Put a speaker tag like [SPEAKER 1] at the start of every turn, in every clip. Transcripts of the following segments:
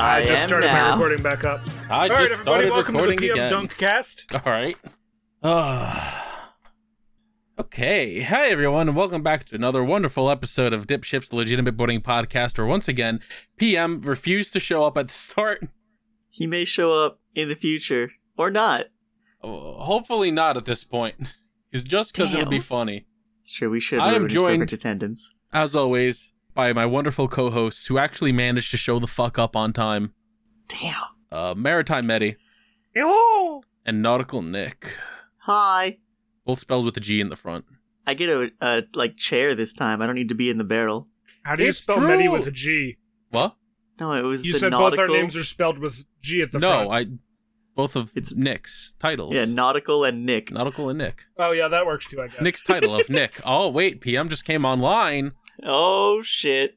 [SPEAKER 1] I, just
[SPEAKER 2] am
[SPEAKER 1] started my
[SPEAKER 2] now.
[SPEAKER 1] recording back up.
[SPEAKER 3] I
[SPEAKER 1] All right,
[SPEAKER 3] just
[SPEAKER 1] everybody,
[SPEAKER 3] started
[SPEAKER 1] welcome to the
[SPEAKER 3] recording
[SPEAKER 1] PM
[SPEAKER 3] again.
[SPEAKER 1] Dunkcast.
[SPEAKER 3] All right. Ah. okay. Hi, everyone, and welcome back to another wonderful episode of Dip Ship's Legitimate Boarding Podcast, where once again, PM refused to show up at the start.
[SPEAKER 2] He may show up in the future or not.
[SPEAKER 3] Oh, Hopefully, not at this point. It's just because it'll be
[SPEAKER 2] Damn.
[SPEAKER 3] funny.
[SPEAKER 2] It's true. We should
[SPEAKER 3] I am
[SPEAKER 2] ruin his perfect
[SPEAKER 3] joined-
[SPEAKER 2] attendance.
[SPEAKER 3] As always, by my wonderful co hosts who actually managed to show the fuck up on time
[SPEAKER 2] Damn.
[SPEAKER 3] uh, Maritime Medi
[SPEAKER 1] Yo!
[SPEAKER 3] and Nautical Nick,
[SPEAKER 2] Hi.
[SPEAKER 3] both spelled with a G in the front.
[SPEAKER 2] I get a, a like chair this time. I don't need to be in the barrel.
[SPEAKER 1] How do you
[SPEAKER 3] It's
[SPEAKER 1] spell Medi
[SPEAKER 3] true.
[SPEAKER 1] with a G?
[SPEAKER 3] What?
[SPEAKER 2] No, it was
[SPEAKER 1] You
[SPEAKER 2] the
[SPEAKER 1] said
[SPEAKER 2] nautical.
[SPEAKER 1] both our names are spelled with G at the
[SPEAKER 3] no,
[SPEAKER 1] front.
[SPEAKER 3] I. Both of
[SPEAKER 2] It's-
[SPEAKER 3] Nick's titles.
[SPEAKER 2] yeah, nautical and Nick.
[SPEAKER 3] Nautical and Nick.
[SPEAKER 1] Oh yeah, that works too. I guess.
[SPEAKER 3] Nick's title of Nick. Oh wait, PM just came online.
[SPEAKER 2] Oh shit.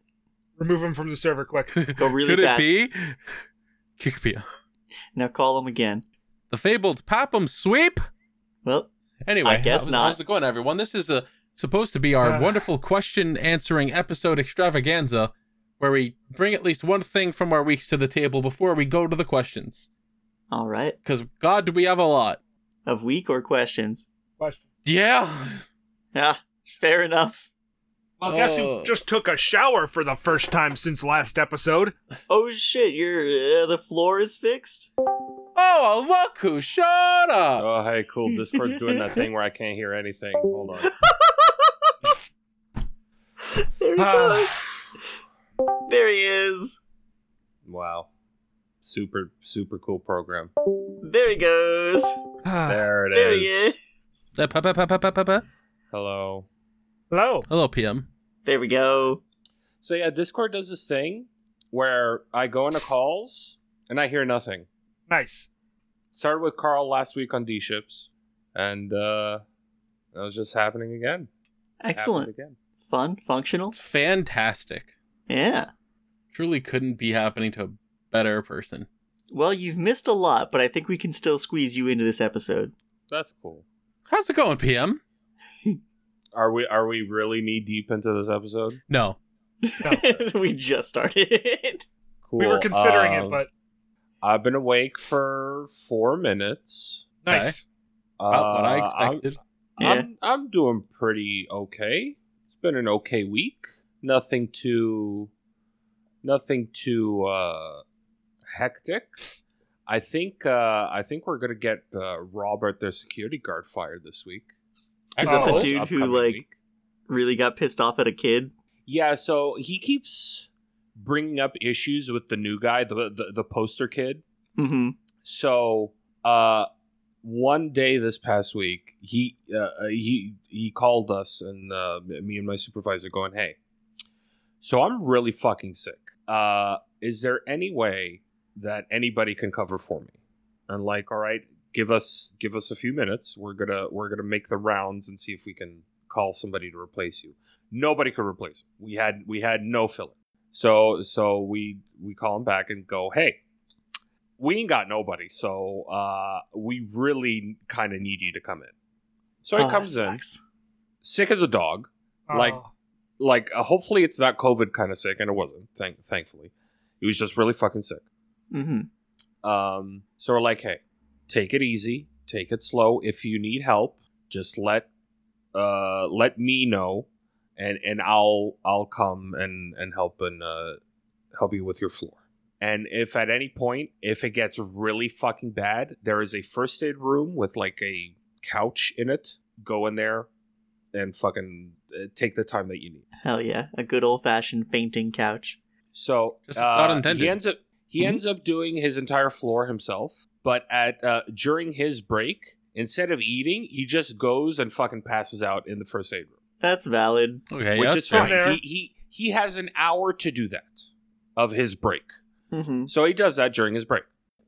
[SPEAKER 1] Remove him from the server quick.
[SPEAKER 2] Go really
[SPEAKER 3] Could
[SPEAKER 2] fast.
[SPEAKER 3] it be? Kick PM.
[SPEAKER 2] Now call him again.
[SPEAKER 3] The fabled Papum sweep.
[SPEAKER 2] Well,
[SPEAKER 3] Anyway,
[SPEAKER 2] I guess
[SPEAKER 3] how's,
[SPEAKER 2] not.
[SPEAKER 3] how's it going, everyone? This is a supposed to be our
[SPEAKER 1] Ah.
[SPEAKER 3] wonderful question answering episode extravaganza, where we bring at least one thing from our weeks to the table before we go to the questions.
[SPEAKER 2] all right.
[SPEAKER 3] Because God, do we have a lot?
[SPEAKER 2] Of week or questions?
[SPEAKER 1] Question.
[SPEAKER 3] Yeah.
[SPEAKER 2] Ah, fair enough.
[SPEAKER 1] Well, guess who
[SPEAKER 3] Oh.
[SPEAKER 1] just took a shower for the first time since last episode?
[SPEAKER 2] Oh shit, your uh, the floor is fixed.
[SPEAKER 3] Oh, look who showed up.
[SPEAKER 4] Oh, hey,
[SPEAKER 2] Hmm.
[SPEAKER 4] cool. Discord's doing that thing where I can't hear anything. Hold on.
[SPEAKER 2] There
[SPEAKER 1] Ah.
[SPEAKER 2] he goes. There he is.
[SPEAKER 4] Wow. Super, super cool program.
[SPEAKER 2] There he goes.
[SPEAKER 4] There it
[SPEAKER 2] Ah,
[SPEAKER 4] is.
[SPEAKER 2] There he is.
[SPEAKER 3] Uh, pa- pa- pa- pa- pa- pa- pa.
[SPEAKER 4] Hello.
[SPEAKER 1] Hello.
[SPEAKER 3] Hello, PM.
[SPEAKER 2] There we go.
[SPEAKER 4] So, yeah, Discord does this thing where I go into calls and I hear nothing.
[SPEAKER 1] Nice.
[SPEAKER 4] Started with Carl last week on D Ships, and uh, that was just happening again.
[SPEAKER 2] Excellent.
[SPEAKER 4] Happened again.
[SPEAKER 2] Fun, functional.
[SPEAKER 3] It's fantastic.
[SPEAKER 2] Yeah.
[SPEAKER 3] truly couldn't be happening to a better person.
[SPEAKER 2] Well, you've missed a lot, but I think we can still squeeze you into this episode.
[SPEAKER 4] That's cool.
[SPEAKER 3] How's it going, PM?
[SPEAKER 4] Are we are we really knee deep into this episode?
[SPEAKER 3] No.
[SPEAKER 2] we just started.
[SPEAKER 4] Cool.
[SPEAKER 1] We were considering
[SPEAKER 4] Um,
[SPEAKER 1] it, but
[SPEAKER 4] I've been awake for four minutes.
[SPEAKER 1] nice.
[SPEAKER 3] About what I
[SPEAKER 4] Uh, I'm-
[SPEAKER 3] expected.
[SPEAKER 2] yeah.
[SPEAKER 4] I'm I'm doing pretty okay. It's been an okay week. Nothing too nothing too uh hectic. I think uh I think we're gonna get uh, Robert the security guard fired this week.
[SPEAKER 2] Is that the
[SPEAKER 1] Oh.
[SPEAKER 4] This
[SPEAKER 2] dude who
[SPEAKER 4] upcoming
[SPEAKER 2] like
[SPEAKER 4] week.
[SPEAKER 2] really got pissed off at a kid?
[SPEAKER 4] Yeah, so he keeps bringing up issues with the new guy, the the, the poster kid.
[SPEAKER 2] Mm-hmm.
[SPEAKER 4] So, uh, one day this past week, he uh, he he called us and uh, me and my supervisor going, "Hey, so I'm really fucking sick. Uh, is there any way that anybody can cover for me?" And like, all right, give us give us a few minutes. We're gonna we're gonna make the rounds and see if we can call somebody to replace you. Nobody could replace. Him. We had we had no filler. So so we we call him back and go, "Hey, we ain't got nobody, so uh, we really kind of need you to come in. So
[SPEAKER 2] Oh,
[SPEAKER 4] he comes in, sick as a dog. like-
[SPEAKER 1] Oh.
[SPEAKER 4] Like, uh, hopefully it's not COVID kind of sick, and it wasn't. Thank, thankfully, he was just really fucking sick.
[SPEAKER 2] Mm-hmm.
[SPEAKER 4] Um, so we're like, hey, take it easy, take it slow. If you need help, just let uh let me know, and and I'll I'll come and and help and uh help you with your floor. And if at any point, if it gets really fucking bad, there is a first aid room with like a couch in it. Go in there and fucking uh, take the time that you need.
[SPEAKER 2] Hell yeah, a good old fashioned fainting couch.
[SPEAKER 4] So
[SPEAKER 3] Just as God
[SPEAKER 4] uh,
[SPEAKER 3] intended. Mm-hmm.
[SPEAKER 4] he ends up he
[SPEAKER 2] Mhm.
[SPEAKER 4] ends up doing his entire floor himself, but at uh, during his break, instead of eating, he just goes and fucking passes out in the first aid room.
[SPEAKER 2] That's valid.
[SPEAKER 3] Okay,
[SPEAKER 4] which
[SPEAKER 3] that's
[SPEAKER 4] is
[SPEAKER 3] fair.
[SPEAKER 4] fine. He, he he has an hour to do that of his break,
[SPEAKER 2] hmm
[SPEAKER 4] so he does that during his break.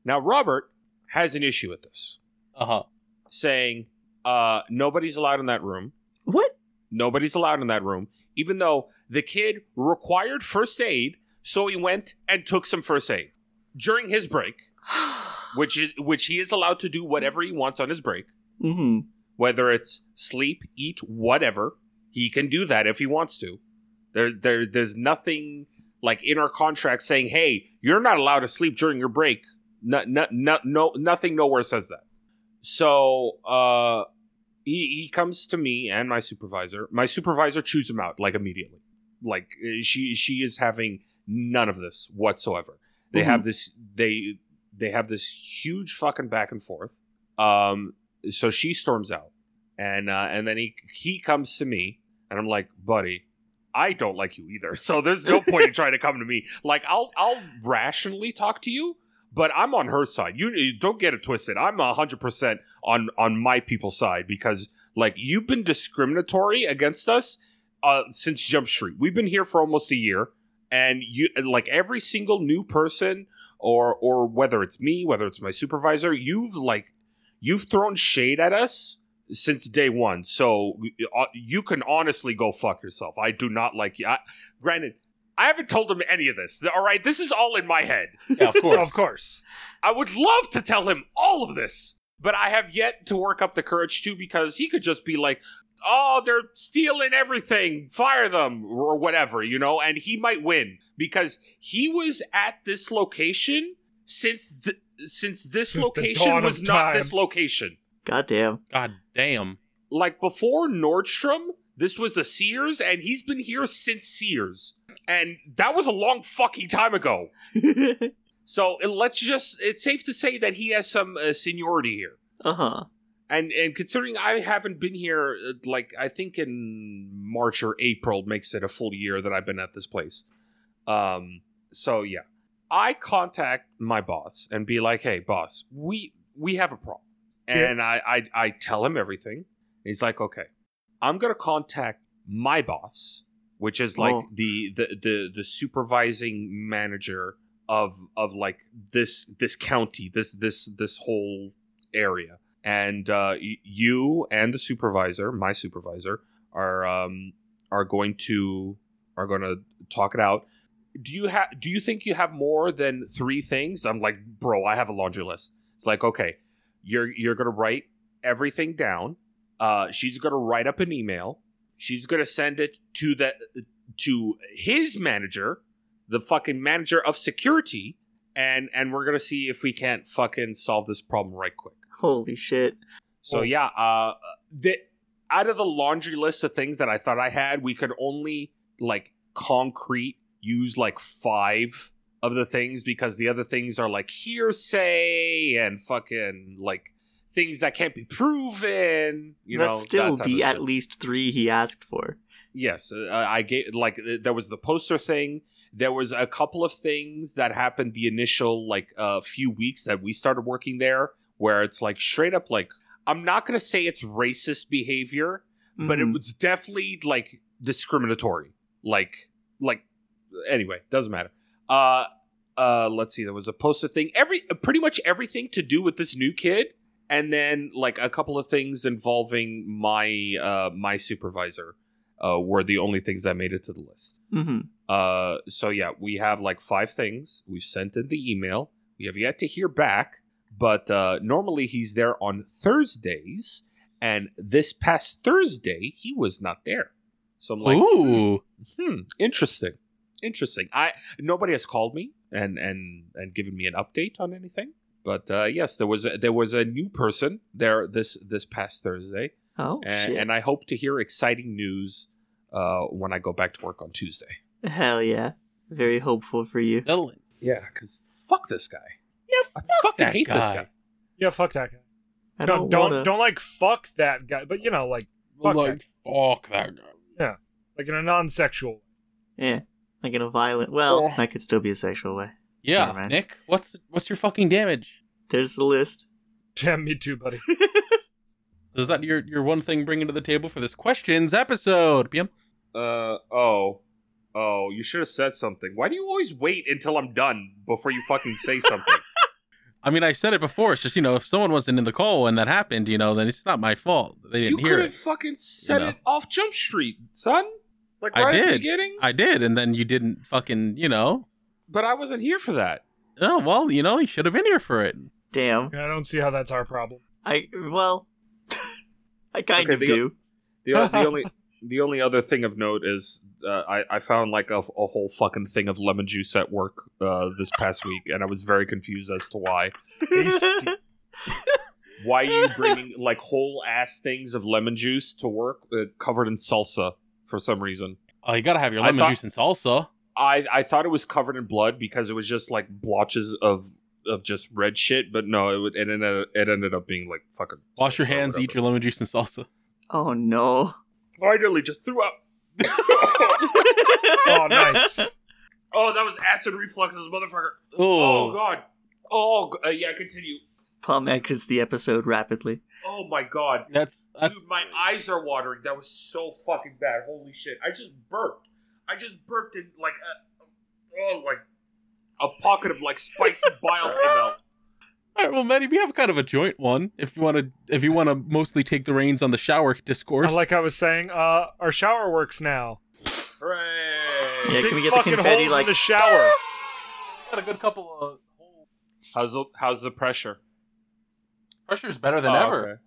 [SPEAKER 4] Now Robert has an issue with this,
[SPEAKER 3] Uh-huh.
[SPEAKER 4] saying uh, nobody's allowed in that room.
[SPEAKER 2] What?
[SPEAKER 4] Nobody's allowed in that room, even though the kid required first aid, so he went and took some first aid during his break, which is which he is allowed to do whatever he wants on his break,
[SPEAKER 2] hmm
[SPEAKER 4] whether it's sleep, eat, whatever. He can do that if he wants to. There, there, there's nothing like in our contract saying, "Hey, you're not allowed to sleep during your break." No, no, no, no nothing nowhere says that. So, uh, he, he comes to me and my supervisor. My supervisor chews him out like immediately. Like uh, she she is having none of this whatsoever. They
[SPEAKER 2] Mhm.
[SPEAKER 4] have this they they have this huge fucking back and forth. Um, so she storms out, and uh, and then he he comes to me, and I'm like, buddy, I don't like you either. So there's no point in trying to come to me. Like I'll I'll rationally talk to you, but I'm on her side. You, you don't get it twisted. I'm 100% on on my people's side because like you've been discriminatory against us uh since Jump Street. We've been here for almost a year and you like every single new person or or whether it's me, whether it's my supervisor, you've like you've thrown shade at us since day one. So uh, you can honestly go fuck yourself. I do not like you. I, granted, I haven't told him any of this. All right, this is all in my head.
[SPEAKER 3] Yeah, of course.
[SPEAKER 1] Of course.
[SPEAKER 4] I would love to tell him all of this, but I have yet to work up the courage to because he could just be like, oh, they're stealing everything, fire them, or whatever, you know, and he might win because he was at this location since th- since this
[SPEAKER 1] Since the dawn
[SPEAKER 4] location
[SPEAKER 1] of
[SPEAKER 4] was not this
[SPEAKER 1] time.
[SPEAKER 4] location.
[SPEAKER 2] Goddamn.
[SPEAKER 3] God damn.
[SPEAKER 4] Like before Nordstrom, this was a Sears, and he's been here since Sears. And that was a long fucking time ago.
[SPEAKER 2] uh
[SPEAKER 4] So it- let's just, it's safe to say that he has some uh, seniority here.
[SPEAKER 2] huh.
[SPEAKER 4] and and considering I haven't been here uh, like I think in March or April makes it a full year that I've been at this place. Um so yeah. I contact my boss and be like, "Hey boss, we we have a problem."
[SPEAKER 1] Yeah.
[SPEAKER 4] And I, I I tell him everything. He's like, "Okay. I'm going to contact my boss, which is like
[SPEAKER 2] Oh.
[SPEAKER 4] the, the the the supervising manager of of like this this county, this this this whole area and uh, y- you and the supervisor, my supervisor, are um, are going to are going to talk it out. Do you have? Do you think you have more than three things? I'm like, bro, I have a laundry list. It's like, okay, you're you're gonna write everything down. Uh, she's gonna write up an email. She's gonna send it to the to his manager, the fucking manager of security, and and we're gonna see if we can't fucking solve this problem right quick.
[SPEAKER 2] Holy shit. Oh.
[SPEAKER 4] So
[SPEAKER 3] Well-
[SPEAKER 4] yeah, uh, the out of the laundry list of things that I thought I had, we could only like concrete use like five of the things because the other things are like hearsay and fucking like things that can't be proven. You know,
[SPEAKER 2] That's still
[SPEAKER 4] that type
[SPEAKER 2] the
[SPEAKER 4] of
[SPEAKER 2] at
[SPEAKER 4] shit.
[SPEAKER 2] least three he asked for.
[SPEAKER 4] Yes, uh, I gave like th- there was the poster thing. There was a couple of things that happened the initial like a uh, few weeks that we started working there, where it's like straight up like I'm not gonna say it's racist behavior, but it
[SPEAKER 2] Mhm.
[SPEAKER 4] was definitely like discriminatory. Like like anyway, doesn't matter. Uh uh let's see, there was a poster thing. Every pretty much everything to do with this new kid and then like a couple of things involving my uh my supervisor uh were the only things that made it to the list.
[SPEAKER 2] Mhm.
[SPEAKER 4] Uh so yeah, we have like five things. We've sent in the email. We have yet to hear back, but uh normally he's there on Thursdays and this past Thursday he was not there. So I'm like
[SPEAKER 3] Ooh.
[SPEAKER 4] Hmm. Interesting. Interesting. I nobody has called me and and and given me an update on anything. But uh, yes, there was a, there was a new person there this this past Thursday,
[SPEAKER 2] Oh
[SPEAKER 4] and,
[SPEAKER 2] shit.
[SPEAKER 4] and I hope to hear exciting news uh, when I go back to work on Tuesday.
[SPEAKER 2] Hell yeah. Very hopeful for you.
[SPEAKER 3] Dylan.
[SPEAKER 4] Yeah, because fuck this guy.
[SPEAKER 3] Yeah,
[SPEAKER 4] I fucking hate this guy.
[SPEAKER 1] Yeah, fuck that guy.
[SPEAKER 2] I
[SPEAKER 1] no,
[SPEAKER 2] don't
[SPEAKER 1] don't
[SPEAKER 2] wanna-
[SPEAKER 1] don't like fuck that guy. But you know, like Fuck
[SPEAKER 3] like, fuck that guy.
[SPEAKER 1] like in a non-sexual.
[SPEAKER 2] Yeah. Like in a violent. Well,
[SPEAKER 3] Oh.
[SPEAKER 2] that could still be a sexual way.
[SPEAKER 3] Yeah,
[SPEAKER 2] Yeah, man.
[SPEAKER 3] Nick, what's what's your fucking damage?
[SPEAKER 2] There's the list.
[SPEAKER 1] Damn me too, buddy.
[SPEAKER 3] So is that your your one thing bringing to the table for this questions episode, PM?
[SPEAKER 4] Uh oh. Oh, you should have said something. Why do you always wait until I'm done before you fucking say something?
[SPEAKER 3] I mean, I said it before. It's just you know, if someone wasn't in the call when that happened, you know, then it's not my fault. They
[SPEAKER 4] you
[SPEAKER 3] didn't
[SPEAKER 4] could
[SPEAKER 3] hear
[SPEAKER 4] have
[SPEAKER 3] it.
[SPEAKER 4] fucking said
[SPEAKER 3] know.
[SPEAKER 4] it off Jump Street, son. Like
[SPEAKER 3] I
[SPEAKER 4] right at the
[SPEAKER 3] did.
[SPEAKER 4] beginning.
[SPEAKER 3] I did, and then you didn't fucking, you know.
[SPEAKER 4] but I wasn't here for that.
[SPEAKER 3] Oh well, you know, you should have been here for it.
[SPEAKER 2] Damn.
[SPEAKER 1] I don't see how that's our problem.
[SPEAKER 2] I well, I kind
[SPEAKER 4] Okay,
[SPEAKER 2] of
[SPEAKER 4] the-
[SPEAKER 2] do.
[SPEAKER 4] The, o- the only the only other thing of note is uh, I I found like a, a whole fucking thing of lemon juice at work uh, this past week, and I was very confused as to why.
[SPEAKER 1] Tasty.
[SPEAKER 4] Why are you bringing like whole ass things of lemon juice to work uh, covered in salsa for some reason?
[SPEAKER 3] Oh, you gotta have your
[SPEAKER 4] I
[SPEAKER 3] lemon
[SPEAKER 4] thought-
[SPEAKER 3] juice and salsa.
[SPEAKER 4] I I thought it was covered in blood because it was just like blotches of of just red shit, but no, it would, it ended it ended up being like fucking.
[SPEAKER 3] Wash your hands, eat your lemon juice and salsa.
[SPEAKER 2] oh no.
[SPEAKER 4] Finally, just threw up.
[SPEAKER 1] oh, nice.
[SPEAKER 4] oh, that was acid reflux, this motherfucker. Oh,
[SPEAKER 3] Oh,
[SPEAKER 4] god. Oh g- uh, yeah, continue.
[SPEAKER 2] Palm exits the episode rapidly.
[SPEAKER 4] Oh my god,
[SPEAKER 3] that's that's
[SPEAKER 4] dude, my eyes are watering. That was so fucking bad. Holy shit! I just burped. I just burped in like a, oh like a pocket of like spicy bile came out.
[SPEAKER 3] All right, well, Maddie, we have kind of a joint one. If you want to, if you want to mostly take the reins on the shower discourse,
[SPEAKER 1] like I was saying, uh, our shower works now.
[SPEAKER 4] Hooray!
[SPEAKER 2] Yeah,
[SPEAKER 1] Big
[SPEAKER 2] can we get the
[SPEAKER 1] fucking
[SPEAKER 2] confetti,
[SPEAKER 1] holes
[SPEAKER 2] like-
[SPEAKER 1] in the shower.
[SPEAKER 3] got a good couple of
[SPEAKER 4] How's the, how's the pressure?
[SPEAKER 3] pressure's better than
[SPEAKER 4] Oh,
[SPEAKER 3] ever.
[SPEAKER 4] okay.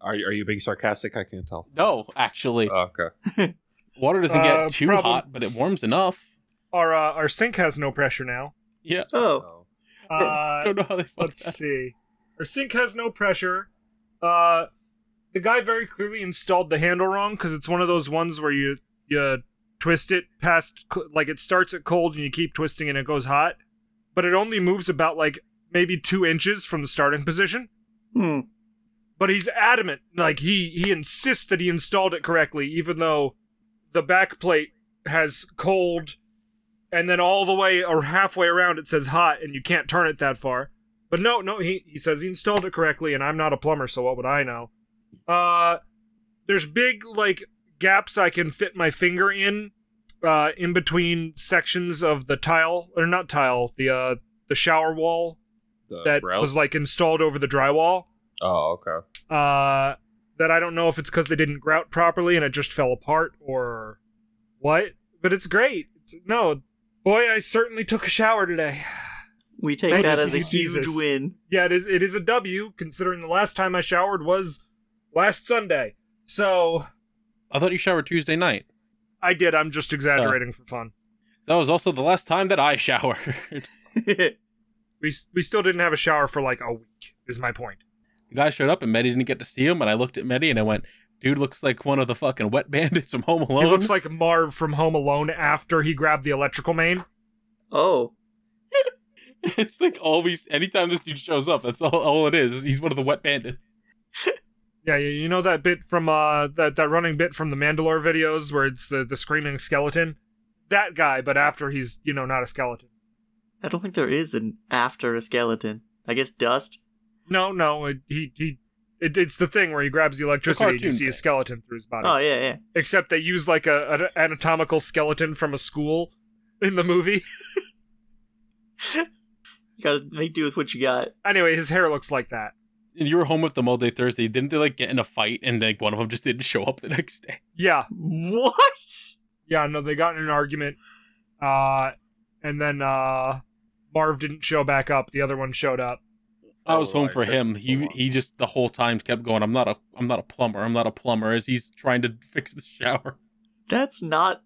[SPEAKER 4] Are you, are you being sarcastic? I can't tell.
[SPEAKER 3] No, actually,
[SPEAKER 4] Oh, okay.
[SPEAKER 3] water doesn't
[SPEAKER 1] uh,
[SPEAKER 3] get too
[SPEAKER 1] problem-
[SPEAKER 3] hot, but it warms enough.
[SPEAKER 1] Our uh, our sink has no pressure now.
[SPEAKER 3] Yeah,
[SPEAKER 2] Oh,
[SPEAKER 4] Oh.
[SPEAKER 1] Uh,
[SPEAKER 3] don't know how they fucked
[SPEAKER 1] Let's
[SPEAKER 3] that.
[SPEAKER 1] see. Our sink has no pressure. Uh, the guy very clearly installed the handle wrong because it's one of those ones where you you twist it past c- like it starts at cold and you keep twisting and it goes hot, but it only moves about like maybe two inches from the starting position.
[SPEAKER 2] hmm.
[SPEAKER 1] But he's adamant, like he he insists that he installed it correctly, even though the back plate has cold, and then all the way or halfway around it says hot, and you can't turn it that far. But no, no, he, he says he installed it correctly, and I'm not a plumber, so what would I know? Uh, there's big like gaps I can fit my finger in, uh, in between sections of the tile or not tile, the uh the shower wall
[SPEAKER 4] The
[SPEAKER 1] that
[SPEAKER 4] rel-
[SPEAKER 1] was like installed over the drywall
[SPEAKER 4] oh, okay.
[SPEAKER 1] uh, that I don't know if it's because they didn't grout properly and it just fell apart or what. But it's great. It's, no, boy, I certainly took a shower today.
[SPEAKER 2] we take
[SPEAKER 1] Thank
[SPEAKER 2] that as a
[SPEAKER 1] you,
[SPEAKER 2] huge
[SPEAKER 1] Jesus.
[SPEAKER 2] win.
[SPEAKER 1] Yeah, it is. It is a W considering the last time I showered was last Sunday. So
[SPEAKER 3] I thought you showered Tuesday night.
[SPEAKER 1] I did. I'm just exaggerating for fun.
[SPEAKER 3] That was also the last time that I showered.
[SPEAKER 1] We s- we still didn't have a shower for like a week. Is my point.
[SPEAKER 3] the guy showed up, and Maddie didn't get to see him. And I looked at Maddie, and I went, "Dude looks like one of the fucking wet bandits from Home Alone."
[SPEAKER 1] He looks like Marv from Home Alone after he grabbed the electrical main.
[SPEAKER 2] oh,
[SPEAKER 3] it's like always. Anytime this dude shows up, that's all, all it is. He's one of the wet bandits.
[SPEAKER 1] Yeah, yeah, you know that bit from uh that that running bit from the Mandalore videos where it's the the screaming skeleton, that guy, but after he's you know not a skeleton.
[SPEAKER 2] I don't think there is an after a skeleton. I guess dust.
[SPEAKER 1] No, no, it, he he, it, it's the thing where he grabs the electricity and you
[SPEAKER 3] cartoon
[SPEAKER 1] see
[SPEAKER 3] thing.
[SPEAKER 1] a skeleton through his body.
[SPEAKER 2] Oh yeah, yeah.
[SPEAKER 1] Except they use like a an anatomical skeleton from a school in the movie.
[SPEAKER 2] You gotta make do with what you got.
[SPEAKER 1] anyway, his hair looks like that.
[SPEAKER 3] and you were home with them all day Thursday. Didn't they like get in a fight and like one of them just didn't show up the next day?
[SPEAKER 1] Yeah,
[SPEAKER 2] What?
[SPEAKER 1] yeah, no, they got in an argument, uh, and then uh, Marv didn't show back up. The other one showed up.
[SPEAKER 3] I was
[SPEAKER 4] Oh,
[SPEAKER 3] home
[SPEAKER 4] I
[SPEAKER 3] for
[SPEAKER 4] fixed
[SPEAKER 3] him.
[SPEAKER 4] this a
[SPEAKER 3] He
[SPEAKER 4] lot.
[SPEAKER 3] he just the whole time kept going. I'm not a I'm not a plumber. I'm not a plumber. As he's trying to fix the shower
[SPEAKER 2] That's not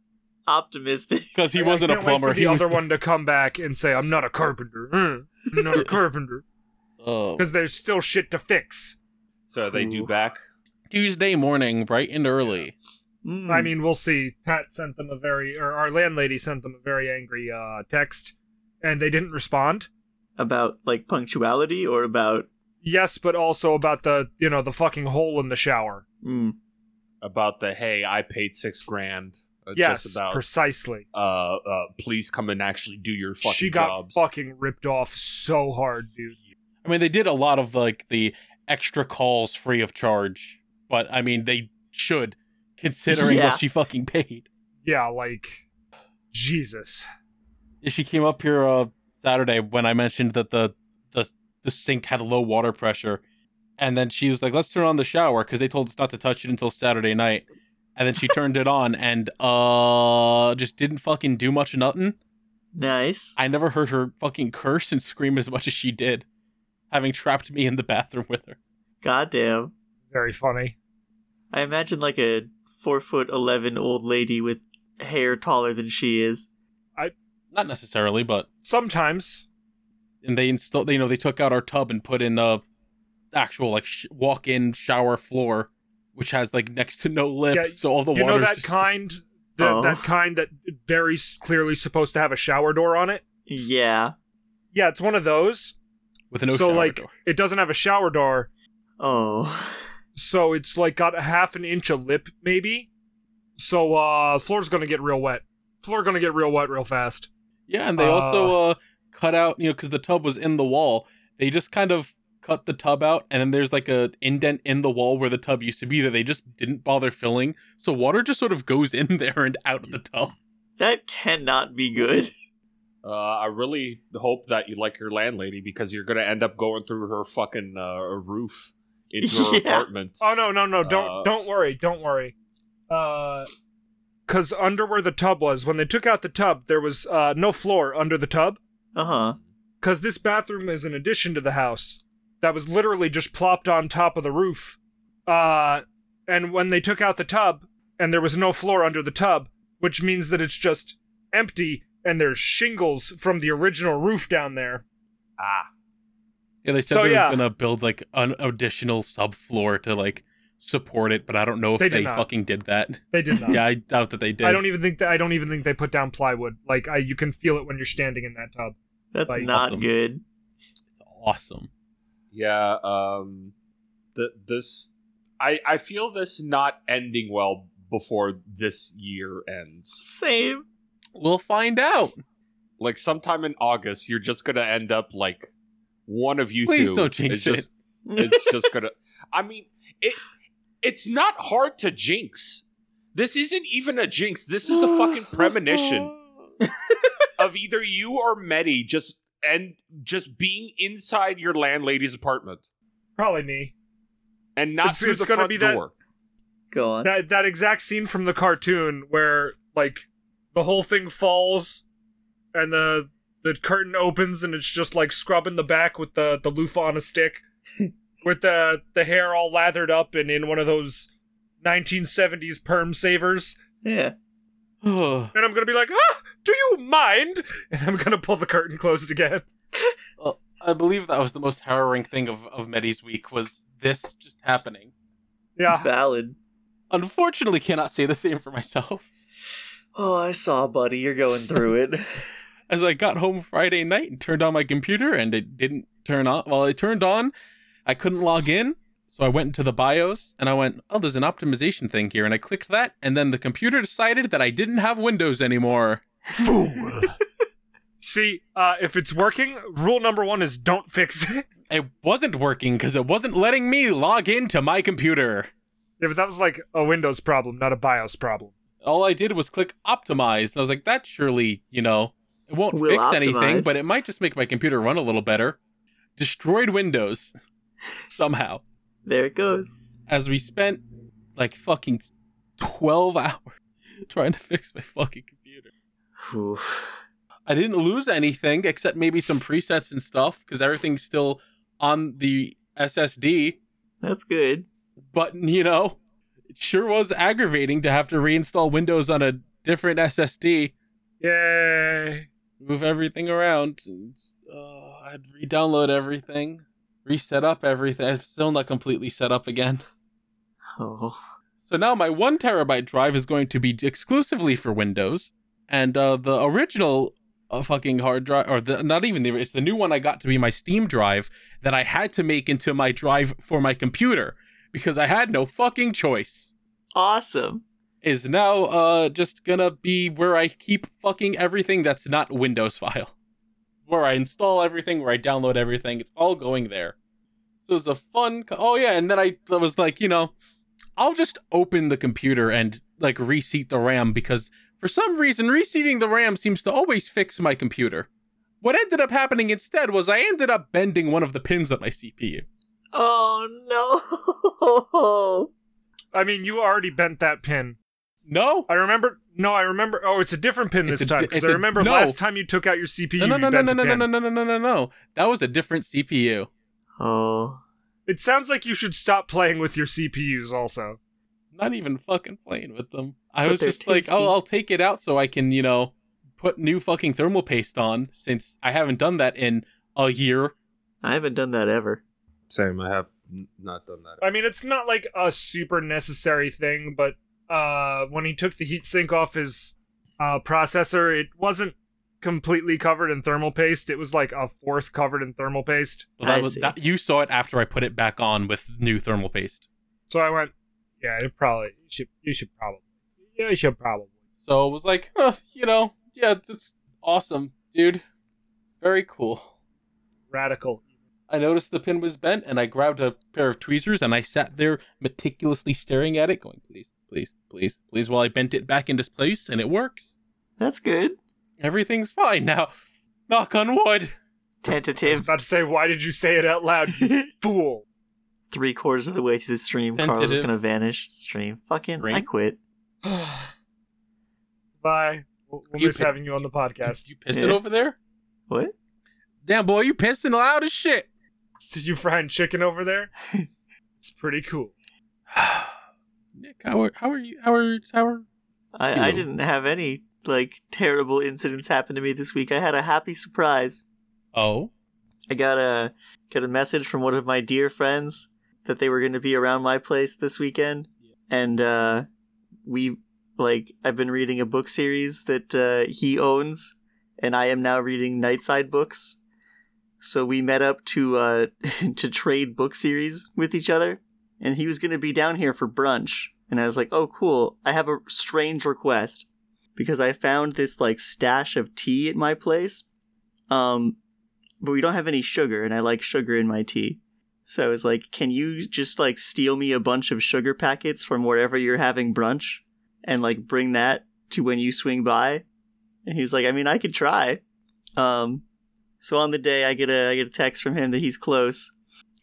[SPEAKER 2] optimistic.
[SPEAKER 3] because he
[SPEAKER 1] I- I
[SPEAKER 3] wasn't a
[SPEAKER 1] can't wait
[SPEAKER 3] plumber.
[SPEAKER 1] for the
[SPEAKER 3] he
[SPEAKER 1] other
[SPEAKER 3] was
[SPEAKER 1] one to come back and say, "I'm not a carpenter. Mm, I'm not a carpenter,"
[SPEAKER 3] Oh.
[SPEAKER 1] because there's still shit to fix.
[SPEAKER 4] So are they do
[SPEAKER 2] Ooh.
[SPEAKER 4] back.
[SPEAKER 3] Tuesday morning, bright and early.
[SPEAKER 2] Mm.
[SPEAKER 1] I mean, we'll see. Pat sent them a very, or our landlady sent them a very angry uh, text, and they didn't respond.
[SPEAKER 2] about like punctuality or about
[SPEAKER 1] Yes, but also about the, you know, the fucking hole in the shower.
[SPEAKER 2] mm,
[SPEAKER 4] about the hey, I paid six grand. Uh,
[SPEAKER 1] yes,
[SPEAKER 4] just about.
[SPEAKER 1] precisely.
[SPEAKER 4] uh, uh, please come and actually do your fucking
[SPEAKER 1] She got
[SPEAKER 4] jobs.
[SPEAKER 1] fucking ripped off so hard, dude.
[SPEAKER 3] I mean, they did a lot of like the extra calls free of charge. but I mean they should, considering
[SPEAKER 2] Yeah.
[SPEAKER 3] what she fucking paid.
[SPEAKER 1] Yeah, like Jesus.
[SPEAKER 3] She came up here uh, Saturday when I mentioned that the the the sink had low water pressure, and then she was like, "Let's turn on the shower" because they told us not to touch it until Saturday night. And then she turned it on and uh just didn't fucking do much of nothing.
[SPEAKER 2] Nice.
[SPEAKER 3] I never heard her fucking curse and scream as much as she did, having trapped me in the bathroom with her.
[SPEAKER 2] Goddamn.
[SPEAKER 1] Very funny.
[SPEAKER 2] I imagine like a four foot eleven old lady with hair taller than she is.
[SPEAKER 3] Not necessarily, but
[SPEAKER 1] Sometimes.
[SPEAKER 3] and they installed you know they took out our tub and put in a actual like sh- walk-in shower floor which has like next to no lip
[SPEAKER 1] Yeah,
[SPEAKER 3] so all the Uh-huh.
[SPEAKER 1] you
[SPEAKER 3] water
[SPEAKER 1] know that kind that
[SPEAKER 2] Oh.
[SPEAKER 1] that kind that very s- clearly supposed to have a shower door on it?
[SPEAKER 2] Yeah.
[SPEAKER 1] Yeah, it's one of those.
[SPEAKER 3] with no
[SPEAKER 1] so
[SPEAKER 3] shower
[SPEAKER 1] like
[SPEAKER 3] door.
[SPEAKER 1] it doesn't have a shower door,
[SPEAKER 2] Oh.
[SPEAKER 1] so it's like got a half an inch of lip maybe. So uh floor's gonna get real wet. Floor gonna get real wet real fast.
[SPEAKER 3] yeah and they also uh cut out you know because the tub was in the wall they just kind of cut the tub out and then there's like a indent in the wall where the tub used to be that they just didn't bother filling so water just sort of goes in there and out of the tub
[SPEAKER 2] That cannot be good.
[SPEAKER 4] Uh, I really hope that you like your landlady because you're gonna end up going through her fucking uh, roof into her
[SPEAKER 2] Yeah.
[SPEAKER 4] apartment.
[SPEAKER 1] Oh no, no, no! Don't
[SPEAKER 4] Uh,
[SPEAKER 1] don't worry, don't worry. Uh, cause under where the tub was, when they took out the tub, there was uh no floor under the tub.
[SPEAKER 2] Uh huh.
[SPEAKER 1] Cause this bathroom is an addition to the house that was literally just plopped on top of the roof. Uh, and when they took out the tub, and there was no floor under the tub, which means that it's just empty, and there's shingles from the original roof down there.
[SPEAKER 4] Ah,
[SPEAKER 3] yeah they said
[SPEAKER 1] So,
[SPEAKER 3] they were
[SPEAKER 1] yeah.
[SPEAKER 3] gonna build like an additional subfloor to like support it but i don't know if
[SPEAKER 1] They
[SPEAKER 3] they,
[SPEAKER 1] did not.
[SPEAKER 3] fucking did that
[SPEAKER 1] They did not.
[SPEAKER 3] yeah i doubt that they did
[SPEAKER 1] I don't e- even think that I don't even think they put down plywood. Like I, you can feel it when you're standing in that tub.
[SPEAKER 2] That's
[SPEAKER 1] Like,
[SPEAKER 2] not
[SPEAKER 3] awesome.
[SPEAKER 2] good.
[SPEAKER 3] It's awesome.
[SPEAKER 4] yeah. Um, th- this I I feel this not ending well before this year ends.
[SPEAKER 2] Same.
[SPEAKER 3] We'll find out.
[SPEAKER 4] Like sometime in August, you're just gonna end up like one of you
[SPEAKER 3] Please
[SPEAKER 4] two.
[SPEAKER 3] don't jinx
[SPEAKER 4] is just, it's just gonna i mean it it's not hard to jinx this isn't even a jinx this is a fucking premonition of either you or Medi just and just being inside your landlady's apartment
[SPEAKER 1] Probably me.
[SPEAKER 4] and not
[SPEAKER 1] It's-
[SPEAKER 4] through
[SPEAKER 1] it's
[SPEAKER 4] the
[SPEAKER 1] gonna
[SPEAKER 4] front
[SPEAKER 1] be that-
[SPEAKER 4] door
[SPEAKER 2] Go on.
[SPEAKER 1] that that exact scene from the cartoon where like the whole thing falls and the the curtain opens and it's just like scrubbing the back with the the loofah on a stick with the the hair all lathered up and in one of those 1970s perm savers
[SPEAKER 2] Yeah.
[SPEAKER 3] Uh,
[SPEAKER 1] and i'm gonna be like ah do you mind and i'm gonna pull the curtain closed again
[SPEAKER 3] I believe that was the most harrowing thing of, of Medi's week was this just happening.
[SPEAKER 1] yeah
[SPEAKER 2] Valid.
[SPEAKER 3] Unfortunately, cannot say the same for myself.
[SPEAKER 2] Oh, I saw, buddy. You're going through it.
[SPEAKER 3] As I got home Friday night and turned on my computer, and it didn't turn on. Well, it turned on. I couldn't log in, so I went into the BIOS and I went, "Oh, there's an optimization thing here," and I clicked that, and then the computer decided that I didn't have Windows anymore.
[SPEAKER 1] see uh if it's working rule number one is don't fix it
[SPEAKER 3] It wasn't working because it wasn't letting me log into my computer.
[SPEAKER 1] yeah, but that was like a windows problem not a bios problem
[SPEAKER 3] all I did was click optimize, and I was like, that surely, you know, it won't
[SPEAKER 2] Will
[SPEAKER 3] fix
[SPEAKER 2] optimize.
[SPEAKER 3] anything, but it might just make my computer run a little better. Destroyed Windows somehow.
[SPEAKER 2] there it goes.
[SPEAKER 3] As we spent like fucking 12 hours trying to fix my fucking computer.
[SPEAKER 2] Oof.
[SPEAKER 3] I didn't lose anything except maybe some presets and stuff because everything's still on the SSD,
[SPEAKER 2] That's good.
[SPEAKER 3] but you know, it sure was aggravating to have to reinstall Windows on a different SSD.
[SPEAKER 1] yay
[SPEAKER 3] move everything around. and, Uh, I'd re-download everything, reset up everything. I'm still not completely set up again.
[SPEAKER 2] Oh.
[SPEAKER 3] So now my one terabyte drive is going to be exclusively for Windows, and uh, the original uh, fucking hard drive, or the, not even the, it's the new one I got to be my Steam drive that I had to make into my drive for my computer because I had no fucking choice.
[SPEAKER 2] Awesome.
[SPEAKER 3] Is now uh just gonna be where I keep fucking everything that's not Windows files. Where I install everything, where I download everything, it's all going there. So it's a fun. Co- oh yeah, and then I, I was like, you know, I'll just open the computer and like reseat the RAM because for some reason reseating the RAM seems to always fix my computer. What ended up happening instead was I ended up bending one of the pins on my CPU.
[SPEAKER 2] Oh no!
[SPEAKER 1] I mean, you already bent that pin.
[SPEAKER 3] No,
[SPEAKER 1] I remember. No, I remember. Oh, it's a different pin
[SPEAKER 3] It's
[SPEAKER 1] this
[SPEAKER 3] a
[SPEAKER 1] time
[SPEAKER 3] di-
[SPEAKER 1] because
[SPEAKER 3] it's
[SPEAKER 1] I
[SPEAKER 3] a-
[SPEAKER 1] remember
[SPEAKER 3] no.
[SPEAKER 1] last time you took out your CPU.
[SPEAKER 3] no, no,
[SPEAKER 1] you
[SPEAKER 3] no, no,
[SPEAKER 1] bent
[SPEAKER 3] no,
[SPEAKER 1] the
[SPEAKER 3] no, no,
[SPEAKER 1] pin.
[SPEAKER 3] no, no, no, no, no, no. That was a different CPU.
[SPEAKER 2] Oh,
[SPEAKER 1] It sounds like you should stop playing with your CPUs. Also,
[SPEAKER 3] Not even fucking playing with them. I
[SPEAKER 2] But
[SPEAKER 3] was
[SPEAKER 2] they're
[SPEAKER 3] just like,
[SPEAKER 2] tasty.
[SPEAKER 3] oh, I'll take it out so I can, you know, put new fucking thermal paste on since I haven't done that in a year.
[SPEAKER 2] I haven't done that ever.
[SPEAKER 4] Same. I have n- not done that.
[SPEAKER 1] I mean, it's not like a super necessary thing, but uh, when he took the heatsink off his uh, processor, it wasn't completely covered in thermal paste. It was like a fourth covered in thermal paste.
[SPEAKER 3] Well, that
[SPEAKER 2] I
[SPEAKER 3] was,
[SPEAKER 2] see.
[SPEAKER 3] that, you saw it after I put it back on with new thermal paste.
[SPEAKER 1] So I went, yeah, it probably you should you should probably yeah, you should probably.
[SPEAKER 3] So it was like, huh, you know, yeah, it's, it's awesome, dude. Very cool.
[SPEAKER 1] Radical.
[SPEAKER 3] I noticed the pin was bent, and I grabbed a pair of tweezers and I sat there meticulously staring at it, going, please, please, please, please, while I bent it back into place, and it works.
[SPEAKER 2] That's good.
[SPEAKER 3] Everything's fine now. Knock on wood.
[SPEAKER 1] I was
[SPEAKER 2] Tentative.
[SPEAKER 1] about to say, why did you say it out loud, you fool?
[SPEAKER 2] Three quarters of the way through the stream, Carl's just
[SPEAKER 3] Tentative.
[SPEAKER 2] gonna vanish. Stream. Fucking, I
[SPEAKER 3] Stream?
[SPEAKER 2] quit.
[SPEAKER 1] Bye. We'll, we'll
[SPEAKER 3] You
[SPEAKER 1] miss
[SPEAKER 3] pick-
[SPEAKER 1] having you on the podcast.
[SPEAKER 3] You pissing
[SPEAKER 2] Yeah.
[SPEAKER 3] over there?
[SPEAKER 2] What?
[SPEAKER 3] Damn boy, you pissing loud as shit.
[SPEAKER 1] Did you frying chicken over there? it's pretty cool.
[SPEAKER 3] Nick, how are how are you? How are how are?
[SPEAKER 2] I, I
[SPEAKER 3] Ew.
[SPEAKER 2] didn't have any like terrible incidents happen to me this week. I had a happy surprise.
[SPEAKER 3] Oh,
[SPEAKER 2] I got a got a message from one of my dear friends that they were going to be around my place this weekend, and uh, we like I've been reading a book series that uh, he owns, and I am now reading Nightside books. So we met up to uh, to trade book series with each other, and he was going to be down here for brunch, and I was like, "Oh, cool! I have a strange request because I found this like stash of tea at my place." Um, but we don't have any sugar and I like sugar in my tea. So I was like, can you just like steal me a bunch of sugar packets from wherever you're having brunch and like bring that to when you swing by? And he's like, I mean, I could try. Um, so on the day I get a I get a text from him that he's close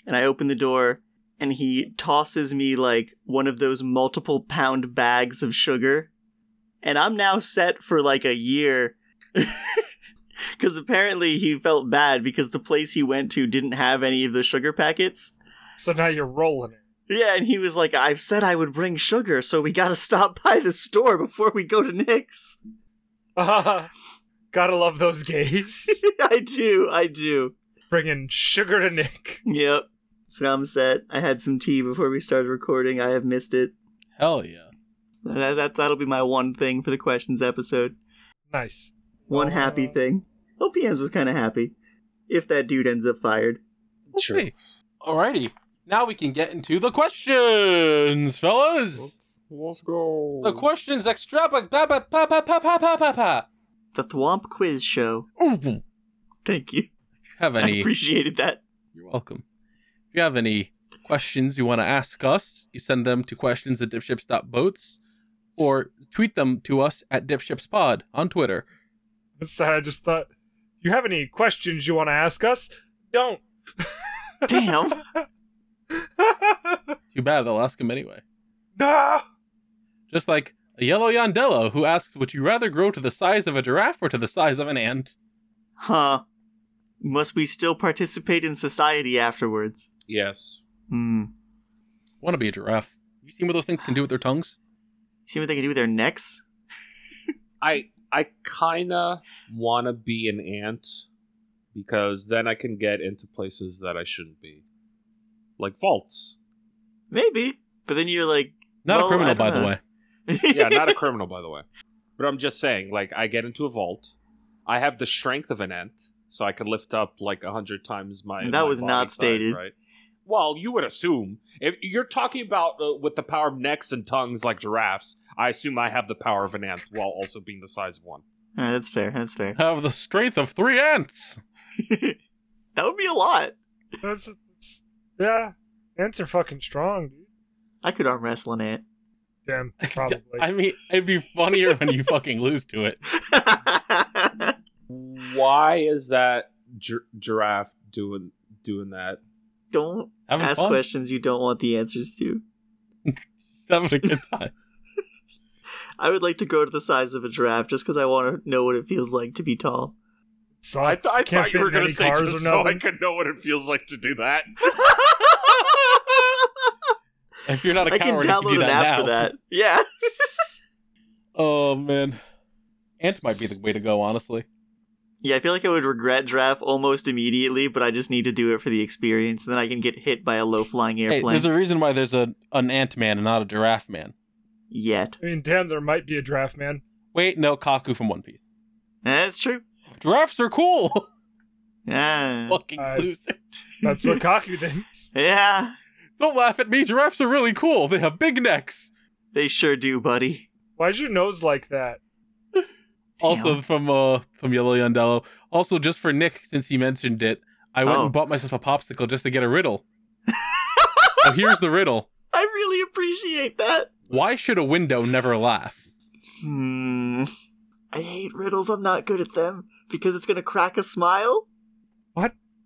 [SPEAKER 2] and I open the door and he tosses me like one of those multiple pound bags of sugar and I'm now set for like a year because apparently he felt bad because the place he went to didn't have any of the sugar packets.
[SPEAKER 1] So now you're rolling it.
[SPEAKER 2] Yeah, and he was like, I've said I would bring sugar, so we gotta stop by the store before we go to Nick's.
[SPEAKER 1] gotta love those gays.
[SPEAKER 2] I do, I do.
[SPEAKER 1] Bringing sugar to Nick.
[SPEAKER 2] Yep. So now I'm set. I had some tea before we started recording. I have missed it.
[SPEAKER 3] hell yeah.
[SPEAKER 2] That, that, that'll be my one thing for the questions episode.
[SPEAKER 1] Nice.
[SPEAKER 2] One happy thing. Hope Pans was kind of happy. If that dude ends up fired.
[SPEAKER 3] We'll
[SPEAKER 4] Sure.
[SPEAKER 3] see. Alrighty, now we can get into the questions, fellas.
[SPEAKER 4] Let's go.
[SPEAKER 1] Oh.
[SPEAKER 3] The questions extrapolate. Pa pa pa pa pa pa pa pa.
[SPEAKER 2] The Thwomp Quiz Show.
[SPEAKER 3] If you
[SPEAKER 2] Thank you.
[SPEAKER 3] have
[SPEAKER 2] I
[SPEAKER 3] any,
[SPEAKER 2] appreciated that.
[SPEAKER 3] you're welcome. If you have any questions you want to ask us, you send them to questions at dipships.boats or tweet them to us at dipshipspod on Twitter.
[SPEAKER 1] This time I just thought, you have any questions you want to ask us? Don't.
[SPEAKER 2] Damn.
[SPEAKER 3] Too bad they'll ask them anyway.
[SPEAKER 1] no.
[SPEAKER 3] Just like a yellow yondello who asks, "Would you rather grow to the size of a giraffe or to the size of an ant?"
[SPEAKER 2] Huh. Must we still participate in society afterwards?
[SPEAKER 4] Yes.
[SPEAKER 2] Hmm.
[SPEAKER 3] Want to be a giraffe? You seen what those things can do with their tongues?
[SPEAKER 2] See what they can do with their necks?
[SPEAKER 4] I I kinda wanna be an ant because then I can get into places that I shouldn't be. Like vaults.
[SPEAKER 2] Maybe. But then you're like.
[SPEAKER 3] Not
[SPEAKER 2] Well,
[SPEAKER 3] a
[SPEAKER 2] I
[SPEAKER 3] criminal,
[SPEAKER 2] don't
[SPEAKER 3] by the
[SPEAKER 2] know.
[SPEAKER 3] way.
[SPEAKER 4] Yeah, not a criminal by the way. But I'm just saying, like I get into a vault. I have the strength of an ant, so I can lift up like a hundred times my
[SPEAKER 2] That
[SPEAKER 4] my
[SPEAKER 2] was
[SPEAKER 4] body
[SPEAKER 2] not
[SPEAKER 4] size,
[SPEAKER 2] stated.
[SPEAKER 4] right? Well, you would assume if you're talking about uh, with the power of necks and tongues like giraffes, I assume I have the power of an ant while also being the size of one.
[SPEAKER 2] Alright, that's fair. That's fair.
[SPEAKER 3] Have the strength of three ants.
[SPEAKER 2] that would be a lot.
[SPEAKER 1] That's, that's- yeah. Ants are fucking strong, dude.
[SPEAKER 2] I could arm wrestle an ant.
[SPEAKER 1] Damn, probably.
[SPEAKER 3] I mean, it'd be funnier when you fucking lose to it.
[SPEAKER 4] Why is that gi- giraffe doing doing that?
[SPEAKER 2] don't
[SPEAKER 3] Having
[SPEAKER 2] ask
[SPEAKER 3] fun.
[SPEAKER 2] questions you don't want the answers to.
[SPEAKER 3] Just having a good time.
[SPEAKER 2] I would like to grow to the size of a giraffe just because I want to know what it feels like to be tall.
[SPEAKER 1] Sucks. Can't fit in any cars or nothing.
[SPEAKER 4] could know what it feels like to do that.
[SPEAKER 3] If you're not a
[SPEAKER 2] I can
[SPEAKER 3] coward, you can
[SPEAKER 2] download
[SPEAKER 3] do
[SPEAKER 2] an
[SPEAKER 3] that
[SPEAKER 2] app
[SPEAKER 3] now.
[SPEAKER 2] for that. Yeah.
[SPEAKER 3] Oh man, ant might be the way to go. Honestly,
[SPEAKER 2] Yeah, I feel like I would regret giraffe almost immediately, but I just need to do it for the experience, and then I can get hit by a low flying
[SPEAKER 3] hey,
[SPEAKER 2] airplane.
[SPEAKER 3] there's a reason why there's a an ant man and not a giraffe man.
[SPEAKER 2] Yet.
[SPEAKER 1] I mean, damn, there might be a draft man.
[SPEAKER 3] Wait, no, Kaku from One Piece.
[SPEAKER 2] Eh, That's true.
[SPEAKER 3] Giraffes are cool.
[SPEAKER 2] Yeah.
[SPEAKER 3] fucking
[SPEAKER 1] Uh,
[SPEAKER 3] loser.
[SPEAKER 1] That's what Kaku thinks.
[SPEAKER 2] yeah.
[SPEAKER 3] Don't laugh at me. Giraffes are really cool. They have big necks.
[SPEAKER 2] They sure do, buddy.
[SPEAKER 1] Why's your nose like that?
[SPEAKER 3] Also from uh from Yellow Yondello. Also just for Nick, since he mentioned it, I went
[SPEAKER 2] Oh.
[SPEAKER 3] and bought myself a popsicle just to get a riddle. so here's the riddle:
[SPEAKER 2] I really appreciate that.
[SPEAKER 3] Why should a window never laugh?
[SPEAKER 2] Hmm. I hate riddles. I'm not good at them because it's gonna crack a smile.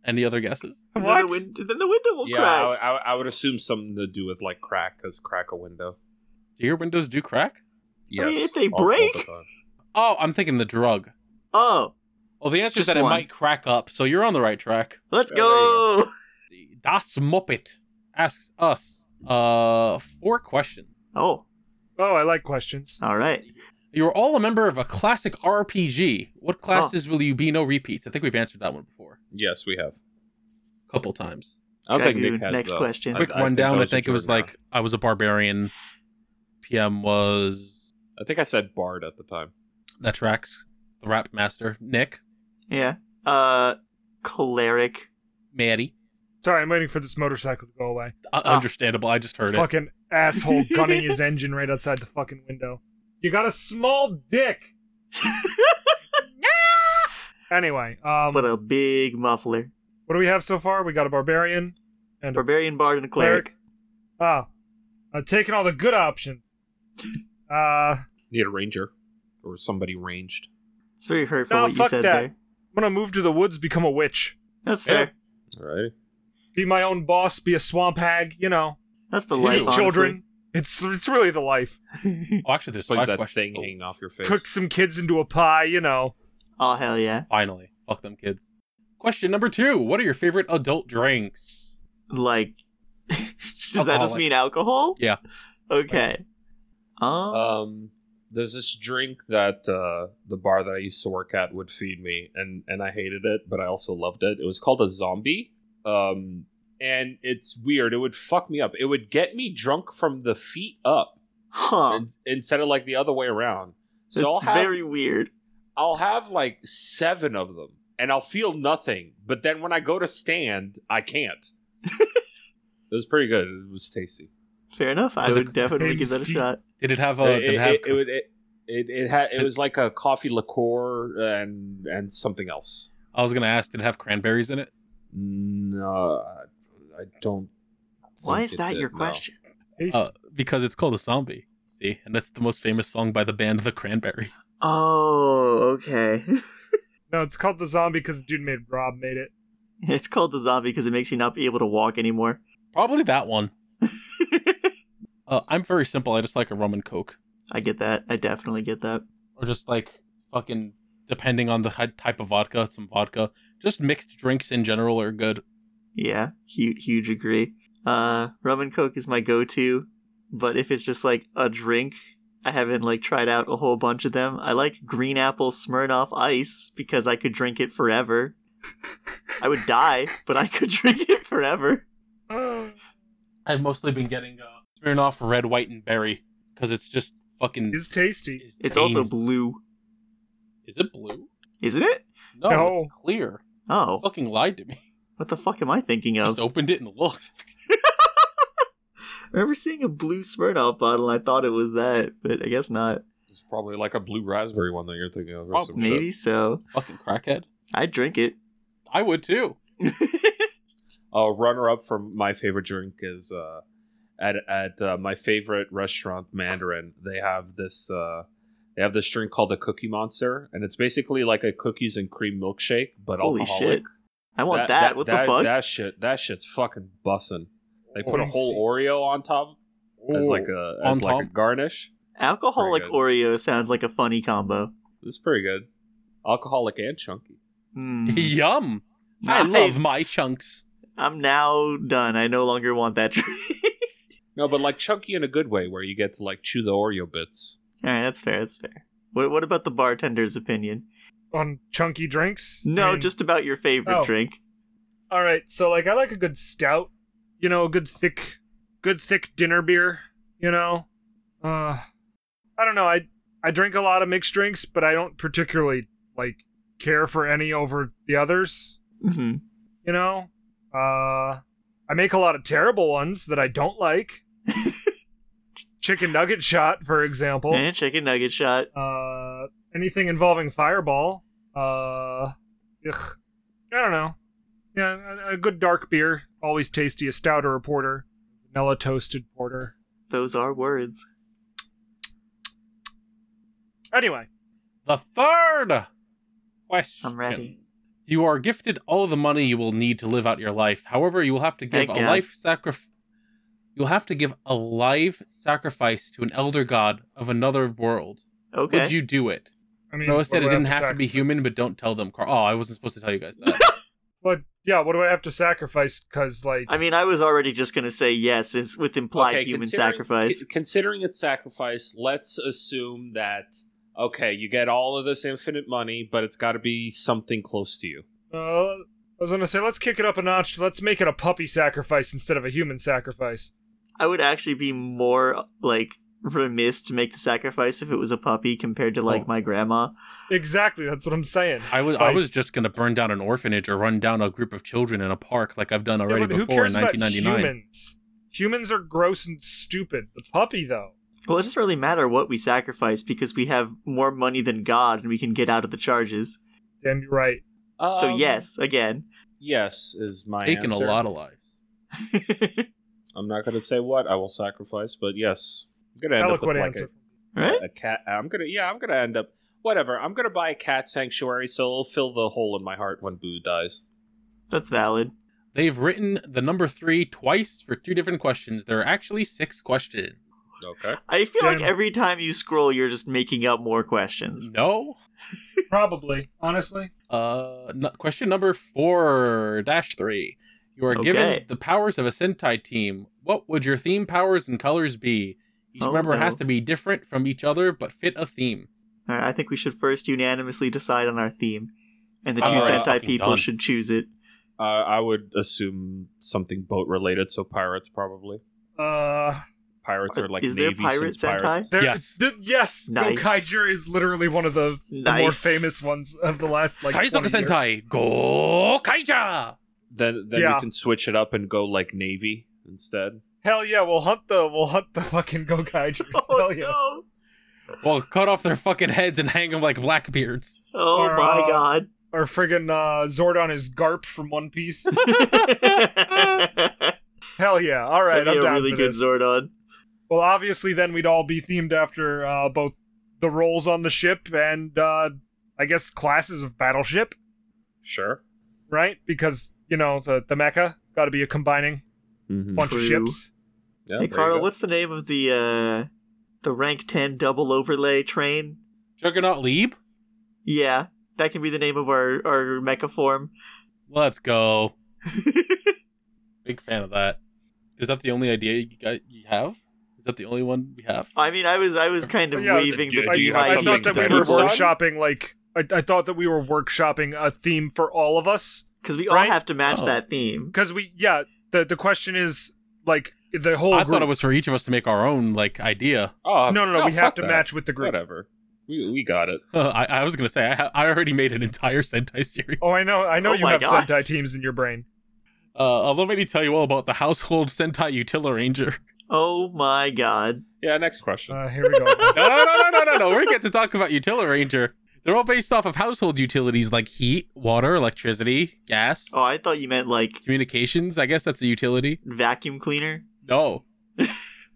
[SPEAKER 3] Any other guesses?
[SPEAKER 2] and Then
[SPEAKER 1] What?
[SPEAKER 2] the, win- then the window will
[SPEAKER 4] yeah,
[SPEAKER 2] crack.
[SPEAKER 4] I, I, I would assume something to do with like crack, because crack a window.
[SPEAKER 3] Do your windows do crack?
[SPEAKER 4] Yes,
[SPEAKER 2] mean, if they
[SPEAKER 4] all- all the
[SPEAKER 2] break.
[SPEAKER 4] time.
[SPEAKER 3] Oh, I'm thinking the drug.
[SPEAKER 2] Oh,
[SPEAKER 3] Well, the answer
[SPEAKER 2] Just
[SPEAKER 3] is that it
[SPEAKER 2] one.
[SPEAKER 3] might crack up, so you're on the right track.
[SPEAKER 2] let's
[SPEAKER 4] Yeah, there you
[SPEAKER 2] go.
[SPEAKER 3] Das Muppet asks us uh four questions.
[SPEAKER 2] Oh,
[SPEAKER 1] Oh, I like questions.
[SPEAKER 2] all right.
[SPEAKER 3] You're all a member of a classic RPG. What classes will you be? No repeats. I think we've answered that one before,
[SPEAKER 4] Yes, we have.
[SPEAKER 3] a couple times.
[SPEAKER 4] I don't
[SPEAKER 2] Can I
[SPEAKER 4] think
[SPEAKER 2] do
[SPEAKER 4] Nick has
[SPEAKER 2] next
[SPEAKER 4] though.
[SPEAKER 2] question?
[SPEAKER 4] I-
[SPEAKER 3] Quick
[SPEAKER 4] I think
[SPEAKER 3] rundown.
[SPEAKER 4] that
[SPEAKER 3] I think it
[SPEAKER 4] your
[SPEAKER 3] was
[SPEAKER 4] turn now.
[SPEAKER 3] like I was a barbarian. PM was
[SPEAKER 4] I think I said Bard at the time.
[SPEAKER 3] that tracks the rap master Nick
[SPEAKER 2] Yeah. Uh, choleric.
[SPEAKER 3] Maddie.
[SPEAKER 1] Sorry, I'm waiting for this motorcycle to go away.
[SPEAKER 3] Uh,
[SPEAKER 2] Ah.
[SPEAKER 3] Understandable. I just heard it.
[SPEAKER 1] Fucking asshole gunning his engine right outside the fucking window. You got a small dick. Anyway, um,
[SPEAKER 2] but uh, a big muffler.
[SPEAKER 1] what do we have so far? We got a barbarian and a
[SPEAKER 2] Barbarian bard and a cleric.
[SPEAKER 1] cleric. Ah, I'm taking all the good options. Uh,
[SPEAKER 4] Need a ranger or somebody ranged.
[SPEAKER 2] It's very hurtful
[SPEAKER 1] No,
[SPEAKER 2] what you
[SPEAKER 1] fuck
[SPEAKER 2] said
[SPEAKER 1] that.
[SPEAKER 2] there.
[SPEAKER 1] I'm gonna move to the woods, become a witch,
[SPEAKER 2] That's
[SPEAKER 4] Yeah.
[SPEAKER 2] fair.
[SPEAKER 4] All right.
[SPEAKER 1] be my own boss, be a swamp hag. You know,
[SPEAKER 2] That's the
[SPEAKER 3] Two
[SPEAKER 2] life. honestly.
[SPEAKER 1] children. It's it's really the life.
[SPEAKER 3] Oh, actually, there's
[SPEAKER 4] Explains
[SPEAKER 3] five
[SPEAKER 4] that
[SPEAKER 3] questions. Oh.
[SPEAKER 4] thing hanging off your face.
[SPEAKER 1] Cook some kids into a pie. You know,
[SPEAKER 2] Oh hell yeah!
[SPEAKER 3] Finally, fuck them kids. Question number two: What are your favorite adult drinks?
[SPEAKER 2] Like, does that just
[SPEAKER 3] Alcoholic.
[SPEAKER 2] mean alcohol?
[SPEAKER 3] Yeah.
[SPEAKER 2] Okay. Um.
[SPEAKER 4] Um, there's this drink that uh, the bar that I used to work at would feed me, and and I hated it, but I also loved it. It was called a zombie. Um, and it's weird. It would fuck me up. It would get me drunk from the feet up
[SPEAKER 2] huh.
[SPEAKER 4] in- instead of like the other way around. So
[SPEAKER 2] It's
[SPEAKER 4] I'll have
[SPEAKER 2] very weird.
[SPEAKER 4] I'll have like seven of them, and I'll feel nothing. But then when I go to stand, I can't. it was pretty good. It was tasty.
[SPEAKER 2] Fair enough. I
[SPEAKER 3] Was it
[SPEAKER 2] would definitely give that a
[SPEAKER 1] tasty?
[SPEAKER 2] shot.
[SPEAKER 3] Did it have a?
[SPEAKER 4] it,
[SPEAKER 3] did it have?
[SPEAKER 4] it, it, would- it, it, it had it was like a coffee liqueur and and something else.
[SPEAKER 3] I was gonna ask. Did it have cranberries in it?
[SPEAKER 4] No, I don't.
[SPEAKER 2] Why
[SPEAKER 4] think
[SPEAKER 2] is
[SPEAKER 4] it
[SPEAKER 2] that
[SPEAKER 4] did,
[SPEAKER 2] your
[SPEAKER 4] no.
[SPEAKER 2] question?
[SPEAKER 1] Taste-
[SPEAKER 3] Uh, because it's called a zombie. See, and that's the most famous song by the band The Cranberries.
[SPEAKER 2] Oh, okay.
[SPEAKER 1] no, it's called the zombie because dude made Rob made it.
[SPEAKER 2] it's called the zombie because it makes you not be able to walk anymore.
[SPEAKER 3] Probably that one. Uh, I'm very simple. I just like a rum and coke,
[SPEAKER 2] I get that. I definitely get that.
[SPEAKER 3] or just like fucking depending on the hy- type of vodka, some vodka. Just mixed drinks in general are good.
[SPEAKER 2] Yeah, huge, huge agree. Uh, rum and coke is my go-to, but if it's just like a drink, I haven't like tried out a whole bunch of them. I like green apple Smirnoff Ice because I could drink it forever. I would die, but I could drink it forever.
[SPEAKER 3] I've mostly been getting uh, Smirnoff Red, White, and Berry because it's just fucking.
[SPEAKER 1] It's tasty.
[SPEAKER 2] It's also
[SPEAKER 3] Ames.
[SPEAKER 2] blue,
[SPEAKER 3] Is it blue?
[SPEAKER 2] isn't it?
[SPEAKER 3] No,
[SPEAKER 1] No.
[SPEAKER 3] it's clear.
[SPEAKER 2] Oh,
[SPEAKER 3] Fucking lied to me.
[SPEAKER 2] what the fuck am I thinking of?
[SPEAKER 3] Just opened it and looked.
[SPEAKER 2] I remember seeing a blue Smirnoff bottle. and I thought it was that, but I guess not.
[SPEAKER 4] It's probably like a blue raspberry one that you're thinking of, or
[SPEAKER 3] Oh,
[SPEAKER 4] some shit.
[SPEAKER 2] Maybe so.
[SPEAKER 3] fucking crackhead.
[SPEAKER 2] I drink it.
[SPEAKER 3] I would too.
[SPEAKER 4] A runner up for my favorite drink is uh, at at uh, my favorite restaurant, Mandarin. They have this uh, they have this drink called the Cookie Monster, and it's basically like a cookies and cream milkshake, but
[SPEAKER 2] Holy
[SPEAKER 4] alcoholic.
[SPEAKER 2] shit. I want that. What the fuck?
[SPEAKER 4] That shit. That shit's fucking bussin'. They put a whole
[SPEAKER 1] Nasty.
[SPEAKER 4] Oreo on top as like a as
[SPEAKER 3] On
[SPEAKER 4] like a
[SPEAKER 3] top?
[SPEAKER 4] garnish.
[SPEAKER 2] Alcoholic
[SPEAKER 4] Pretty good.
[SPEAKER 2] Oreo sounds like a funny combo.
[SPEAKER 4] It's pretty good. Alcoholic and chunky.
[SPEAKER 2] Mm.
[SPEAKER 3] Yum. I love my chunks.
[SPEAKER 2] I'm now done. I no longer want that drink.
[SPEAKER 4] No, but like chunky in a good way, where you get to like chew the Oreo bits.
[SPEAKER 2] All right, that's fair. That's fair. What, what about the bartender's opinion?
[SPEAKER 1] on chunky drinks.
[SPEAKER 2] No,
[SPEAKER 1] I mean-
[SPEAKER 2] just about your favorite
[SPEAKER 1] Oh.
[SPEAKER 2] drink.
[SPEAKER 1] all right. So like, I like a good stout. You know, a good thick, good thick dinner beer. You know, uh, I don't know. I I drink a lot of mixed drinks, but I don't particularly like care for any over the others.
[SPEAKER 2] hmm
[SPEAKER 1] You know, uh, I make a lot of terrible ones that I don't like. Chicken nugget shot, for example.
[SPEAKER 2] And chicken nugget shot.
[SPEAKER 1] uh, anything involving fireball. Uh, ugh, I don't know. Yeah, a, a good dark beer, always tasty. A stout or a porter, vanilla toasted porter.
[SPEAKER 2] Those are words.
[SPEAKER 1] Anyway,
[SPEAKER 3] The third question.
[SPEAKER 2] I'm ready.
[SPEAKER 3] You are gifted all the money you will need to live out your life. However, you will have to give
[SPEAKER 2] Thank
[SPEAKER 3] a
[SPEAKER 2] God.
[SPEAKER 3] life sacrifice. You'll have to give a live sacrifice to an elder god of another world.
[SPEAKER 2] Okay.
[SPEAKER 3] Would you do it?
[SPEAKER 1] I mean,
[SPEAKER 3] Noah
[SPEAKER 1] what
[SPEAKER 3] said
[SPEAKER 1] do
[SPEAKER 3] it
[SPEAKER 1] I
[SPEAKER 3] didn't have to be
[SPEAKER 1] sacrifice?
[SPEAKER 3] human, but don't tell them. Carl. Oh, I wasn't supposed to tell you guys that.
[SPEAKER 1] But yeah, what do I have to sacrifice? Because like,
[SPEAKER 2] I mean, I was already just gonna say yes, it's with implied human
[SPEAKER 4] considering-
[SPEAKER 2] sacrifice.
[SPEAKER 4] c- considering it's sacrifice, let's assume that okay, you get all of this infinite money, but it's got to be something close to you.
[SPEAKER 1] uh, I was gonna say, let's kick it up a notch. Let's make it a puppy sacrifice instead of a human sacrifice.
[SPEAKER 2] I would actually be more like remiss to make the sacrifice if it was a puppy compared to like
[SPEAKER 3] Oh.
[SPEAKER 2] my grandma.
[SPEAKER 1] Exactly, that's what I'm saying.
[SPEAKER 3] I was I was just gonna burn down an orphanage or run down a group of children in a park like I've done
[SPEAKER 1] Yeah,
[SPEAKER 3] already
[SPEAKER 1] but who
[SPEAKER 3] before in
[SPEAKER 1] cares about
[SPEAKER 3] 1999.
[SPEAKER 1] humans? Humans are gross and stupid. The puppy, though.
[SPEAKER 2] Well, it doesn't really matter what we sacrifice because we have more money than God and we can get out of the charges.
[SPEAKER 1] Damn, you're right.
[SPEAKER 2] so
[SPEAKER 4] Um,
[SPEAKER 2] yes, again.
[SPEAKER 4] yes is my
[SPEAKER 3] Taking a
[SPEAKER 4] answer.
[SPEAKER 3] lot of lives.
[SPEAKER 4] I'm not going to say what I will sacrifice, but yes, I'm going to end up with
[SPEAKER 1] Eloquent
[SPEAKER 4] like
[SPEAKER 1] answer.
[SPEAKER 4] a,
[SPEAKER 2] right?
[SPEAKER 4] a cat. I'm gonna yeah, I'm gonna end up whatever. I'm gonna buy a cat sanctuary, so it'll fill the hole in my heart when Boo dies.
[SPEAKER 2] That's valid.
[SPEAKER 3] They've written the number three twice for two different questions. There are actually six questions.
[SPEAKER 4] Okay.
[SPEAKER 2] I feel like
[SPEAKER 1] Damn.
[SPEAKER 2] every time you scroll, you're just making up more questions.
[SPEAKER 3] No.
[SPEAKER 1] Probably, honestly.
[SPEAKER 3] Uh, n- question number four dash three. You are given
[SPEAKER 2] Okay.
[SPEAKER 3] the powers of a Sentai team. What would your theme powers and colors be? Each
[SPEAKER 2] Oh,
[SPEAKER 3] member has
[SPEAKER 2] no.
[SPEAKER 3] to be different from each other, but fit a theme.
[SPEAKER 2] All right, I think we should first unanimously decide on our theme, and the two
[SPEAKER 4] All right.
[SPEAKER 2] Sentai
[SPEAKER 3] Fucking
[SPEAKER 2] people
[SPEAKER 3] done.
[SPEAKER 2] should choose it.
[SPEAKER 4] Uh, I would assume something boat related, so pirates probably.
[SPEAKER 1] Uh,
[SPEAKER 4] Pirates are like
[SPEAKER 2] Is there
[SPEAKER 4] navy
[SPEAKER 2] pirate
[SPEAKER 4] since pirate-
[SPEAKER 2] Sentai?
[SPEAKER 1] there,
[SPEAKER 3] Yes.
[SPEAKER 1] th- yes.
[SPEAKER 2] Nice.
[SPEAKER 1] Gokaiger is literally one of the, the more
[SPEAKER 2] Nice.
[SPEAKER 1] famous ones of the last like.
[SPEAKER 3] Kaizoku
[SPEAKER 1] 20 years.
[SPEAKER 3] Sentai, go Kaija!
[SPEAKER 4] Then then
[SPEAKER 1] Yeah.
[SPEAKER 4] you can switch it up and go like navy instead.
[SPEAKER 1] Hell yeah, we'll hunt the we'll hunt the fucking Gokaiger.
[SPEAKER 2] Oh
[SPEAKER 1] Hell yeah.
[SPEAKER 2] no!
[SPEAKER 3] Well, cut off their fucking heads and hang them like blackbeards.
[SPEAKER 2] Oh
[SPEAKER 1] Or,
[SPEAKER 2] my
[SPEAKER 1] uh,
[SPEAKER 2] god!
[SPEAKER 1] Or friggin' uh, Zordon is Garp from One Piece. Hell yeah! All right,
[SPEAKER 2] That'd be
[SPEAKER 1] I'm
[SPEAKER 2] a
[SPEAKER 1] down
[SPEAKER 2] really
[SPEAKER 1] for
[SPEAKER 2] good
[SPEAKER 1] this.
[SPEAKER 2] Zordon.
[SPEAKER 1] well, obviously, then we'd all be themed after uh, both the roles on the ship and uh, I guess classes of battleship,
[SPEAKER 4] Sure.
[SPEAKER 1] right? Because you know the the mecha got to be a combining
[SPEAKER 4] Mm-hmm.
[SPEAKER 1] bunch of
[SPEAKER 2] True.
[SPEAKER 1] ships.
[SPEAKER 4] Yeah, there
[SPEAKER 2] Hey
[SPEAKER 4] you
[SPEAKER 2] Carl,
[SPEAKER 4] go.
[SPEAKER 2] what's the name of the uh, the rank ten double overlay train?
[SPEAKER 3] Juggernaut Lieb?
[SPEAKER 2] Yeah, that can be the name of our our mecha form.
[SPEAKER 3] Let's go. Big fan of that. Is that the only idea you got you have? Is that the only one we have?
[SPEAKER 2] I mean, I was I was kind of
[SPEAKER 1] Yeah,
[SPEAKER 2] weaving
[SPEAKER 4] do-
[SPEAKER 2] the
[SPEAKER 4] do you have
[SPEAKER 1] I
[SPEAKER 2] like,
[SPEAKER 1] thought that we
[SPEAKER 4] to
[SPEAKER 1] were
[SPEAKER 4] work on?
[SPEAKER 1] workshopping like I, I thought that we were workshopping a theme for all of us
[SPEAKER 2] because we all
[SPEAKER 1] right?
[SPEAKER 2] have to match
[SPEAKER 3] Oh.
[SPEAKER 2] that theme.
[SPEAKER 1] because we yeah the the question is like the whole
[SPEAKER 3] I
[SPEAKER 1] group.
[SPEAKER 3] thought it was for each of us to make our own like idea.
[SPEAKER 4] Oh,
[SPEAKER 1] no no no we have
[SPEAKER 4] fuck
[SPEAKER 1] to
[SPEAKER 4] that.
[SPEAKER 1] match with the group.
[SPEAKER 4] Whatever. We we got it.
[SPEAKER 3] I, I was gonna say I, ha- I already made an entire Sentai series.
[SPEAKER 1] Oh, I know I know
[SPEAKER 2] Oh
[SPEAKER 1] you
[SPEAKER 2] my
[SPEAKER 1] have
[SPEAKER 2] God.
[SPEAKER 1] Sentai teams in your brain.
[SPEAKER 3] Uh, uh, let me tell you all about the household Sentai Utila Ranger.
[SPEAKER 2] Oh my god!
[SPEAKER 4] Yeah. Next question.
[SPEAKER 1] Uh, here we go.
[SPEAKER 3] No, no, no, no, no, no, no. We get to talk about Utila Ranger. They're all based off of household utilities like heat, water, electricity, gas,
[SPEAKER 2] Oh, I Oh, thought you meant like
[SPEAKER 3] communications. I guess that's a utility.
[SPEAKER 2] vacuum cleaner.
[SPEAKER 3] No,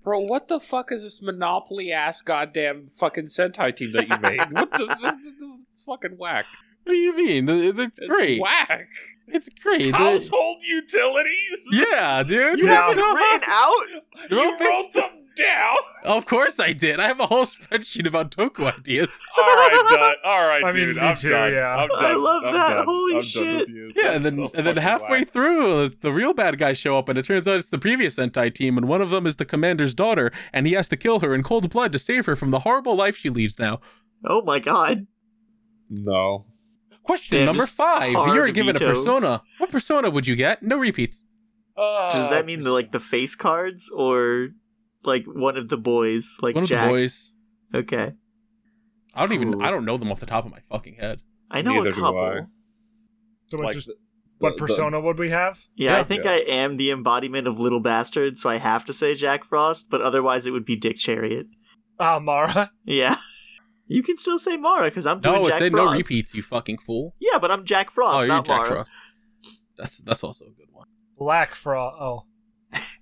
[SPEAKER 4] Bro, what the fuck is this monopoly ass goddamn fucking Sentai team that you made? what the, it's fucking whack.
[SPEAKER 3] What do you mean? Th- That's
[SPEAKER 4] It's
[SPEAKER 3] great.
[SPEAKER 4] whack.
[SPEAKER 3] It's great. The-
[SPEAKER 4] Household utilities.
[SPEAKER 3] yeah, dude.
[SPEAKER 1] You have
[SPEAKER 3] Yeah.
[SPEAKER 1] it
[SPEAKER 2] Written out?
[SPEAKER 3] You're
[SPEAKER 4] You
[SPEAKER 3] all
[SPEAKER 4] wrote
[SPEAKER 3] fixed.
[SPEAKER 4] them down.
[SPEAKER 3] Of course I did. I have a whole spreadsheet about Toku ideas.
[SPEAKER 4] All right, done. All right,
[SPEAKER 1] I mean,
[SPEAKER 4] dude.
[SPEAKER 1] me
[SPEAKER 4] I'm
[SPEAKER 1] too,
[SPEAKER 4] done.
[SPEAKER 1] yeah.
[SPEAKER 4] I'm
[SPEAKER 2] I
[SPEAKER 4] done.
[SPEAKER 2] love
[SPEAKER 4] I'm
[SPEAKER 2] that.
[SPEAKER 4] done.
[SPEAKER 2] Holy
[SPEAKER 4] I'm Done
[SPEAKER 2] shit.
[SPEAKER 4] with you.
[SPEAKER 3] Yeah,
[SPEAKER 4] That's
[SPEAKER 3] and then
[SPEAKER 4] so
[SPEAKER 3] and then
[SPEAKER 4] fucking
[SPEAKER 3] halfway
[SPEAKER 4] whack.
[SPEAKER 3] through, the real bad guys show up, and it turns out it's the previous Sentai team, and one of them is the commander's daughter, and he has to kill her in cold blood to save her from the horrible life she leads now.
[SPEAKER 2] Oh my god.
[SPEAKER 4] No.
[SPEAKER 3] Question
[SPEAKER 2] Damn,
[SPEAKER 3] number
[SPEAKER 2] just
[SPEAKER 3] five:
[SPEAKER 2] hard
[SPEAKER 3] You're given
[SPEAKER 2] veto.
[SPEAKER 3] a persona. What persona would you get? No repeats.
[SPEAKER 4] Uh,
[SPEAKER 2] Does that mean the, like the face cards or like one of the boys, like
[SPEAKER 3] One of
[SPEAKER 2] Jack?
[SPEAKER 3] the boys.
[SPEAKER 2] Okay.
[SPEAKER 3] I don't even.
[SPEAKER 2] Ooh.
[SPEAKER 3] I don't know them off the top of my fucking head.
[SPEAKER 2] I know
[SPEAKER 4] Neither
[SPEAKER 2] a
[SPEAKER 4] do I.
[SPEAKER 2] couple.
[SPEAKER 1] So
[SPEAKER 4] like
[SPEAKER 1] what just
[SPEAKER 4] the-
[SPEAKER 1] what
[SPEAKER 4] the- the-
[SPEAKER 1] persona would we have?
[SPEAKER 2] Yeah,
[SPEAKER 3] Yeah.
[SPEAKER 2] I think
[SPEAKER 4] Yeah.
[SPEAKER 2] I am the embodiment of little bastard, so I have to say Jack Frost, but otherwise it would be Dick Chariot.
[SPEAKER 1] Ah, Mara.
[SPEAKER 2] Yeah. You can still say Mara because I'm doing
[SPEAKER 3] No, it
[SPEAKER 2] Jack
[SPEAKER 3] said
[SPEAKER 2] Frost.
[SPEAKER 3] no repeats. You fucking fool.
[SPEAKER 2] Yeah, but I'm Jack Frost,
[SPEAKER 3] oh, you're
[SPEAKER 2] not
[SPEAKER 3] Jack
[SPEAKER 2] Mara.
[SPEAKER 3] Frost. That's that's also a good one.
[SPEAKER 1] Black Frost. Oh,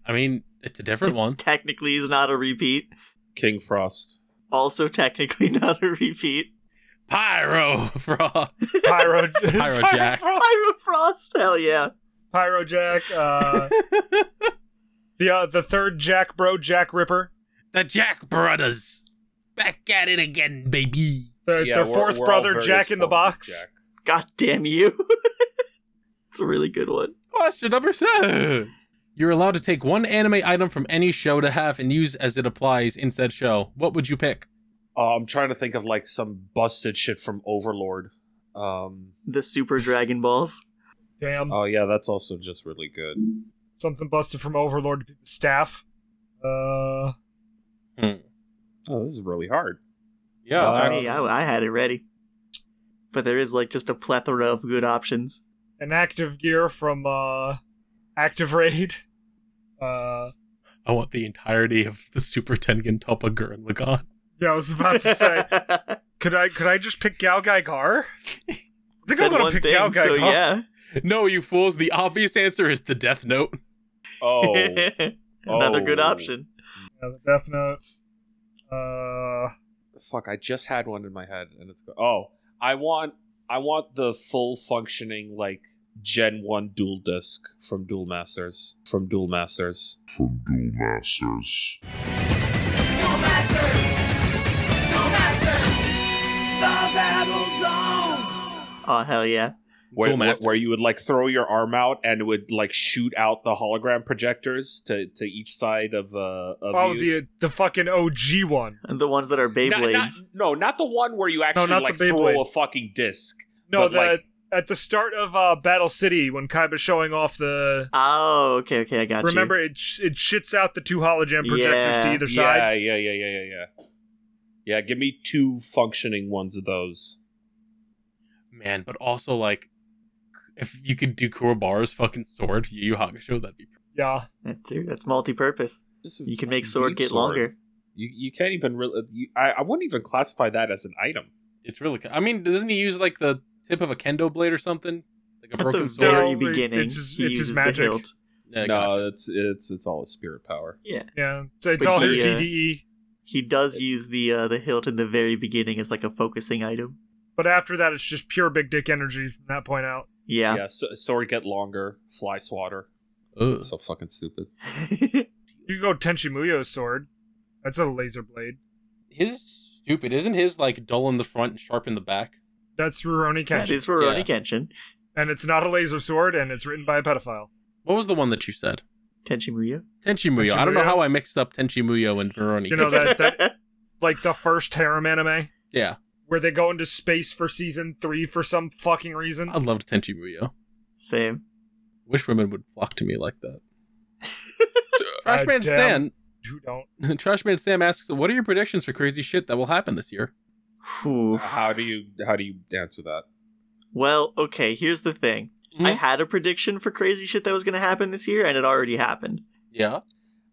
[SPEAKER 3] I mean, it's a different one.
[SPEAKER 2] Technically, is not a repeat.
[SPEAKER 4] King Frost.
[SPEAKER 2] Also, technically, not a repeat.
[SPEAKER 3] Pyro Frost.
[SPEAKER 1] Pyro.
[SPEAKER 3] Pyro Jack.
[SPEAKER 2] Pyro Frost, hell yeah.
[SPEAKER 1] Pyro Jack. Uh, the uh, the third Jack Bro Jack Ripper.
[SPEAKER 3] The Jack Brothers. Back at it again, baby.
[SPEAKER 1] The,
[SPEAKER 4] Yeah,
[SPEAKER 1] their
[SPEAKER 4] we're-
[SPEAKER 1] 4th
[SPEAKER 4] we're all
[SPEAKER 1] brother
[SPEAKER 4] various
[SPEAKER 1] Jack in the
[SPEAKER 4] forms of
[SPEAKER 1] Box.
[SPEAKER 4] Jack.
[SPEAKER 2] God damn you. it's a really good one.
[SPEAKER 3] Question number six. You're allowed to take one anime item from any show to have and use as it applies in said show. What would you pick?
[SPEAKER 4] Uh, I'm trying to think of like some busted shit from Overlord. Um,
[SPEAKER 2] The Super Dragon Balls.
[SPEAKER 1] Damn,
[SPEAKER 4] oh yeah, that's also just really good.
[SPEAKER 1] something busted from Overlord staff. Uh,
[SPEAKER 4] Oh, this is really hard.
[SPEAKER 3] Yeah,
[SPEAKER 4] Uh,
[SPEAKER 3] actually,
[SPEAKER 2] Hey, I, I had it ready. But there is like just a plethora of good options.
[SPEAKER 1] an active gear from uh, Active Raid. Uh,
[SPEAKER 3] I want the entirety of the Super Tengen Toppa Gurren Lagann.
[SPEAKER 1] yeah, I was about to say, could I could I just pick Gal Gaigar? I think I'm
[SPEAKER 2] Said
[SPEAKER 1] gonna
[SPEAKER 2] one
[SPEAKER 1] pick
[SPEAKER 2] thing,
[SPEAKER 1] Gal Gaigar.
[SPEAKER 2] so yeah.
[SPEAKER 3] No, you fools. The obvious answer is the Death Note.
[SPEAKER 4] Oh,
[SPEAKER 2] Another good
[SPEAKER 4] Oh.
[SPEAKER 2] option.
[SPEAKER 1] Yeah, the Death Note. Uh,
[SPEAKER 4] fuck! I just had one in my head, and it's go- oh, I want, I want the full functioning like Gen One dual disc from Dual Masters, from Dual Masters.
[SPEAKER 5] from Duel Masters.
[SPEAKER 6] Duel Master! Duel Master! The Battle Zone!
[SPEAKER 2] Oh, hell yeah.
[SPEAKER 4] Where,
[SPEAKER 3] Duel
[SPEAKER 4] where-
[SPEAKER 3] Masters.
[SPEAKER 4] where you would like throw your arm out and it would like shoot out the hologram projectors to, to each side of uh of
[SPEAKER 1] oh,
[SPEAKER 4] you.
[SPEAKER 1] the the fucking OG one.
[SPEAKER 2] And the ones that are
[SPEAKER 4] Not-
[SPEAKER 2] Beyblades.
[SPEAKER 4] not- no, not the one where you actually
[SPEAKER 1] not the
[SPEAKER 4] like
[SPEAKER 1] Beyblade.
[SPEAKER 4] throw a fucking disc.
[SPEAKER 1] No,
[SPEAKER 4] But,
[SPEAKER 1] the
[SPEAKER 4] like-
[SPEAKER 1] at the start of uh, Battle City when Kaiba's showing off the.
[SPEAKER 2] Oh, okay, okay, I got
[SPEAKER 1] Remember, it sh- it shits out the two hologen projectors to
[SPEAKER 2] Yeah,
[SPEAKER 1] either side.
[SPEAKER 4] Yeah, yeah, yeah, yeah, yeah, yeah. Yeah, give me two functioning ones of those.
[SPEAKER 3] Man, but also, like, if you could do Kurobara's fucking sword, Yu Yu Hakusho, that'd be
[SPEAKER 1] Yeah.
[SPEAKER 2] you. That's, true, that's multi-purpose. You can make sword get longer.
[SPEAKER 4] You you can't even really. You, I I wouldn't even classify that as an item.
[SPEAKER 3] It's really. co- I mean, doesn't he use like the tip of a kendo blade or something, like a
[SPEAKER 2] At the
[SPEAKER 3] broken sword?
[SPEAKER 2] very
[SPEAKER 1] No, it-
[SPEAKER 2] beginning,
[SPEAKER 1] it's his-
[SPEAKER 2] he
[SPEAKER 1] it's his
[SPEAKER 2] uses
[SPEAKER 1] magic.
[SPEAKER 2] the hilt.
[SPEAKER 3] Yeah,
[SPEAKER 4] no,
[SPEAKER 3] gotcha.
[SPEAKER 4] it's it's it's all a spirit power.
[SPEAKER 1] Yeah. So it's
[SPEAKER 2] But
[SPEAKER 1] all
[SPEAKER 2] he,
[SPEAKER 1] his E.
[SPEAKER 2] uh,
[SPEAKER 1] BDE.
[SPEAKER 2] He does use the uh, the hilt in the very beginning as like a focusing item.
[SPEAKER 1] But after that, it's just pure big dick energy from that point out.
[SPEAKER 2] Yeah.
[SPEAKER 4] Yeah, so, sword get longer, fly swatter.
[SPEAKER 3] Ugh.
[SPEAKER 4] It's so fucking stupid.
[SPEAKER 1] You go Tenshi Muyo's sword. That's a laser blade.
[SPEAKER 3] His is stupid, isn't his? Like dull in the front and sharp in the back.
[SPEAKER 1] That's Rurouni
[SPEAKER 2] that
[SPEAKER 1] Kenshin.
[SPEAKER 2] is for Roni Kenshin.
[SPEAKER 1] And it's not a laser sword, and it's written by a pedophile.
[SPEAKER 3] What was the one that you said?
[SPEAKER 2] Tenchi Muyo.
[SPEAKER 3] Tenchi Muyo. I don't know
[SPEAKER 1] Muyo?
[SPEAKER 3] how I mixed up Tenchi Muyo and Veroni.
[SPEAKER 1] You know that, that like the first harem anime
[SPEAKER 3] yeah,
[SPEAKER 1] where they go into space for season three for some fucking reason.
[SPEAKER 3] I loved Tenchi Muyo.
[SPEAKER 2] Same.
[SPEAKER 3] Wish women would flock to me like that. Trashman
[SPEAKER 1] Uh,
[SPEAKER 3] Sam.
[SPEAKER 1] damn. Who don't?
[SPEAKER 3] Trashman Sam asks, "What are your predictions for crazy shit that will happen this year?"
[SPEAKER 2] Whew.
[SPEAKER 1] Uh-huh.
[SPEAKER 4] How do you how do you answer that?
[SPEAKER 2] Well, okay, here's the thing.
[SPEAKER 3] Hmm?
[SPEAKER 2] I had a prediction for crazy shit that was going to happen this year, and it already happened.
[SPEAKER 3] Yeah.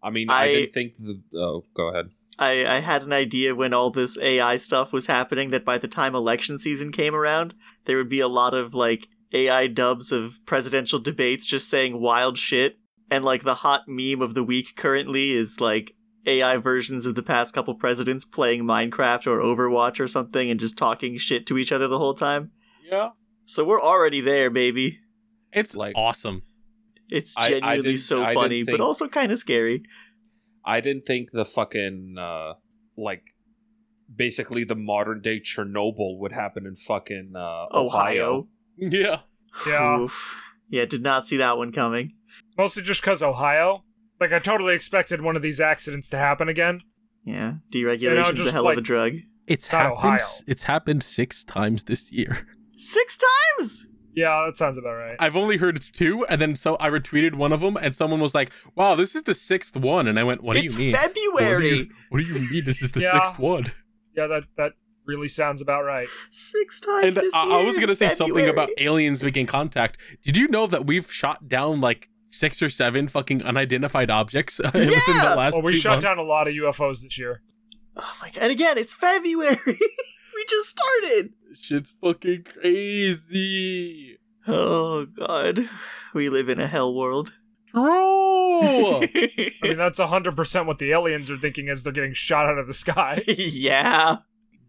[SPEAKER 4] I mean, I,
[SPEAKER 2] I-
[SPEAKER 4] didn't think the. Oh, go ahead.
[SPEAKER 2] I, I had an idea when all this AI stuff was happening that by the time election season came around, there would be a lot of like AI dubs of presidential debates just saying wild shit. and like the hot meme of the week currently is like AI versions of the past couple presidents playing Minecraft or Overwatch or something and just talking shit to each other the whole time.
[SPEAKER 3] Yeah.
[SPEAKER 2] So we're already there, baby.
[SPEAKER 3] It's like
[SPEAKER 4] Like-
[SPEAKER 3] awesome.
[SPEAKER 2] It's
[SPEAKER 4] I- I
[SPEAKER 2] genuinely
[SPEAKER 4] didn't-
[SPEAKER 2] so
[SPEAKER 4] I didn't
[SPEAKER 2] funny,
[SPEAKER 4] think-
[SPEAKER 2] but also kind of scary.
[SPEAKER 4] I didn't think the fucking uh like basically the modern day Chernobyl would happen in fucking uh
[SPEAKER 2] Ohio.
[SPEAKER 3] Yeah.
[SPEAKER 1] Yeah.
[SPEAKER 2] Oof. Yeah, did not see that one coming.
[SPEAKER 1] Mostly just because Ohio. Like, I totally expected one of these accidents to happen again.
[SPEAKER 2] Yeah,
[SPEAKER 1] And I'll
[SPEAKER 2] deregulation's a
[SPEAKER 1] just,
[SPEAKER 2] hell of a
[SPEAKER 1] like-
[SPEAKER 2] drug.
[SPEAKER 3] It's
[SPEAKER 1] Not
[SPEAKER 3] happened.
[SPEAKER 1] Ohio.
[SPEAKER 3] It's happened six times this year.
[SPEAKER 2] Six times?
[SPEAKER 1] Yeah, that sounds about right.
[SPEAKER 3] I've only heard two, and then so I retweeted one of them, and someone was like, "Wow, this is the sixth one," and I went, "What
[SPEAKER 2] it's
[SPEAKER 3] do you mean? What do
[SPEAKER 2] February.
[SPEAKER 3] you, what do you mean this is the
[SPEAKER 1] Yeah.
[SPEAKER 3] sixth one?"
[SPEAKER 1] Yeah, that that really sounds about right.
[SPEAKER 2] Six times.
[SPEAKER 3] And
[SPEAKER 2] this
[SPEAKER 3] I, I
[SPEAKER 2] year
[SPEAKER 3] was
[SPEAKER 2] in
[SPEAKER 3] gonna say something
[SPEAKER 2] February.
[SPEAKER 3] about aliens making contact. Did you know that we've shot down like six or seven fucking unidentified objects within
[SPEAKER 2] Yeah!
[SPEAKER 3] the last?
[SPEAKER 1] Well, we
[SPEAKER 3] two
[SPEAKER 1] shot
[SPEAKER 3] months?
[SPEAKER 1] down a lot of UFOs this year.
[SPEAKER 2] Oh my god! And again, it's February. we just started.
[SPEAKER 3] Shit's fucking crazy.
[SPEAKER 2] Oh god, we live in a hell world.
[SPEAKER 3] True.
[SPEAKER 1] I mean, that's 100% what the aliens are thinking as they're getting shot out of the sky.
[SPEAKER 2] yeah.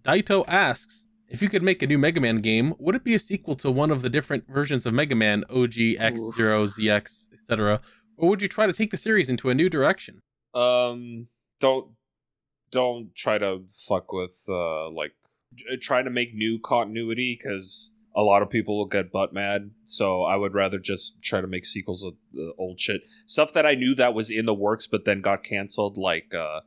[SPEAKER 3] Daito asks if you could make a new Mega Man game, would it be a sequel to one of the different versions of Mega Man OG X Zero ZX etc., or would you try to take the series into a new direction?
[SPEAKER 4] Um don't don't try to fuck with uh like j- try to make new continuity cuz a lot of people will get butt mad. So I would rather just try to make sequels of the old shit. Stuff that I knew that was in the works but then got canceled like uh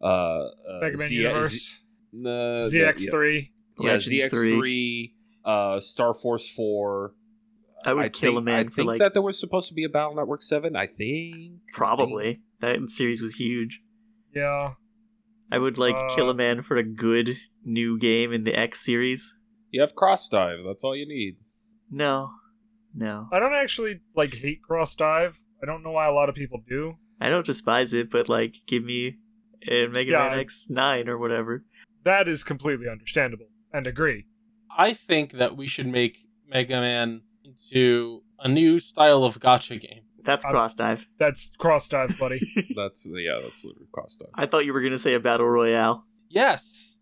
[SPEAKER 4] uh, uh
[SPEAKER 1] Mega Man
[SPEAKER 4] Z- Z-
[SPEAKER 1] Universe,
[SPEAKER 4] uh, yeah.
[SPEAKER 1] ZX3.
[SPEAKER 4] Yeah,
[SPEAKER 2] Legends
[SPEAKER 4] ZX three, uh, Star Force four.
[SPEAKER 2] I would kill
[SPEAKER 4] think,
[SPEAKER 2] a man
[SPEAKER 4] I
[SPEAKER 2] for,
[SPEAKER 4] think
[SPEAKER 2] like-
[SPEAKER 4] that there was supposed to be a Battle Network seven. I think
[SPEAKER 2] Probably that series was huge.
[SPEAKER 1] Yeah.
[SPEAKER 2] I would like kill
[SPEAKER 1] Uh,
[SPEAKER 2] a man for a good new game in the X series.
[SPEAKER 4] you have Cross Dive. That's all you need.
[SPEAKER 2] No, no,
[SPEAKER 1] I don't actually, like, hate Cross Dive. I don't know why a lot of people do.
[SPEAKER 2] I don't despise it, but like, give me a Mega
[SPEAKER 1] Yeah,
[SPEAKER 2] Man
[SPEAKER 1] I-
[SPEAKER 2] X nine or whatever.
[SPEAKER 1] That is completely understandable and agree.
[SPEAKER 3] I think that we should make Mega Man into a new style of gotcha game.
[SPEAKER 2] That's
[SPEAKER 1] I-
[SPEAKER 2] cross dive.
[SPEAKER 1] That's Cross Dive, buddy.
[SPEAKER 4] That's yeah, that's literally Cross Dive.
[SPEAKER 2] I thought you were gonna say a battle royale.
[SPEAKER 3] Yes.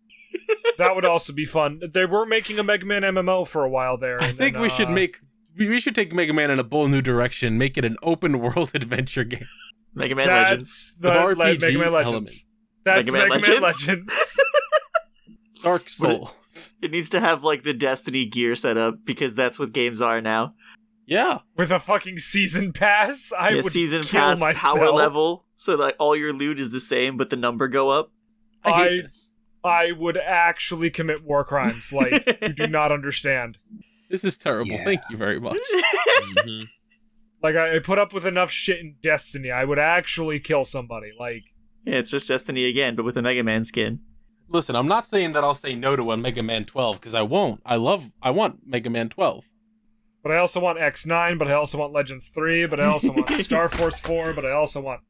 [SPEAKER 1] that would also be fun. They were making a Mega Man MMO for a while there.
[SPEAKER 3] I
[SPEAKER 1] and
[SPEAKER 3] think
[SPEAKER 1] then,
[SPEAKER 3] we should
[SPEAKER 1] uh,
[SPEAKER 3] make we we should take Mega Man in a bold new direction, make it an open world adventure game
[SPEAKER 2] Mega Man Legends.
[SPEAKER 1] that's the
[SPEAKER 3] with
[SPEAKER 1] le-
[SPEAKER 3] RPG
[SPEAKER 1] Mega Man Legends.
[SPEAKER 3] elements.
[SPEAKER 1] That's
[SPEAKER 2] Mega
[SPEAKER 1] Mega,
[SPEAKER 2] Man
[SPEAKER 1] Man
[SPEAKER 2] Legends?
[SPEAKER 1] Legends.
[SPEAKER 3] Dark
[SPEAKER 2] Would it-
[SPEAKER 3] Souls.
[SPEAKER 2] It needs to have like the Destiny gear set up because that's what games are now.
[SPEAKER 3] Yeah.
[SPEAKER 1] With a fucking season pass, I
[SPEAKER 2] Yeah,
[SPEAKER 1] would
[SPEAKER 2] season
[SPEAKER 1] kill
[SPEAKER 2] pass
[SPEAKER 1] myself.
[SPEAKER 2] power level, so like all your loot is the same, but the number go up.
[SPEAKER 3] I hate
[SPEAKER 1] I-
[SPEAKER 3] this.
[SPEAKER 1] I would actually commit war crimes. Like you do not understand.
[SPEAKER 3] This is terrible.
[SPEAKER 4] Yeah.
[SPEAKER 3] Thank you very much.
[SPEAKER 2] Mm-hmm.
[SPEAKER 1] Like I, I put up with enough shit in Destiny, I would actually kill somebody. Like
[SPEAKER 2] Yeah, it's just Destiny again, but with a Mega Man skin.
[SPEAKER 3] Listen, I'm not saying that I'll say no to a Mega Man 12 because I won't. I love I want Mega Man 12.
[SPEAKER 1] But I also want X9, but I also want Legends 3, but I also want Star Force 4, but I also want.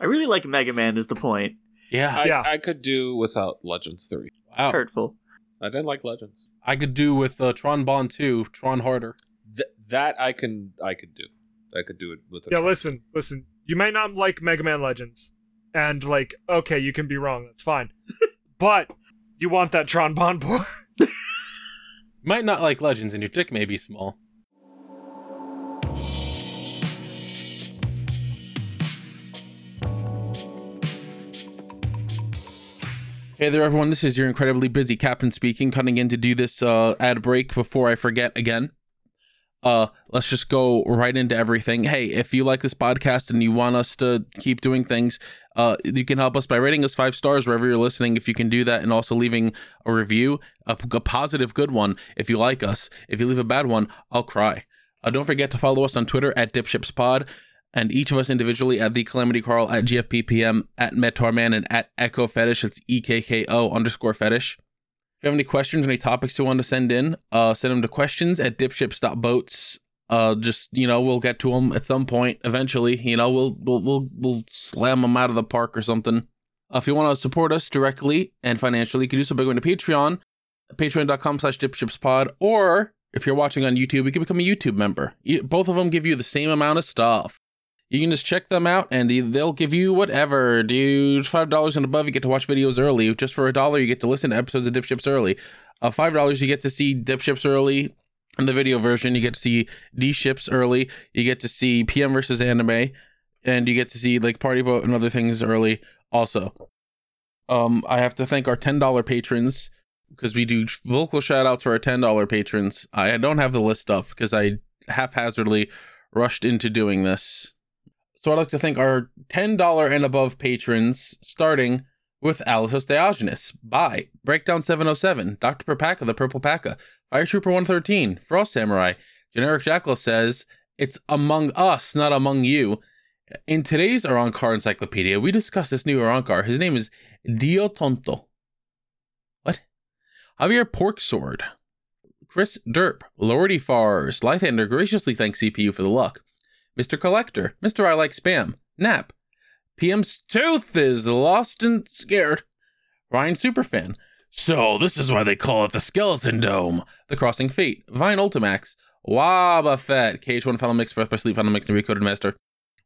[SPEAKER 2] I really like Mega Man. Is the point
[SPEAKER 3] Yeah.
[SPEAKER 4] I,
[SPEAKER 1] Yeah.
[SPEAKER 4] I could do without Legends three.
[SPEAKER 3] wow.
[SPEAKER 2] hurtful?
[SPEAKER 4] I didn't like Legends.
[SPEAKER 3] I could do with uh, Tron Bond 2, Tron Harder.
[SPEAKER 4] Th- that I can I could do. I could do it with a
[SPEAKER 1] Yeah, listen, listen. You may not like Mega Man Legends, and like, okay, you can be wrong, that's fine. but you want that Tron Bond boy.
[SPEAKER 3] You might not like Legends and your dick may be small. Hey there, everyone. This is your incredibly busy captain speaking, cutting in to do this uh, ad break before I forget again. Uh, let's just go right into everything. Hey, if you like this podcast and you want us to keep doing things, uh, you can help us by rating us five stars wherever you're listening. If you can do that, and also leaving a review, a, a positive good one if you like us. If you leave a bad one, I'll cry. Uh, don't forget to follow us on Twitter at DipshipsPod and each of us individually at the Calamity Carl, at GFPPM, at Metarman, and at Echo Fetish. It's E EKKO underscore fetish. If you have any questions, any topics you want to send in, uh, send them to questions at dipships.boats. Uh, just you know, we'll get to them at some point eventually. You know, we'll we'll we'll, we'll slam them out of the park or something. Uh, if you want to support us directly and financially, you can do so by going to Patreon patreon.com slash dipshipspod or if you're watching on youtube you can become a youtube member You- both of them give you the same amount of stuff You can just check them out and they'll give you whatever, dude. Five dollars and above, you get to watch videos early. Just for a dollar, you get to listen to episodes of Dip Ships early. Uh, Five dollars, you get to see Dip Ships early in the video version. You get to see D Ships early. You get to see PM versus Anime, and you get to see like Party Boat and other things early. Also, um, I have to thank our ten dollar patrons because we do vocal shout outs for our ten dollar patrons. I don't have the list up because I haphazardly rushed into doing this. So I'd like to thank our $10 and above patrons, starting with Alisos Diogenes, By, Breakdown 707, Dr. Perpaka, the Purple Paka, Fire Trooper 113, Frost Samurai, Generic Jackal says, It's among us, not among you. In today's Arankar Encyclopedia, we discuss this new Arankar. His name is Dio Tonto. What? Javier Porksword, Chris Derp, Lordy Fars, Lythander graciously thanks CPU for the luck. Mr. Collector, Mr. I Like Spam, Nap, PM's Tooth is lost and scared, Ryan Superfan. So this is why they call it the Skeleton Dome. The Crossing Fate, Vine Ultimax, Wabafet, KH1 Final Mix, Breath by Sleep Final Mix, and Recoded Master.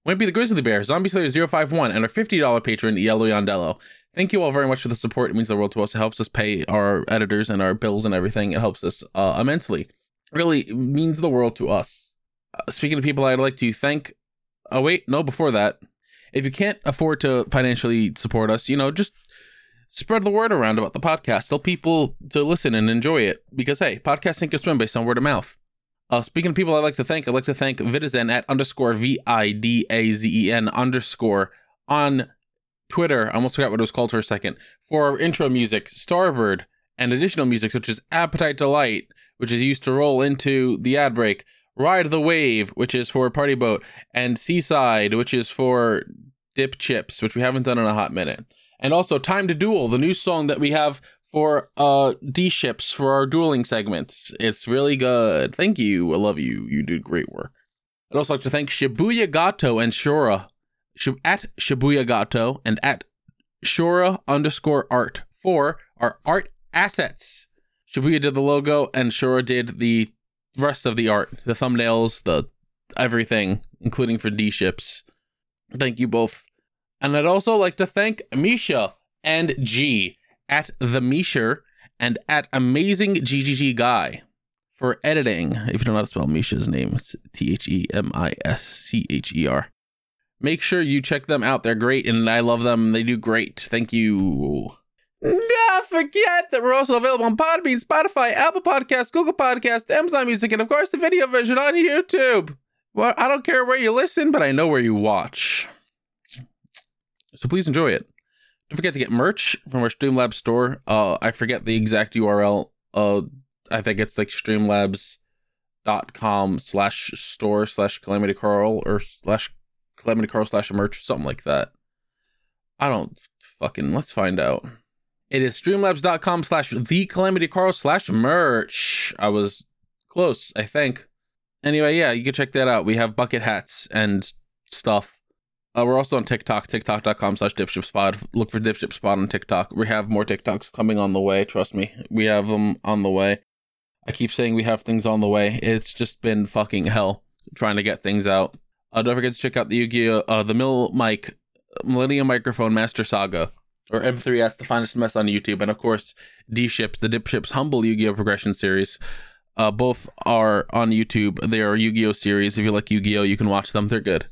[SPEAKER 3] Wimpy the Grizzly Bear, Zombie Slayer 051, and our $50 patron, Yellow Yondello. Thank you all very much for the support. It means the world to us. It helps us pay our editors and our bills and everything. It helps us uh, immensely. Really it means the world to us Uh, speaking of people I'd like to thank, oh wait, no, before that, if you can't afford to financially support us, you know, just spread the word around about the podcast. Tell people to listen and enjoy it because hey, podcasting can swim based on word of mouth. Uh, speaking of people I'd like to thank, I'd like to thank Vidazen at underscore V I D A Z E N underscore on Twitter. I almost forgot what it was called for a second. For our intro music, Starboard, and additional music such as Appetite Delight, which is used to roll into the ad break. Ride the Wave, which is for Party Boat, and Seaside, which is for Dip Chips, which we haven't done in a hot minute. And also Time to Duel, the new song that we have for uh D Ships for our dueling segment. It's really good. Thank you. I love you. You did great work. I'd also like to thank Shibuya Gato and Shura Shib- at Shibuya Gato and at Shura underscore art for our art assets. Shibuya did the logo and Shura did the rest of the art, the thumbnails, the everything, including for D ships. Thank you both. And I'd also like to thank Misha and G at the Misha and at Amazing GGG Guy for editing. If you don't know how to spell Misha's name, it's T H E M I S C H E R. Make sure you check them out. They're great and I love them. They do great. Thank you. Not forget that we're also available on Podbean, Spotify, Apple Podcasts, Google Podcasts, Amazon Music, and of course the video version on YouTube. Well, I don't care where you listen, but I know where you watch. So please enjoy it. Don't forget to get merch from our Streamlabs store. Uh, I forget the exact URL. Uh, I think it's like streamlabs.com slash store slash calamity carl or slash calamity carl slash merch, something like that. I don't fucking, let's find out. It is streamlabs.com slash the calamity carl slash merch. I was close, I think. Anyway, yeah, you can check that out. We have bucket hats and stuff. Uh, we're also on TikTok, tiktok.com slash dipshipspod. Look for dipshipspod on TikTok. We have more TikToks coming on the way, trust me. We have them on the way. I keep saying we have things on the way. It's just been fucking hell trying to get things out. Uh, don't forget to check out the Yu-Gi-Oh! Uh, the Mill Mic, Millennium Microphone Master Saga or M3S, the finest mess on YouTube, and of course D Ships, the Dip Ships Humble Yu-Gi-Oh progression series. Uh, both are on YouTube. They are Yu-Gi-Oh series. If you like Yu-Gi-Oh, you can watch them. They're good.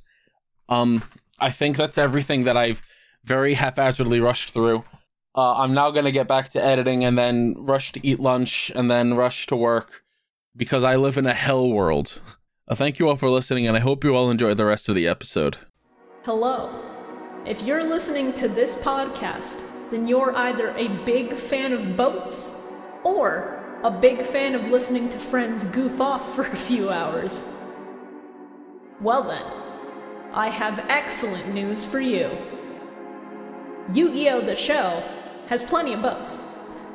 [SPEAKER 3] Um, I think that's everything that I've very haphazardly rushed through. Uh, I'm now gonna get back to editing and then rush to eat lunch and then rush to work because I live in a hell world. Uh, thank you all for listening, and I hope you all enjoy the rest of the episode.
[SPEAKER 7] Hello. If you're listening to this podcast, then you're either a big fan of boats or a big fan of listening to friends goof off for a few hours. Well, then, I have excellent news for you Yu Gi Oh! The Show has plenty of boats.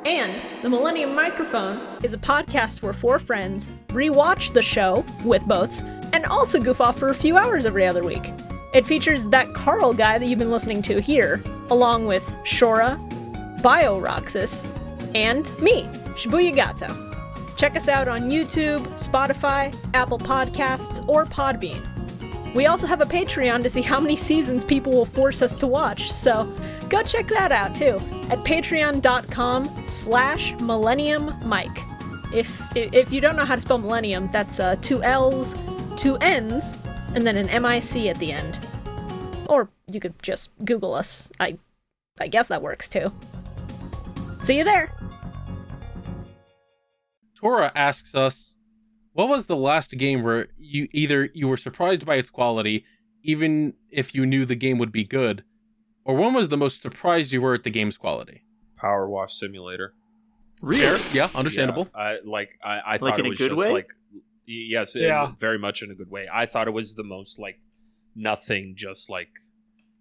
[SPEAKER 7] And The Millennium Microphone is a podcast where four friends rewatch the show with boats and also goof off for a few hours every other week. It features that Carl guy that you've been listening to here, along with Shora, Bioroxas, and me, Shibuya Gato. Check us out on YouTube, Spotify, Apple Podcasts, or Podbean. We also have a Patreon to see how many seasons people will force us to watch, so go check that out too at patreon.com slash millennium mike. If, if you don't know how to spell millennium, that's uh, two L's, two N's, and then an M-I-C at the end. Or you could just Google us. I, I guess that works too. See you there!
[SPEAKER 3] Tora asks us, "What was the last game where you either you were surprised by its quality, even if you knew the game would be good, or when was the most surprised you were at the game's quality?"
[SPEAKER 4] Power Wash Simulator.
[SPEAKER 3] Fair, yeah, understandable.
[SPEAKER 4] Yeah, I, like I, I thought
[SPEAKER 2] in
[SPEAKER 4] it
[SPEAKER 2] a
[SPEAKER 4] was
[SPEAKER 2] good
[SPEAKER 4] just
[SPEAKER 2] way?
[SPEAKER 4] like y- yes, in-
[SPEAKER 1] Yeah.
[SPEAKER 4] very much in a good way. I thought it was the most like nothing, just like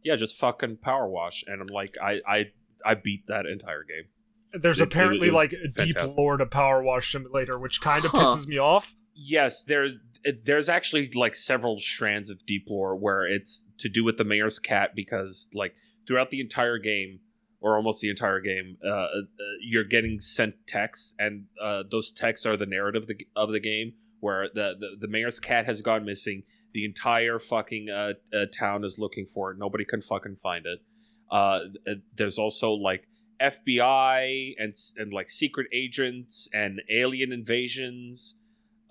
[SPEAKER 4] yeah, just fucking power wash. And I'm like, I I I beat that entire game.
[SPEAKER 1] There's
[SPEAKER 4] It- it-
[SPEAKER 1] apparently
[SPEAKER 4] it's
[SPEAKER 1] like a deep
[SPEAKER 4] fantastic.
[SPEAKER 1] lore to Power Wash Simulator, which kind of
[SPEAKER 2] Huh.
[SPEAKER 1] pisses me off.
[SPEAKER 4] Yes, there's it- there's actually like several strands of deep lore where it's to do with the mayor's cat because like throughout the entire game or almost the entire game, uh, uh, you're getting sent texts, and uh, those texts are the narrative of the, of the game where the, the the mayor's cat has gone missing. The entire fucking uh, uh, town is looking for it. Nobody can fucking find it. Uh, th- there's also like FBI and s- and like secret agents and alien invasions.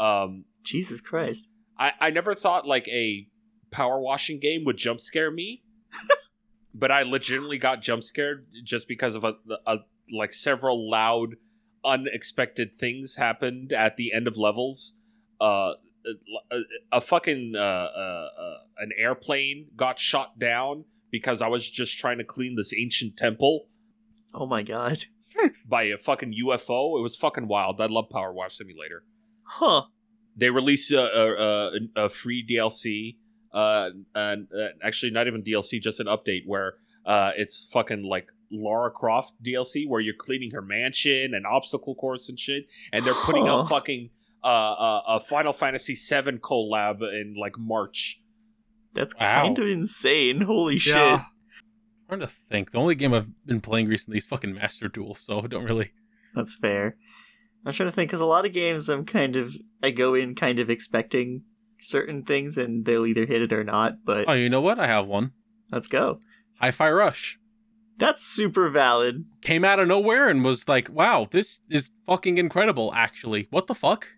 [SPEAKER 4] Um,
[SPEAKER 2] Jesus Christ.
[SPEAKER 4] I, I never thought like a power washing game would jump scare me, but I legitimately got jump scared just because of a, a like several loud, unexpected things happened at the end of levels. Uh, a, a fucking uh, uh, uh, an airplane got shot down because I was just trying to clean this ancient temple
[SPEAKER 2] Oh my god.
[SPEAKER 4] by a fucking UFO. It was fucking wild. I love Power Wash Simulator
[SPEAKER 2] Huh.
[SPEAKER 4] they released a, a, a, a free DLC, uh, and, uh, actually not even DLC, just an update where uh, it's fucking like Lara Croft DLC, where you're cleaning her mansion and obstacle course and shit, and they're putting
[SPEAKER 2] Huh.
[SPEAKER 4] out fucking uh, uh, a Final Fantasy VII collab in like March.
[SPEAKER 2] That's
[SPEAKER 3] Wow.
[SPEAKER 2] kind of insane. Holy
[SPEAKER 1] Yeah.
[SPEAKER 2] shit.
[SPEAKER 3] I'm trying to think. The only game I've been playing recently is fucking Master Duel, so I don't really.
[SPEAKER 2] That's fair. I'm trying to think because a lot of games I'm kind of I go in kind of expecting certain things and they'll either hit it or not. But
[SPEAKER 3] Oh, you know what? I have one.
[SPEAKER 2] let's go.
[SPEAKER 3] Hi-Fi Rush
[SPEAKER 2] That's super valid.
[SPEAKER 3] came out of nowhere and was like, "Wow, this is fucking incredible." Actually, what the fuck?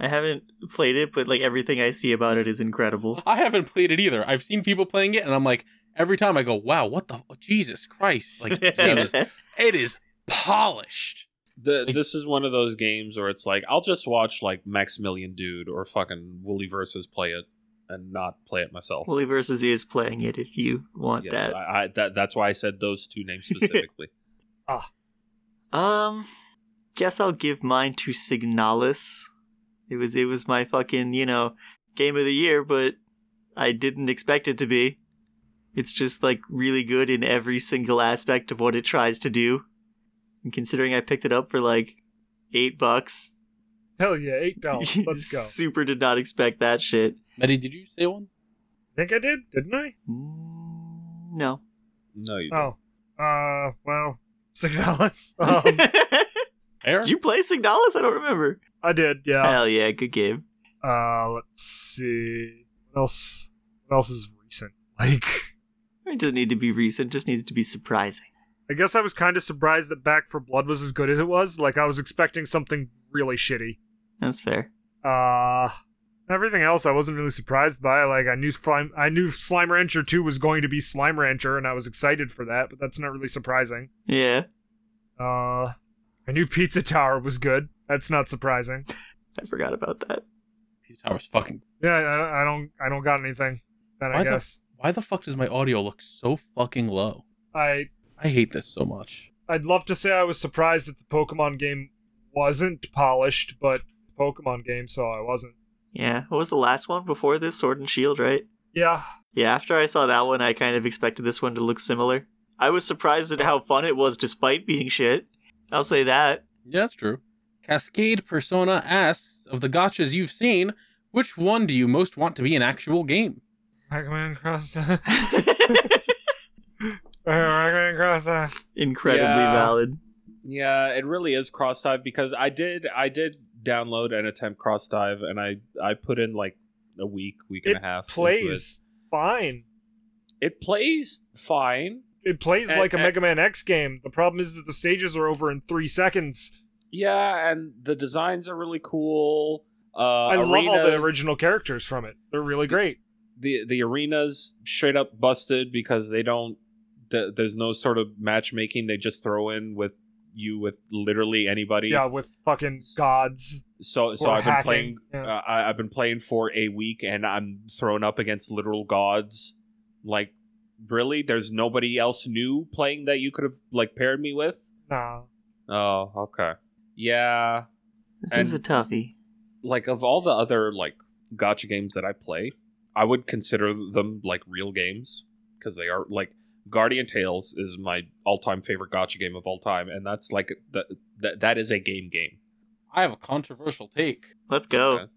[SPEAKER 2] I haven't played it, but like everything I see about it is incredible.
[SPEAKER 3] I haven't played it either. I've seen people playing it, and I'm like, every time I go, "Wow, what the Jesus Christ!" Like this game is it is polished.
[SPEAKER 4] The,
[SPEAKER 3] Like-
[SPEAKER 4] this is one of those games where it's like I'll just watch like Maximilian Dude or fucking Wooly Versus play it and not play it myself.
[SPEAKER 2] Wooly versus is playing it if you want
[SPEAKER 4] yes,
[SPEAKER 2] that.
[SPEAKER 4] I, I, that that's why I said those two names specifically.
[SPEAKER 2] Um, guess I'll give mine to Signalis. It was it was my fucking you know game of the year, but I didn't expect it to be. It's just like really good in every single aspect of what it tries to do. And considering I picked it up for like eight bucks,
[SPEAKER 1] Hell yeah, eight dollars. Let's go. I
[SPEAKER 2] super did not expect that shit.
[SPEAKER 3] Maddie, did you say one?
[SPEAKER 1] think I did, didn't I?
[SPEAKER 2] Mm, No.
[SPEAKER 4] No, you don't.
[SPEAKER 1] Oh. Uh well, Signalis. Um,
[SPEAKER 3] Fair.
[SPEAKER 2] did you play Signalis? I don't remember.
[SPEAKER 1] I did, yeah.
[SPEAKER 2] Hell yeah, good game.
[SPEAKER 1] Uh let's see. What else what else is recent? Like
[SPEAKER 2] It doesn't need to be recent; just needs to be surprising.
[SPEAKER 1] I guess I was kind of surprised that Back for Blood was as good as it was. Like I was expecting something really shitty.
[SPEAKER 2] That's fair.
[SPEAKER 1] Uh everything else I wasn't really surprised by. Like I knew Slime I knew Slime Rancher 2 was going to be Slime Rancher and I was excited for that, but that's not really surprising.
[SPEAKER 2] Yeah.
[SPEAKER 1] Uh I knew Pizza Tower was good. That's not surprising.
[SPEAKER 2] I forgot about that.
[SPEAKER 3] Pizza Tower's fucking.
[SPEAKER 1] Yeah, I, I don't I don't got anything. Then I
[SPEAKER 3] Why the-
[SPEAKER 1] guess
[SPEAKER 3] Why the fuck does my audio look so fucking low?
[SPEAKER 1] I
[SPEAKER 3] I hate this so much.
[SPEAKER 1] I'd love to say I was surprised that the Pokemon game wasn't polished, but Pokemon game, so I wasn't.
[SPEAKER 2] Yeah. What was the last one before this? Sword and Shield, right?
[SPEAKER 1] Yeah,
[SPEAKER 2] Yeah, after I saw that one, I kind of expected this one to look similar. I was surprised at how fun it was despite being shit. I'll say that.
[SPEAKER 3] Yeah, that's true. Cascade Persona asks of the gotchas you've seen, which one do you most want to be an actual game?
[SPEAKER 1] Pac-Man Cross. Pac-Man Cross. uh,
[SPEAKER 2] Incredibly
[SPEAKER 4] Yeah.
[SPEAKER 2] valid.
[SPEAKER 4] Yeah, it really is cross dive because I did I did download and attempt cross dive and I I put in like a week, week and
[SPEAKER 1] It
[SPEAKER 4] a half. into
[SPEAKER 1] plays fine.
[SPEAKER 4] It plays fine.
[SPEAKER 1] It plays
[SPEAKER 4] And-
[SPEAKER 1] like a
[SPEAKER 4] and-
[SPEAKER 1] Mega Man X game. The problem is that the stages are over in three seconds.
[SPEAKER 4] Yeah, and the designs are really cool. Uh,
[SPEAKER 1] I love all the
[SPEAKER 4] arenas-
[SPEAKER 1] original characters from it. They're really great.
[SPEAKER 4] the the arenas straight up busted because they don't th- there's no sort of matchmaking they just throw in with you with literally anybody
[SPEAKER 1] Yeah, with fucking gods.
[SPEAKER 4] so so
[SPEAKER 1] or
[SPEAKER 4] i've been
[SPEAKER 1] hacking,
[SPEAKER 4] playing
[SPEAKER 1] yeah.
[SPEAKER 4] uh, I, i've been playing for a week and i'm thrown up against literal gods like really there's nobody else new playing that you could have like paired me with
[SPEAKER 1] Nah.
[SPEAKER 4] oh okay yeah
[SPEAKER 2] This
[SPEAKER 4] And-
[SPEAKER 2] is a toughie.
[SPEAKER 4] like of all the other like gotcha games that I play, I would consider them like real games because they are like Guardian Tales is my all-time favorite gotcha game of all time, and that's like that that, that is a game game.
[SPEAKER 3] I have a controversial take.
[SPEAKER 2] Let's go.
[SPEAKER 4] Okay.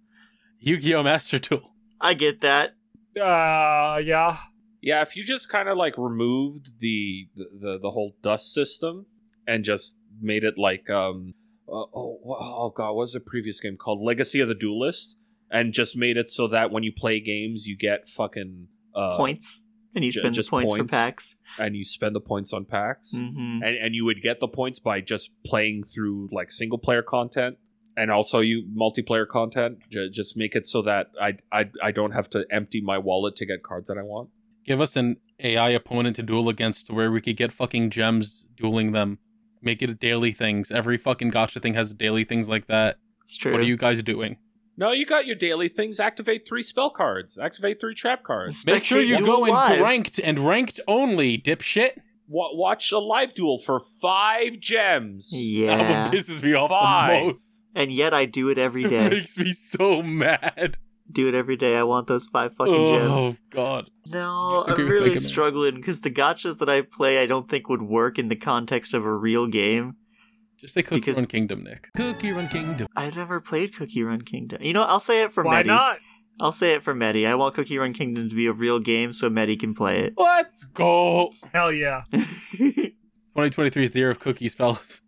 [SPEAKER 3] Yu-Gi-Oh! Master Duel.
[SPEAKER 2] I get that.
[SPEAKER 1] Uh, yeah.
[SPEAKER 4] Yeah, if you just kind of like removed the, the the the whole dust system and just made it like um uh, oh wha- oh god, what was the previous game called Legacy of the Duelist, and just made it so that when you play games, you get fucking uh,
[SPEAKER 2] points. And you
[SPEAKER 4] ju-
[SPEAKER 2] spend the
[SPEAKER 4] just
[SPEAKER 2] points, for
[SPEAKER 4] points.
[SPEAKER 2] packs.
[SPEAKER 4] and you spend the points on packs
[SPEAKER 2] hmm
[SPEAKER 4] and, and you would get the points by just playing through like single player content and also you multiplayer content Ju- just make it so that I, I i don't have to empty my wallet to get cards that i want
[SPEAKER 3] Give us an AI opponent to duel against to where we could get fucking gems dueling them. Make it a daily things. Every fucking gotcha thing has daily things like that.
[SPEAKER 2] It's true.
[SPEAKER 3] What are you guys doing?
[SPEAKER 4] no you got your daily things activate three spell cards activate three trap cards
[SPEAKER 3] Make sure you
[SPEAKER 2] Spectate
[SPEAKER 3] go
[SPEAKER 2] Duel Live.
[SPEAKER 3] into ranked and ranked only, dipshit.
[SPEAKER 4] Wa watch a live duel for five gems
[SPEAKER 3] That
[SPEAKER 2] Yeah.
[SPEAKER 3] one pisses me off
[SPEAKER 4] Five.
[SPEAKER 3] the most.
[SPEAKER 2] And yet I do it every
[SPEAKER 3] It
[SPEAKER 2] day.
[SPEAKER 3] makes me so mad.
[SPEAKER 2] do it every day. I want those five fucking
[SPEAKER 3] oh
[SPEAKER 2] gems.
[SPEAKER 3] god.
[SPEAKER 2] No,
[SPEAKER 3] disagree
[SPEAKER 2] I'm
[SPEAKER 3] with Mega
[SPEAKER 2] really
[SPEAKER 3] Man.
[SPEAKER 2] struggling because the gotchas that I play, I don't think would work in the context of a real game.
[SPEAKER 3] Just say Cookie
[SPEAKER 2] Because-
[SPEAKER 3] Run Kingdom, Nick. Cookie Run Kingdom.
[SPEAKER 2] I've never played Cookie Run Kingdom. You know, I'll say it for
[SPEAKER 1] Why
[SPEAKER 2] Medi.
[SPEAKER 1] not?
[SPEAKER 2] I'll say it for Medi. I want Cookie Run Kingdom to be a real game so Medi can play
[SPEAKER 3] Let's go.
[SPEAKER 1] Hell yeah.
[SPEAKER 2] it.
[SPEAKER 3] 2023 is the year of cookies, fellas.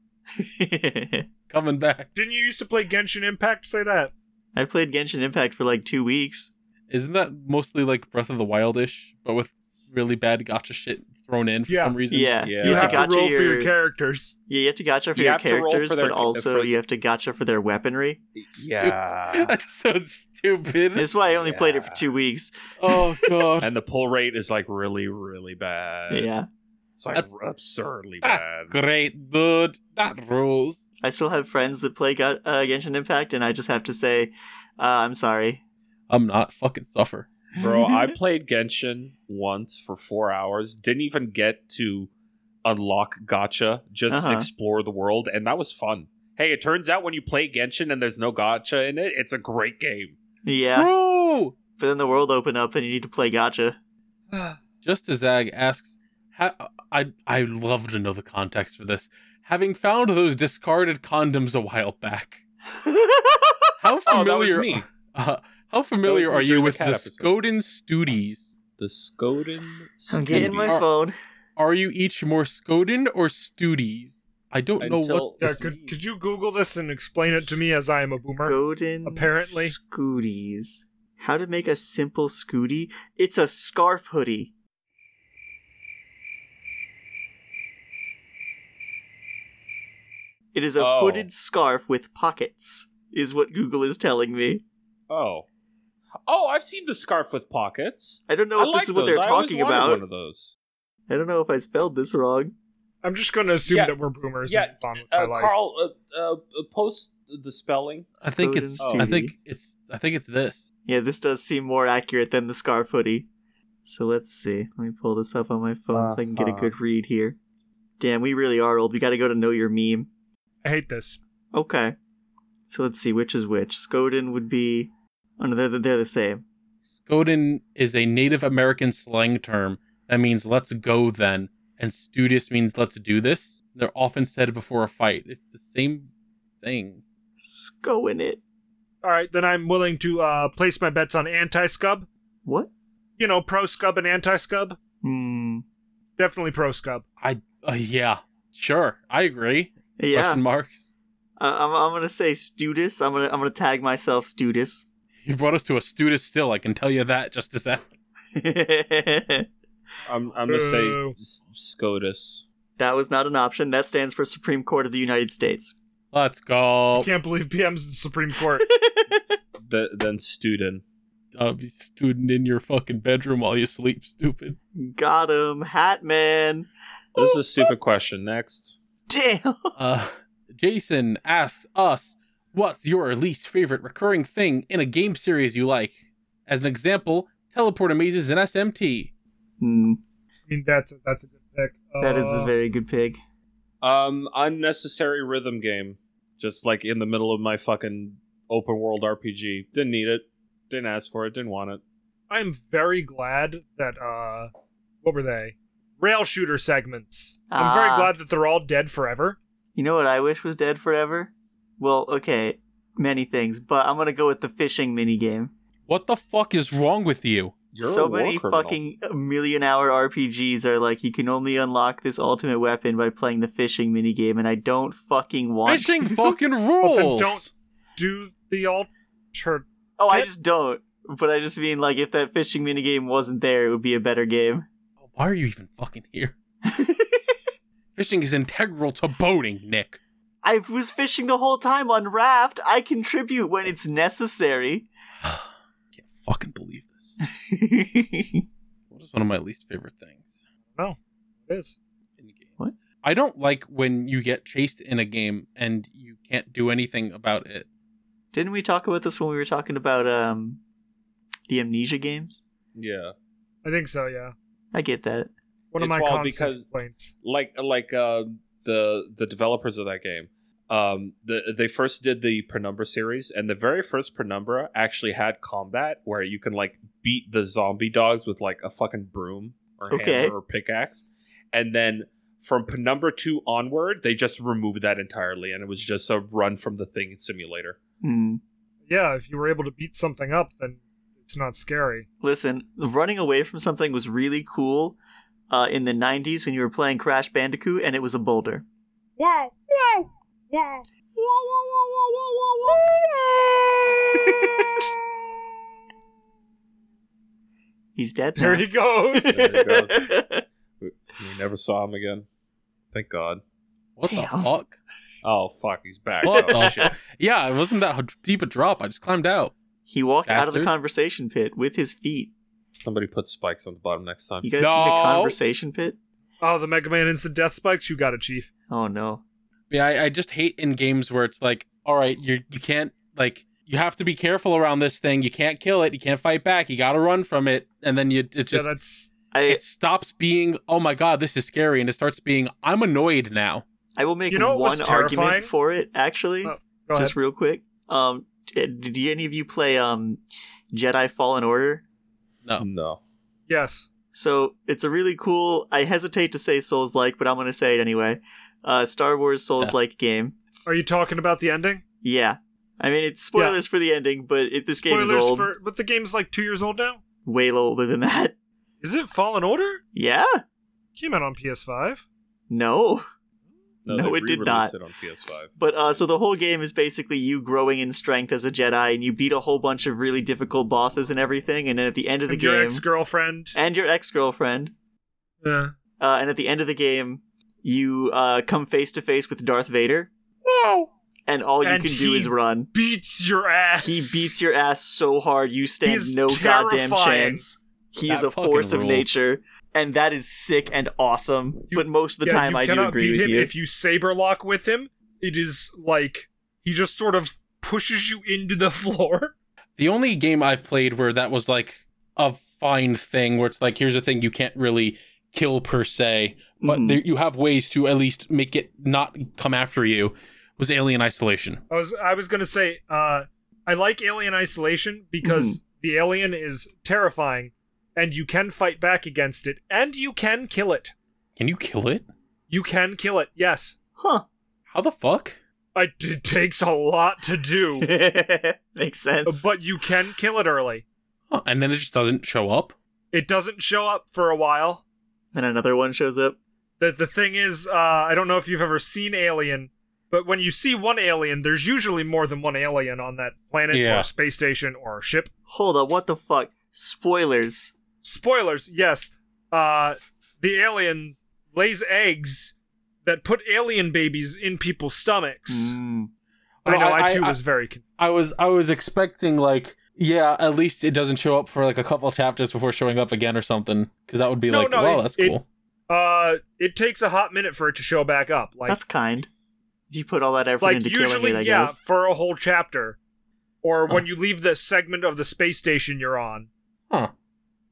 [SPEAKER 3] Coming back.
[SPEAKER 1] Didn't you used to play Genshin Impact? Say that.
[SPEAKER 2] I played Genshin Impact for like two weeks.
[SPEAKER 3] Isn't that mostly like Breath of the Wildish, but with really bad gotcha shit thrown in for
[SPEAKER 1] Yeah.
[SPEAKER 3] some reason?
[SPEAKER 2] Yeah.
[SPEAKER 4] Yeah.
[SPEAKER 1] You
[SPEAKER 4] To
[SPEAKER 1] have to
[SPEAKER 2] gotcha
[SPEAKER 1] roll for your
[SPEAKER 2] your-
[SPEAKER 1] characters.
[SPEAKER 2] Yeah, you have to gotcha for
[SPEAKER 4] You
[SPEAKER 2] your
[SPEAKER 4] have to roll for
[SPEAKER 2] characters,
[SPEAKER 4] their
[SPEAKER 2] but
[SPEAKER 4] ca-
[SPEAKER 2] also
[SPEAKER 4] for-
[SPEAKER 2] you have to gotcha for their weaponry.
[SPEAKER 4] yeah
[SPEAKER 3] That's so stupid.
[SPEAKER 2] That's why I only played it for
[SPEAKER 4] Hmm? Yeah.
[SPEAKER 2] two weeks.
[SPEAKER 3] Oh god.
[SPEAKER 4] and the pull rate is like really really bad
[SPEAKER 2] yeah,
[SPEAKER 4] it's like
[SPEAKER 3] That's-
[SPEAKER 4] absurdly
[SPEAKER 3] That's
[SPEAKER 4] bad
[SPEAKER 3] great, dude. That rules.
[SPEAKER 2] I still have friends that play got, uh, Genshin Impact, and I just have to say, uh, I'm sorry,
[SPEAKER 3] I'm not fucking suffer.
[SPEAKER 4] Bro, I played Genshin once for four hours. Didn't even get to unlock gotcha, just
[SPEAKER 2] Uh-huh.
[SPEAKER 4] explore the world, and that was fun. Hey, it turns out when you play Genshin and there's no gotcha in it, it's a great game.
[SPEAKER 2] yeah,
[SPEAKER 3] Bro!
[SPEAKER 2] but then the world opened up, and you need to play gotcha.
[SPEAKER 3] Just as Zag asks, ha- I I love to know the context for this. Having found those discarded condoms a while back, how
[SPEAKER 4] Oh, that was
[SPEAKER 3] familiar?
[SPEAKER 4] me.
[SPEAKER 3] Uh, how familiar
[SPEAKER 4] me
[SPEAKER 3] are
[SPEAKER 4] during
[SPEAKER 3] you
[SPEAKER 4] the
[SPEAKER 3] with the,
[SPEAKER 4] cat episode.
[SPEAKER 3] Scoden Studies?
[SPEAKER 4] The Skoden.
[SPEAKER 2] I'm getting my
[SPEAKER 4] Uh,
[SPEAKER 3] Are-
[SPEAKER 2] phone.
[SPEAKER 3] Are you each more Scoden or Studies? I don't know
[SPEAKER 4] Until-
[SPEAKER 3] what.
[SPEAKER 1] Yeah,
[SPEAKER 3] This
[SPEAKER 4] Yes,
[SPEAKER 1] could,
[SPEAKER 4] me.
[SPEAKER 1] could you Google this and explain it to me as I am a boomer?
[SPEAKER 2] Golden
[SPEAKER 1] apparently.
[SPEAKER 2] Scooties. How to make a simple scooty? It's a scarf hoodie. It is a
[SPEAKER 4] Oh.
[SPEAKER 2] hooded scarf with pockets, is what Google is telling me.
[SPEAKER 4] Oh. Oh, I've seen the scarf with pockets.
[SPEAKER 2] I don't know
[SPEAKER 4] I
[SPEAKER 2] if
[SPEAKER 4] like
[SPEAKER 2] this is what
[SPEAKER 4] those.
[SPEAKER 2] they're
[SPEAKER 4] I always
[SPEAKER 2] talking
[SPEAKER 4] wanted
[SPEAKER 2] about.
[SPEAKER 4] One of those.
[SPEAKER 2] I don't know if I spelled this wrong.
[SPEAKER 1] I'm just going to assume
[SPEAKER 4] Yeah.
[SPEAKER 1] that we're boomers
[SPEAKER 4] Yeah,
[SPEAKER 1] and fine with my
[SPEAKER 4] Uh,
[SPEAKER 1] life.
[SPEAKER 4] Carl, uh, uh, post the spelling.
[SPEAKER 3] I think it's.
[SPEAKER 2] Skoden
[SPEAKER 3] I
[SPEAKER 2] Studies.
[SPEAKER 3] think it's. I think it's this.
[SPEAKER 2] Yeah, this does seem more accurate than the scarf hoodie. So let's see. Let me pull this up on my phone so I can get a
[SPEAKER 4] Uh-huh.
[SPEAKER 2] good read here. Damn, we really are old. We gotta go to know your meme.
[SPEAKER 1] I hate this.
[SPEAKER 2] Okay. So let's see which is which. Skoden would be. Oh no, they're, they're the same.
[SPEAKER 3] Skoden is a Native American slang term that means let's go then, and studious means let's do this. They're often said before a fight. It's the same thing.
[SPEAKER 2] Skoden it.
[SPEAKER 1] All right, then I'm willing to uh, place my bets on anti scub.
[SPEAKER 2] What?
[SPEAKER 1] You know, pro scub and anti scub.
[SPEAKER 2] Hmm.
[SPEAKER 1] Definitely pro scub.
[SPEAKER 3] I, uh, yeah, sure. I agree.
[SPEAKER 2] Yeah.
[SPEAKER 3] Question marks.
[SPEAKER 2] Uh, I'm, I'm gonna say Studis. I'm gonna I'm gonna tag myself Studis.
[SPEAKER 3] You brought us to a studious still, I can tell you that, Justice Act.
[SPEAKER 4] I'm, I'm gonna say
[SPEAKER 1] Boo.
[SPEAKER 4] S- SCOTUS.
[SPEAKER 2] that was not an option. That stands for Supreme Court of the United States.
[SPEAKER 3] Let's go.
[SPEAKER 1] Can't believe PM's in Supreme Court.
[SPEAKER 4] Th- then student.
[SPEAKER 3] I'll be student in your fucking bedroom while you sleep, stupid.
[SPEAKER 2] Got him, Hat Man.
[SPEAKER 4] This is a stupid question. Next.
[SPEAKER 2] Damn.
[SPEAKER 3] Uh, Jason asks us, "What's your least favorite recurring thing in a game series you like?" As an example, teleport amazes in SMT.
[SPEAKER 2] Hmm,
[SPEAKER 1] I mean, that's a, that's a good pick.
[SPEAKER 2] that is
[SPEAKER 1] Uh,
[SPEAKER 2] a very good pig.
[SPEAKER 4] Um, unnecessary rhythm game. Just like in the middle of my fucking open world RPG. Didn't need it. Didn't ask for it. Didn't want it.
[SPEAKER 1] I'm very glad that uh, what were they? Rail shooter segments. I'm very
[SPEAKER 2] Ah.
[SPEAKER 1] glad that they're all dead forever.
[SPEAKER 2] You know what I wish was dead forever? Well, okay, many things, but I'm gonna go with the fishing minigame.
[SPEAKER 3] What the fuck is wrong with you?
[SPEAKER 4] You're
[SPEAKER 2] so
[SPEAKER 4] a war
[SPEAKER 2] many
[SPEAKER 4] criminal.
[SPEAKER 2] fucking million hour RPGs are like you can only unlock this ultimate weapon by playing the fishing minigame, and I don't fucking want
[SPEAKER 3] Fishing
[SPEAKER 2] to.
[SPEAKER 3] fucking
[SPEAKER 1] But
[SPEAKER 3] rules.
[SPEAKER 1] then don't do the alter.
[SPEAKER 2] oh, I
[SPEAKER 1] Good.
[SPEAKER 2] just don't. But I just mean like if that fishing minigame wasn't there, it would be a better game.
[SPEAKER 3] Oh, Why are you even fucking here? Fishing is integral to boating, Nick.
[SPEAKER 2] I was fishing the whole time on raft. I contribute when it's necessary.
[SPEAKER 3] Can't fucking believe this.
[SPEAKER 2] That's
[SPEAKER 3] What is one of my least favorite things
[SPEAKER 1] It is.
[SPEAKER 3] in games?
[SPEAKER 2] What?
[SPEAKER 3] I don't like when you get chased in a game and you can't do anything about it.
[SPEAKER 2] Didn't we talk about this when we were talking about um the amnesia games?
[SPEAKER 4] Yeah.
[SPEAKER 1] I think so. Yeah.
[SPEAKER 2] I get that.
[SPEAKER 1] One of my
[SPEAKER 4] It's all
[SPEAKER 1] constant
[SPEAKER 4] because-
[SPEAKER 1] complaints.
[SPEAKER 4] like like uh, the the developers of that game. Um, the, they first did the Penumbra series, and the very first Penumbra actually had combat where you can like beat the zombie dogs with like a fucking broom or
[SPEAKER 2] Okay.
[SPEAKER 4] hammer or pickaxe, and then from Penumbra two onward, they just removed that entirely, and it was just a run from the thing simulator.
[SPEAKER 2] Hmm.
[SPEAKER 1] Yeah, if you were able to beat something up, then it's not scary.
[SPEAKER 2] Listen, running away from something was really cool uh, in the 90s when you were playing Crash Bandicoot and it was a boulder.
[SPEAKER 1] Wow! Wow! Wow!
[SPEAKER 2] He's dead.
[SPEAKER 1] There
[SPEAKER 2] Now.
[SPEAKER 1] he goes.
[SPEAKER 4] There he goes. we, we never saw him again. Thank God.
[SPEAKER 3] What the
[SPEAKER 2] Damn.
[SPEAKER 3] fuck?
[SPEAKER 4] Oh fuck, he's back.
[SPEAKER 3] What
[SPEAKER 4] Oh,
[SPEAKER 3] the
[SPEAKER 4] shit.
[SPEAKER 3] Yeah, it wasn't that h- deep a drop. I just climbed out.
[SPEAKER 2] He walked out of the
[SPEAKER 3] Bastard.
[SPEAKER 2] conversation pit with his feet.
[SPEAKER 4] Somebody put spikes on the bottom next time.
[SPEAKER 2] You guys seen the
[SPEAKER 3] No.
[SPEAKER 2] conversation pit?
[SPEAKER 1] oh, the Mega Man instant death spikes. You got it, Chief.
[SPEAKER 2] Oh no.
[SPEAKER 3] Yeah, I, I just hate in games where it's like, all right, you you can't like you have to be careful around this thing. You can't kill it. You can't fight back. You got to run from it, and then you it just
[SPEAKER 1] yeah, that's
[SPEAKER 2] I
[SPEAKER 3] it stops being oh my god this is scary and it starts being i'm annoyed now
[SPEAKER 2] I will make
[SPEAKER 1] You know what was
[SPEAKER 2] one argument
[SPEAKER 1] terrifying?
[SPEAKER 2] for it actually.
[SPEAKER 1] Oh, go
[SPEAKER 2] just real quick. Um did did any of you play um Jedi Fallen Order?
[SPEAKER 3] no
[SPEAKER 4] No.
[SPEAKER 1] ahead. Yes.
[SPEAKER 2] So it's a really cool. I hesitate to say Souls like, but I'm gonna say it anyway. Uh, Star Wars Souls like game.
[SPEAKER 1] Are you talking about the ending?
[SPEAKER 2] Yeah, I mean it's spoilers for the ending, but it, this game is
[SPEAKER 1] Spoilers
[SPEAKER 2] old,
[SPEAKER 1] for. But the game's like two years old now.
[SPEAKER 2] way older than that.
[SPEAKER 1] Is it Fallen Order?
[SPEAKER 2] Yeah,
[SPEAKER 1] Came out on PS5.
[SPEAKER 2] no. No,
[SPEAKER 4] they
[SPEAKER 2] it did
[SPEAKER 4] re-released
[SPEAKER 2] not.
[SPEAKER 4] It on PS5.
[SPEAKER 2] But uh, so the whole game is basically you growing in strength as a Jedi, and you beat a whole bunch of really difficult bosses and everything, and then at the end of the
[SPEAKER 1] and your
[SPEAKER 2] game,
[SPEAKER 1] ex girlfriend.
[SPEAKER 2] and your ex girlfriend,
[SPEAKER 1] Yeah.
[SPEAKER 2] uh, and at the end of the game, you uh, come face to face with Darth Vader,
[SPEAKER 1] Wow.
[SPEAKER 2] and all you
[SPEAKER 1] And
[SPEAKER 2] can do
[SPEAKER 1] he
[SPEAKER 2] is run.
[SPEAKER 1] Beats your ass.
[SPEAKER 2] He beats your ass so hard you stand
[SPEAKER 1] He's
[SPEAKER 2] no goddamn
[SPEAKER 1] terrifying.
[SPEAKER 2] chance. He
[SPEAKER 3] That
[SPEAKER 2] is a
[SPEAKER 3] fucking
[SPEAKER 2] force of
[SPEAKER 3] rules.
[SPEAKER 2] nature, and that is sick and awesome.
[SPEAKER 1] You-
[SPEAKER 2] but most of the
[SPEAKER 1] Yeah,
[SPEAKER 2] time,
[SPEAKER 1] you
[SPEAKER 2] I do
[SPEAKER 1] cannot
[SPEAKER 2] agree
[SPEAKER 1] beat
[SPEAKER 2] with
[SPEAKER 1] him
[SPEAKER 2] you.
[SPEAKER 1] if you saber lock with him. It is like he just sort of pushes you into the floor.
[SPEAKER 3] the only game i've played where that was like a fine thing where it's like here's a thing you can't really kill per se but
[SPEAKER 2] Mhm.
[SPEAKER 3] there, you have ways to at least make it not come after you was alien isolation
[SPEAKER 1] I was I was gonna say uh, I like Alien Isolation because
[SPEAKER 2] Mm-hmm.
[SPEAKER 1] the alien is terrifying, and you can fight back against it, and you can kill it.
[SPEAKER 3] can you kill it
[SPEAKER 1] You can kill it. Yes,
[SPEAKER 2] Huh?
[SPEAKER 3] how the fuck
[SPEAKER 1] it, it takes a lot to do,
[SPEAKER 2] Makes sense.
[SPEAKER 1] Uh, but you can kill it early.
[SPEAKER 3] Huh, and then it just doesn't show up
[SPEAKER 1] It doesn't show up for a while.
[SPEAKER 2] then another one shows up.
[SPEAKER 1] The the thing is, uh, I don't know if you've ever seen Alien, but when you see one alien, there's usually more than one alien on that planet
[SPEAKER 3] Yeah.
[SPEAKER 1] or space station or ship.
[SPEAKER 2] Hold up! What the fuck? Spoilers.
[SPEAKER 1] spoilers, yes. Uh, the alien lays eggs that put alien babies in people's stomachs.
[SPEAKER 2] Mm.
[SPEAKER 1] I know.
[SPEAKER 3] Well,
[SPEAKER 1] I,
[SPEAKER 3] I-
[SPEAKER 1] too
[SPEAKER 3] I-
[SPEAKER 1] was very. Con-
[SPEAKER 3] I was I was expecting like yeah, at least it doesn't show up for like a couple chapters before showing up again or something because that would be
[SPEAKER 1] No,
[SPEAKER 3] like,
[SPEAKER 1] no,
[SPEAKER 3] well,
[SPEAKER 1] it-
[SPEAKER 3] that's
[SPEAKER 1] it-
[SPEAKER 3] cool.
[SPEAKER 1] uh, it takes a hot minute for it to show back up. Like,
[SPEAKER 2] That's kind. If you put all that effort
[SPEAKER 1] like
[SPEAKER 2] into
[SPEAKER 1] usually,
[SPEAKER 2] killing it, I
[SPEAKER 1] yeah,
[SPEAKER 2] guess.
[SPEAKER 1] for a whole chapter, or when you leave the segment of the space station you're on.
[SPEAKER 3] Huh.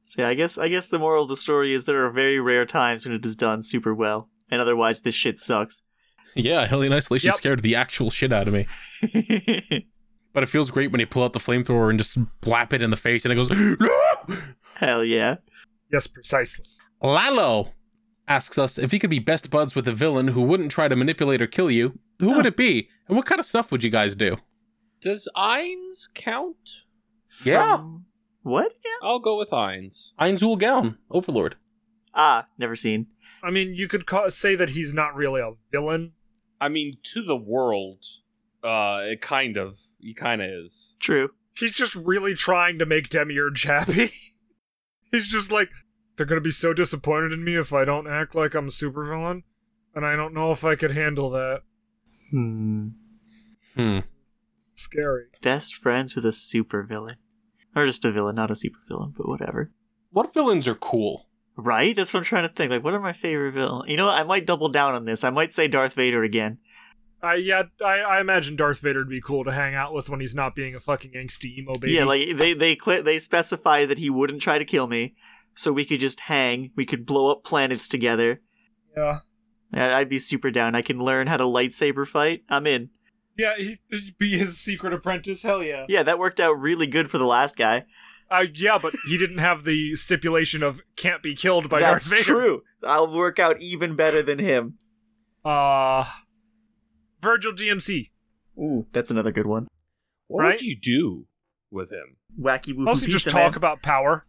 [SPEAKER 2] So yeah, I guess I guess the moral of the story is there are very rare times when it is done super well, and otherwise this shit sucks.
[SPEAKER 3] Yeah, Hellion Isolation
[SPEAKER 1] Yep.
[SPEAKER 3] scared the actual shit out of me. But it feels great when you pull out the flamethrower and just blap it in the face and it goes, no!
[SPEAKER 2] Hell yeah.
[SPEAKER 1] Yes, precisely.
[SPEAKER 3] Lalo asks us if he could be best buds with a villain who wouldn't try to manipulate or kill you, who would it be? And what kind of stuff would you guys do?
[SPEAKER 4] Does Eins count?
[SPEAKER 2] From- What? Yeah.
[SPEAKER 4] I'll go with Eins.
[SPEAKER 3] Einzul Gown, Overlord.
[SPEAKER 2] Ah, never seen.
[SPEAKER 1] I mean, you could ca- say that he's not really a villain.
[SPEAKER 4] I mean, to the world, uh, it kind of. He kind of is.
[SPEAKER 2] True.
[SPEAKER 1] He's just really trying to make Demiurge happy. he's just like, they're gonna be so disappointed in me if I don't act like I'm a supervillain, and I don't know if I could handle that.
[SPEAKER 2] Hmm.
[SPEAKER 3] Hmm.
[SPEAKER 1] Scary.
[SPEAKER 2] Best friends with a supervillain. Or just a villain, not a supervillain, but whatever.
[SPEAKER 3] What villains are cool?
[SPEAKER 2] Right? That's what I'm trying to think. Like, what are my favorite villain? You know what? I might double down on this. I might say Darth Vader again.
[SPEAKER 1] I yeah, I, I imagine Darth Vader'd be cool to hang out with when he's not being a fucking angsty emo baby.
[SPEAKER 2] Yeah, like they they cl- they specify that he wouldn't try to kill me, so we could just hang. We could blow up planets together.
[SPEAKER 1] yeah,
[SPEAKER 2] I- I'd be super down. I can learn how to lightsaber fight. I'm in.
[SPEAKER 1] yeah, he, would be his secret apprentice. Hell yeah.
[SPEAKER 2] Yeah, that worked out really good for the last guy.
[SPEAKER 1] Uh, yeah, but he didn't have the stipulation of can't be killed by
[SPEAKER 2] That's
[SPEAKER 1] Darth Vader.
[SPEAKER 2] true. I'll work out even better than him.
[SPEAKER 1] Uh, Virgil GMC.
[SPEAKER 2] Ooh, that's another good one.
[SPEAKER 4] What
[SPEAKER 1] Right?
[SPEAKER 4] would you do with him?
[SPEAKER 2] Wacky woo
[SPEAKER 1] Mostly just talk about power.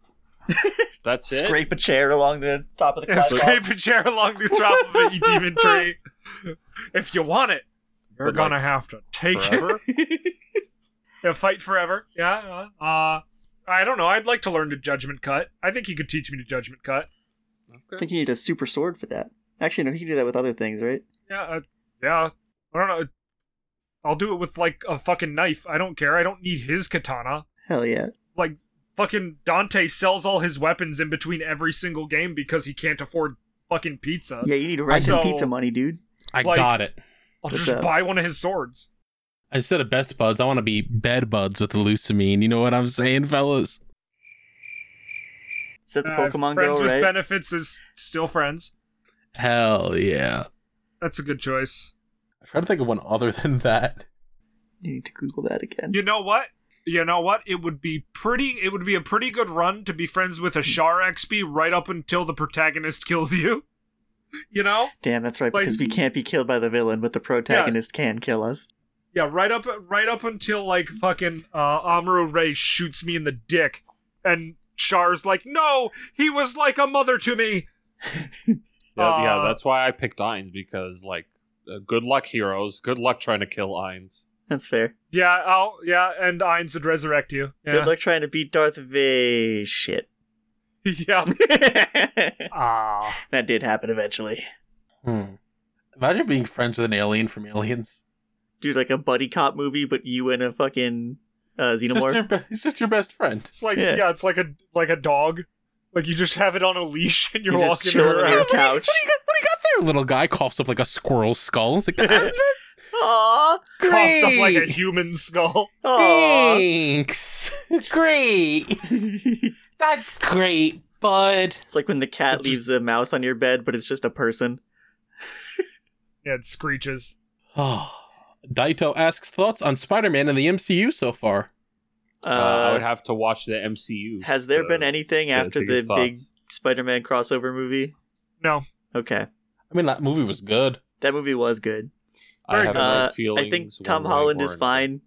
[SPEAKER 4] That's it.
[SPEAKER 2] Scrape a chair along the top of the
[SPEAKER 1] And
[SPEAKER 2] cloud.
[SPEAKER 1] scrape a chair along the top of it, you demon tree. If you want it, you're
[SPEAKER 4] But, like,
[SPEAKER 1] gonna have to take
[SPEAKER 4] forever?
[SPEAKER 1] it. yeah, fight forever. Yeah. uh, Uh, I don't know. I'd like to learn to judgment cut. I think he could teach me to judgment cut.
[SPEAKER 2] I think you need a super sword for that. Actually, no, you can do that with other things, right?
[SPEAKER 1] Yeah. Uh, yeah. I don't know. I'll do it with like a fucking knife. I don't care. I don't need his katana.
[SPEAKER 2] Hell yeah.
[SPEAKER 1] Like fucking Dante sells all his weapons in between every single game because he can't afford fucking pizza.
[SPEAKER 2] Yeah, you need to raise some
[SPEAKER 1] So-
[SPEAKER 2] pizza money, dude.
[SPEAKER 3] I
[SPEAKER 1] Like-
[SPEAKER 3] got it.
[SPEAKER 1] I'll
[SPEAKER 2] What's
[SPEAKER 1] just
[SPEAKER 2] up?
[SPEAKER 1] buy one of his swords.
[SPEAKER 3] Instead of best buds, I want to be bed buds with Lucamine. You know what I'm saying, fellas?
[SPEAKER 2] Set the
[SPEAKER 1] Uh,
[SPEAKER 2] Pokemon
[SPEAKER 1] friends
[SPEAKER 2] Go,
[SPEAKER 1] with
[SPEAKER 2] right?
[SPEAKER 1] benefits is still friends.
[SPEAKER 3] Hell yeah.
[SPEAKER 1] That's a good choice.
[SPEAKER 3] I'm trying to think of one other than that.
[SPEAKER 2] you need to Google that again.
[SPEAKER 1] You know what? You know what? It would be pretty. It would be a pretty good run to be friends with a Shar XP right up until the protagonist kills you. You know?
[SPEAKER 2] Damn, that's right,
[SPEAKER 1] Like-
[SPEAKER 2] because we can't be killed by the villain, but the protagonist can kill us.
[SPEAKER 1] Yeah, right up, right up until like fucking uh, Amuro Ray shoots me in the dick, and Shar's like, "No, he was like a mother to me."
[SPEAKER 4] Yeah, yeah,
[SPEAKER 1] Uh,
[SPEAKER 4] that's why I picked Eins because, like, uh, good luck, heroes. Good luck trying to kill Eins.
[SPEAKER 2] That's fair.
[SPEAKER 1] Yeah, I'll. Yeah, and Ainz would resurrect you.
[SPEAKER 2] Good
[SPEAKER 1] Yeah.
[SPEAKER 2] luck trying to beat Darth Vader. Shit.
[SPEAKER 1] yeah.
[SPEAKER 2] that
[SPEAKER 1] Ah.
[SPEAKER 2] did happen eventually.
[SPEAKER 3] Hmm. Imagine being friends with an alien from Aliens.
[SPEAKER 2] Dude, like a buddy cop movie, but you and a fucking uh,
[SPEAKER 3] It's just, your
[SPEAKER 2] xenomorph.
[SPEAKER 3] be- it's just your best friend.
[SPEAKER 1] It's like
[SPEAKER 2] Yeah.
[SPEAKER 1] yeah. it's like a like a dog. Like you just have it on a leash and you're
[SPEAKER 2] He's just
[SPEAKER 1] walking
[SPEAKER 2] chilling on
[SPEAKER 1] around.
[SPEAKER 2] your couch.
[SPEAKER 3] What do you got, what do you got there? Little guy coughs up like a squirrel skull. It's like, "Ah,
[SPEAKER 2] Aww.
[SPEAKER 1] Coughs up like a
[SPEAKER 3] Great.
[SPEAKER 1] human skull.
[SPEAKER 2] Aww.
[SPEAKER 3] thanks. great. That's great, bud.
[SPEAKER 2] It's like when the cat leaves a mouse on your bed, but it's just a person.
[SPEAKER 1] Yeah, it screeches.
[SPEAKER 3] Oh. Daito asks thoughts on Spider-Man and the MCU so far.
[SPEAKER 2] Uh,
[SPEAKER 4] Uh, I would have to watch the MCU.
[SPEAKER 2] has there
[SPEAKER 4] to-
[SPEAKER 2] been anything
[SPEAKER 4] to-
[SPEAKER 2] after
[SPEAKER 4] to
[SPEAKER 2] the
[SPEAKER 4] get
[SPEAKER 2] big
[SPEAKER 4] thoughts.
[SPEAKER 2] Spider-Man crossover movie?
[SPEAKER 1] No.
[SPEAKER 2] Okay,
[SPEAKER 3] I mean, that movie was good.
[SPEAKER 2] that movie was good.
[SPEAKER 4] I have
[SPEAKER 1] Very
[SPEAKER 4] no
[SPEAKER 1] good.
[SPEAKER 2] Uh,
[SPEAKER 4] feelings.
[SPEAKER 2] I think
[SPEAKER 4] one
[SPEAKER 2] Tom
[SPEAKER 4] way
[SPEAKER 2] Holland
[SPEAKER 4] or
[SPEAKER 2] is
[SPEAKER 4] another.
[SPEAKER 2] fine.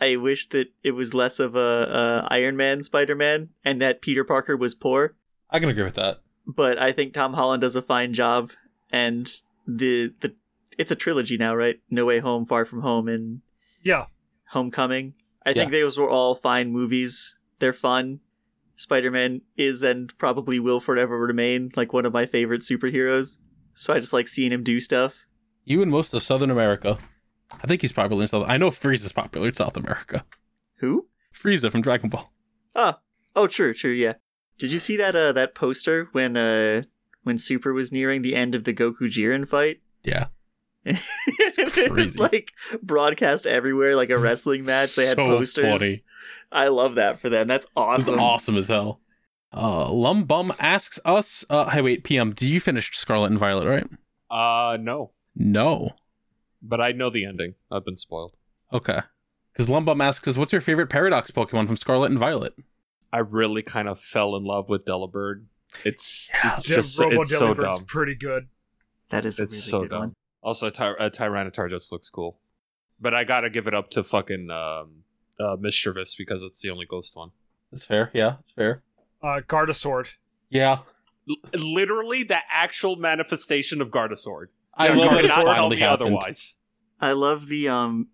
[SPEAKER 2] I wish that it was less of a, a Iron Man Spider-Man and that Peter Parker was poor,
[SPEAKER 3] I can agree with that.
[SPEAKER 2] but I think Tom Holland does a fine job. And the the it's a trilogy now, right? No Way Home, Far From Home, and
[SPEAKER 1] Yeah.
[SPEAKER 2] Homecoming. I think those were all fine movies. They're fun. Spider Man is and probably will forever remain like one of my favorite superheroes. So I just like seeing him do stuff.
[SPEAKER 3] You in most of Southern America. I think he's popular in South. I know Frieza's popular in South America.
[SPEAKER 2] Who?
[SPEAKER 3] Frieza from Dragon Ball.
[SPEAKER 2] Ah, oh, true, true, yeah. Did you see that uh, that poster when uh, when Super was nearing the end of the Goku Jiren fight?
[SPEAKER 3] Yeah.
[SPEAKER 2] it was
[SPEAKER 3] crazy.
[SPEAKER 2] like broadcast everywhere, like a wrestling match. They had
[SPEAKER 3] So
[SPEAKER 2] posters.
[SPEAKER 3] funny.
[SPEAKER 2] I love that for them. That's
[SPEAKER 3] It was
[SPEAKER 2] awesome.
[SPEAKER 3] awesome as hell. Uh, Lum Bum asks us. Uh, hey, wait, PM, do you finish Scarlet and Violet? Right?
[SPEAKER 4] Uh, no.
[SPEAKER 3] No.
[SPEAKER 4] But I know the ending. I've been spoiled.
[SPEAKER 3] Okay. Because Lum Bum asks us, what's your favorite Paradox Pokemon from Scarlet and Violet?
[SPEAKER 4] I really kind of fell in love with Delibird. It's
[SPEAKER 3] Yeah.
[SPEAKER 4] it's
[SPEAKER 1] Jim
[SPEAKER 4] just
[SPEAKER 1] Robo
[SPEAKER 4] it's so
[SPEAKER 1] Delibird's
[SPEAKER 4] dumb.
[SPEAKER 1] pretty good.
[SPEAKER 2] That is a
[SPEAKER 4] It's
[SPEAKER 2] really
[SPEAKER 4] so
[SPEAKER 2] good
[SPEAKER 4] dumb.
[SPEAKER 2] one.
[SPEAKER 4] Also, Ty- uh, Tyranitar just looks cool. But I gotta give it up to fucking um, uh, Mischievous because it's the only ghost one.
[SPEAKER 3] That's fair. Yeah, that's fair.
[SPEAKER 1] Uh, Gardasaur.
[SPEAKER 3] Yeah.
[SPEAKER 4] L- literally the actual manifestation of Gardevoir.
[SPEAKER 3] I
[SPEAKER 4] You
[SPEAKER 3] love that
[SPEAKER 4] could
[SPEAKER 3] it
[SPEAKER 4] not tell
[SPEAKER 3] finally
[SPEAKER 4] me
[SPEAKER 3] happened.
[SPEAKER 4] otherwise.
[SPEAKER 2] I love the um.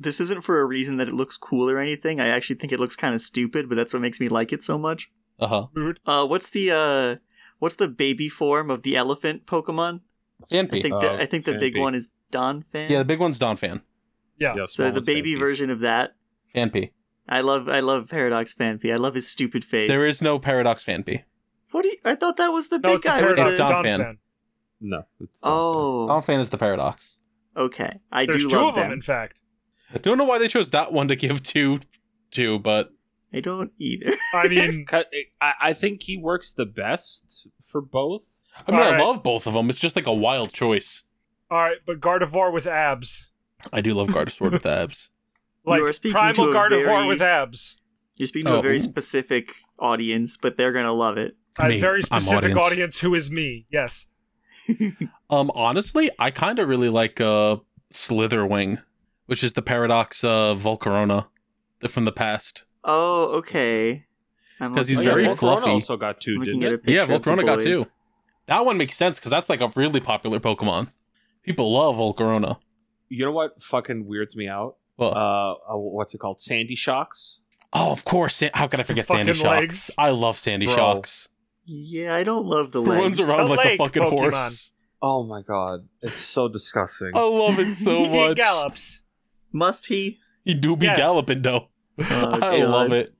[SPEAKER 2] This isn't for a reason that it looks cool or anything. I actually think it looks kind of stupid, but that's what makes me like it so much.
[SPEAKER 3] Uh huh.
[SPEAKER 2] Uh, what's the uh, what's the baby form of the elephant Pokemon? I think the,
[SPEAKER 4] Uh,
[SPEAKER 2] I think the big
[SPEAKER 4] Fanpy.
[SPEAKER 2] one is Donphan.
[SPEAKER 3] Yeah, the big one's Donphan.
[SPEAKER 1] Yeah.
[SPEAKER 4] Yeah, small
[SPEAKER 2] so the
[SPEAKER 4] one's
[SPEAKER 2] baby
[SPEAKER 4] Fanpy.
[SPEAKER 2] version of that.
[SPEAKER 3] Fanpy.
[SPEAKER 2] I love I love Paradox Fanpy. I love his stupid face.
[SPEAKER 3] There is no Paradox Fanpy.
[SPEAKER 2] What do you, I thought that was the
[SPEAKER 1] No,
[SPEAKER 2] big
[SPEAKER 1] it's a
[SPEAKER 2] guy. with
[SPEAKER 1] Paradox
[SPEAKER 2] the-
[SPEAKER 3] Don
[SPEAKER 1] Don
[SPEAKER 3] fan.
[SPEAKER 1] fan.
[SPEAKER 4] No. It's not
[SPEAKER 2] oh,
[SPEAKER 3] Donphan is the Paradox.
[SPEAKER 2] okay. I
[SPEAKER 1] There's
[SPEAKER 2] do
[SPEAKER 1] two
[SPEAKER 2] love
[SPEAKER 1] of them,
[SPEAKER 2] them.
[SPEAKER 1] in fact.
[SPEAKER 3] I don't know why they chose that one to give two to, but
[SPEAKER 2] I don't either.
[SPEAKER 1] I mean,
[SPEAKER 4] Cut- eh, I, I think he works the best for both.
[SPEAKER 3] I mean, I
[SPEAKER 1] Alright.
[SPEAKER 3] love both of them. It's just like a wild choice.
[SPEAKER 1] all right, but Gardevoir with abs.
[SPEAKER 3] I do love Gardevoir with the abs.
[SPEAKER 1] Like
[SPEAKER 2] You are speaking
[SPEAKER 1] primal
[SPEAKER 2] to a
[SPEAKER 1] Gardevoir
[SPEAKER 2] very-
[SPEAKER 1] with abs.
[SPEAKER 2] You're speaking to
[SPEAKER 3] Oh.
[SPEAKER 2] a very specific audience, but they're gonna love it.
[SPEAKER 1] A
[SPEAKER 3] Me.
[SPEAKER 1] very
[SPEAKER 3] I'm
[SPEAKER 1] specific
[SPEAKER 3] audience.
[SPEAKER 1] audience. who is me. Yes.
[SPEAKER 3] Um, honestly, I kind of really like uh Slitherwing, which is the Paradox uh, Volcarona the- from the past.
[SPEAKER 2] Oh, okay. I'm
[SPEAKER 3] 'Cause he's
[SPEAKER 2] looking at
[SPEAKER 3] very
[SPEAKER 2] a-
[SPEAKER 4] Volcarona
[SPEAKER 3] fluffy.
[SPEAKER 4] also got two,
[SPEAKER 2] I'm
[SPEAKER 4] didn't
[SPEAKER 2] looking at
[SPEAKER 4] it?
[SPEAKER 2] a picture
[SPEAKER 3] yeah,
[SPEAKER 2] of the
[SPEAKER 3] Volcarona got
[SPEAKER 2] boys.
[SPEAKER 3] two. That one makes sense because that's like a really popular Pokemon. People love Volcarona.
[SPEAKER 4] You know what fucking weirds me out?
[SPEAKER 3] Well,
[SPEAKER 4] Uh, uh, what's it called? Sandy Shocks.
[SPEAKER 3] oh, of course. Sa- How could I forget Sandy
[SPEAKER 1] fucking
[SPEAKER 3] Shocks?
[SPEAKER 1] legs.
[SPEAKER 3] I love Sandy
[SPEAKER 4] Bro.
[SPEAKER 3] Shocks.
[SPEAKER 2] Yeah, I don't love the
[SPEAKER 3] It runs
[SPEAKER 2] legs.
[SPEAKER 3] around
[SPEAKER 1] The
[SPEAKER 3] like a
[SPEAKER 1] leg
[SPEAKER 3] fucking
[SPEAKER 1] Pokemon.
[SPEAKER 3] horse.
[SPEAKER 4] Oh my god, it's so disgusting.
[SPEAKER 3] I love it so much.
[SPEAKER 1] It gallops.
[SPEAKER 2] Must he?
[SPEAKER 3] He do be
[SPEAKER 1] Yes.
[SPEAKER 3] galloping though.
[SPEAKER 2] Oh,
[SPEAKER 3] I
[SPEAKER 2] God.
[SPEAKER 3] love it.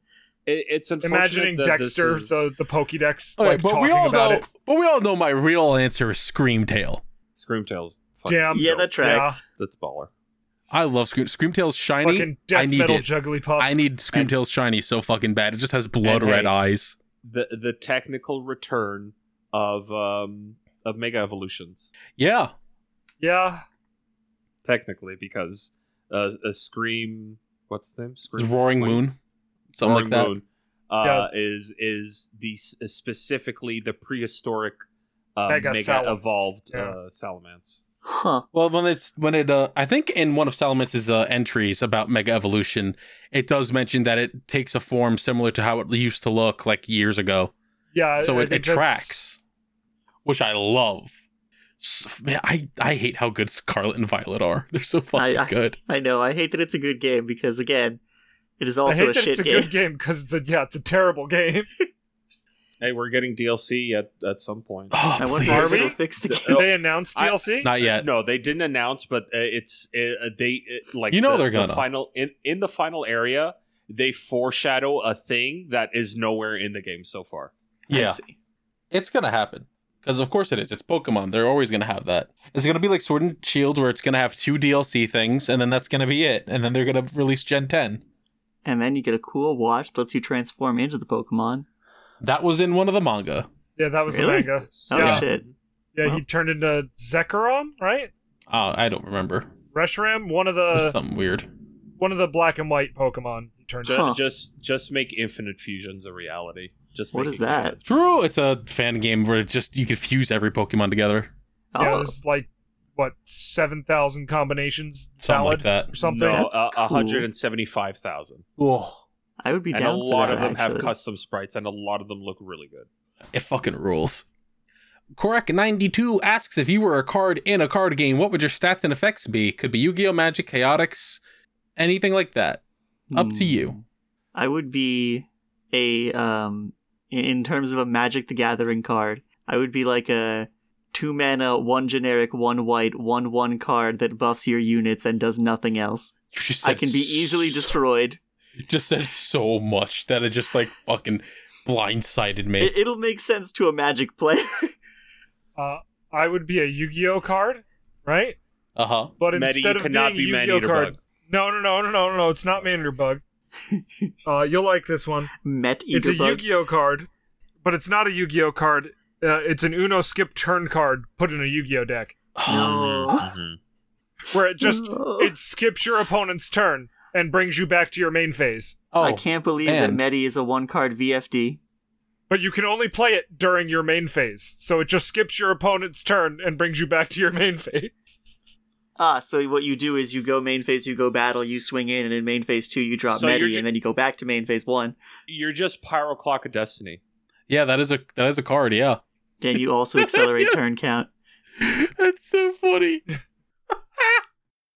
[SPEAKER 4] It- it's unfortunate
[SPEAKER 1] Imagining
[SPEAKER 4] that this
[SPEAKER 1] Dexter,
[SPEAKER 4] is-
[SPEAKER 1] the the Pokédex,
[SPEAKER 3] All right,
[SPEAKER 1] like
[SPEAKER 3] but
[SPEAKER 1] talking
[SPEAKER 3] we all
[SPEAKER 1] about
[SPEAKER 3] know.
[SPEAKER 1] it.
[SPEAKER 3] But we all know my real answer is Screamtail.
[SPEAKER 4] Screamtails. fucking-
[SPEAKER 1] Damn.
[SPEAKER 2] Yeah, that tracks.
[SPEAKER 4] That's baller.
[SPEAKER 3] I love Scream. Screamtail's shiny.
[SPEAKER 1] Fucking death
[SPEAKER 3] I need
[SPEAKER 1] metal
[SPEAKER 3] it.
[SPEAKER 1] Jigglypuff.
[SPEAKER 3] I need Screamtail's shiny so fucking bad. It just has blood
[SPEAKER 4] And
[SPEAKER 3] red
[SPEAKER 4] hey.
[SPEAKER 3] eyes.
[SPEAKER 4] The the technical return of um of Mega Evolutions
[SPEAKER 3] Yeah,
[SPEAKER 1] yeah.
[SPEAKER 4] technically because uh, a Scream. What's his name?
[SPEAKER 3] it's
[SPEAKER 4] Scream
[SPEAKER 3] Roaring
[SPEAKER 4] Wait.
[SPEAKER 3] Moon, something
[SPEAKER 4] Roaring
[SPEAKER 3] like that.
[SPEAKER 4] Moon, uh, is is the is specifically the prehistoric uh,
[SPEAKER 1] Mega
[SPEAKER 4] mega,
[SPEAKER 1] salamence,
[SPEAKER 4] evolved
[SPEAKER 1] yeah.
[SPEAKER 4] uh, salamance.
[SPEAKER 2] Huh.
[SPEAKER 3] Well, when it's when it, uh, I think in one of Salamance's uh, entries about Mega Evolution, it does mention that it takes a form similar to how it used to look like years ago.
[SPEAKER 1] Yeah.
[SPEAKER 3] so
[SPEAKER 1] I
[SPEAKER 3] it, it
[SPEAKER 1] think that's-
[SPEAKER 3] tracks, which I love. S- Man, I I hate how good Scarlet and Violet are. They're so fucking
[SPEAKER 2] I-
[SPEAKER 3] good.
[SPEAKER 2] I know. I hate that it's a good game because again, it is
[SPEAKER 1] I
[SPEAKER 2] also
[SPEAKER 1] hate
[SPEAKER 2] a
[SPEAKER 1] that
[SPEAKER 2] shit
[SPEAKER 1] it's a
[SPEAKER 2] game.
[SPEAKER 1] good game because it's a yeah, it's a terrible game.
[SPEAKER 4] Hey, we're getting DLC at, at some point.
[SPEAKER 3] Oh,
[SPEAKER 2] I wonder
[SPEAKER 3] please.
[SPEAKER 1] Are
[SPEAKER 2] if
[SPEAKER 1] we?
[SPEAKER 2] it'll fix the
[SPEAKER 1] Did
[SPEAKER 2] game.
[SPEAKER 1] they announce
[SPEAKER 4] I-
[SPEAKER 1] DLC?
[SPEAKER 3] Not yet.
[SPEAKER 4] No, they didn't announce, but uh, it's uh, they uh, like
[SPEAKER 3] You know
[SPEAKER 4] the-
[SPEAKER 3] they're
[SPEAKER 4] the
[SPEAKER 3] gonna.
[SPEAKER 4] final in in the final area. They foreshadow a thing that is nowhere in the game so far.
[SPEAKER 3] Yeah.
[SPEAKER 2] I see.
[SPEAKER 3] It's gonna happen because of course it is. It's Pokemon. They're always gonna have that. It's gonna be like Sword and Shield, where it's gonna have two DLC things, and then that's gonna be it. And then they're gonna release Gen ten.
[SPEAKER 2] And then you get a cool watch that lets you transform into the Pokemon.
[SPEAKER 3] That was in one of the manga.
[SPEAKER 1] Yeah, that was
[SPEAKER 2] Really?
[SPEAKER 1] a manga.
[SPEAKER 2] Oh
[SPEAKER 1] Yeah.
[SPEAKER 2] shit!
[SPEAKER 1] Yeah,
[SPEAKER 2] Well.
[SPEAKER 1] he turned into Zekrom, right?
[SPEAKER 3] Oh, I don't remember.
[SPEAKER 1] Reshiram, one of
[SPEAKER 3] It was
[SPEAKER 1] the
[SPEAKER 3] something weird.
[SPEAKER 1] one of the black and white Pokemon. He turned
[SPEAKER 4] Ju-
[SPEAKER 1] into.
[SPEAKER 2] Huh.
[SPEAKER 4] Just just make Infinite Fusions a reality. Just
[SPEAKER 2] What is
[SPEAKER 4] make it
[SPEAKER 2] that?
[SPEAKER 4] good.
[SPEAKER 3] True, it's a fan game where it just you could fuse every Pokemon together,
[SPEAKER 1] Yeah,
[SPEAKER 2] Oh,
[SPEAKER 1] there's like what seven thousand combinations
[SPEAKER 3] something
[SPEAKER 1] valid
[SPEAKER 3] like that.
[SPEAKER 1] or something.
[SPEAKER 4] No,
[SPEAKER 2] That's
[SPEAKER 4] uh,
[SPEAKER 2] cool.
[SPEAKER 4] hundred and seventy five thousand.
[SPEAKER 3] Oh,
[SPEAKER 2] I would be
[SPEAKER 4] and
[SPEAKER 2] down
[SPEAKER 4] a lot
[SPEAKER 2] for
[SPEAKER 4] of
[SPEAKER 2] that,
[SPEAKER 4] them have
[SPEAKER 2] actually.
[SPEAKER 4] custom sprites and a lot of them look really good
[SPEAKER 3] it fucking rules. Korek ninety two asks if you were a card in a card game, what would your stats and effects be? Could be Yu Gi Oh, Magic, Chaotix, anything like that. Up to
[SPEAKER 2] Hmm.
[SPEAKER 3] you.
[SPEAKER 2] I would be a um in, in terms of a Magic the Gathering card. I would be like a two mana, one generic, one white, one one card that buffs your units and does nothing else.
[SPEAKER 3] You just
[SPEAKER 2] I
[SPEAKER 3] said
[SPEAKER 2] can be easily
[SPEAKER 3] so-
[SPEAKER 2] destroyed.
[SPEAKER 3] Just said so much that it just like fucking blindsided me.
[SPEAKER 2] It, it'll make sense to a Magic player.
[SPEAKER 1] Uh, I would be a Yu-Gi-Oh card, right?
[SPEAKER 3] uh huh.
[SPEAKER 1] But
[SPEAKER 4] Medi
[SPEAKER 1] instead of
[SPEAKER 4] cannot
[SPEAKER 1] being
[SPEAKER 4] be
[SPEAKER 1] a
[SPEAKER 4] Man
[SPEAKER 1] Yu-Gi-Oh
[SPEAKER 4] Eater
[SPEAKER 1] card,
[SPEAKER 4] Bug.
[SPEAKER 1] no, no, no, no, no, no, it's not Man Eater Bug. uh, you'll like this one.
[SPEAKER 2] Met
[SPEAKER 1] it's a
[SPEAKER 2] Eaterbug.
[SPEAKER 1] Yu-Gi-Oh card, but it's not a Yu-Gi-Oh card. Uh, it's an Uno skip turn card put in a Yu-Gi-Oh deck,
[SPEAKER 3] Mm-hmm.
[SPEAKER 2] No.
[SPEAKER 1] where it just
[SPEAKER 2] No.
[SPEAKER 1] it skips your opponent's turn and brings you back to your main phase.
[SPEAKER 3] Oh,
[SPEAKER 2] I can't believe that
[SPEAKER 3] and-
[SPEAKER 2] Medi is a one card VFD.
[SPEAKER 1] But you can only play it during your main phase, so it just skips your opponent's turn and brings you back to your main phase.
[SPEAKER 2] Ah, so what you do is you go main phase, you go battle, you swing in, and in main phase two you drop
[SPEAKER 4] So you're
[SPEAKER 2] Medi,
[SPEAKER 4] ju-
[SPEAKER 2] and then you go back to main phase one.
[SPEAKER 4] You're just Pyro Clock of Destiny.
[SPEAKER 3] yeah, that is a that is a card. Yeah,
[SPEAKER 2] Then you also accelerate turn count.
[SPEAKER 3] that's so funny.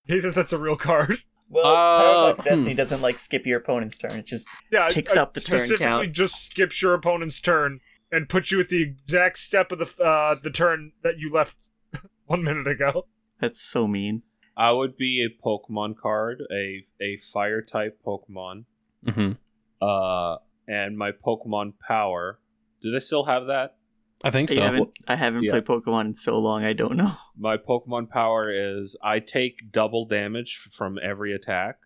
[SPEAKER 1] Hey, that that's a real card.
[SPEAKER 2] Well,
[SPEAKER 3] Uh, Paradox Destiny
[SPEAKER 2] doesn't like skip your opponent's turn. It just
[SPEAKER 1] Yeah, it-
[SPEAKER 2] Takes
[SPEAKER 1] it
[SPEAKER 2] up the turn
[SPEAKER 1] specifically
[SPEAKER 2] count.
[SPEAKER 1] just skips your opponent's turn and puts you at the exact step of the uh, the turn that you left one minute ago.
[SPEAKER 2] that's so mean.
[SPEAKER 4] I would be a Pokemon card, a a Fire type Pokemon.
[SPEAKER 3] hmm
[SPEAKER 4] Uh, and my Pokemon power. Do they still have that?
[SPEAKER 3] I think
[SPEAKER 2] I
[SPEAKER 3] so.
[SPEAKER 2] haven't I haven't
[SPEAKER 4] Yeah.
[SPEAKER 2] played Pokemon in so long. I don't know.
[SPEAKER 4] My Pokemon power is I take double damage f- from every attack,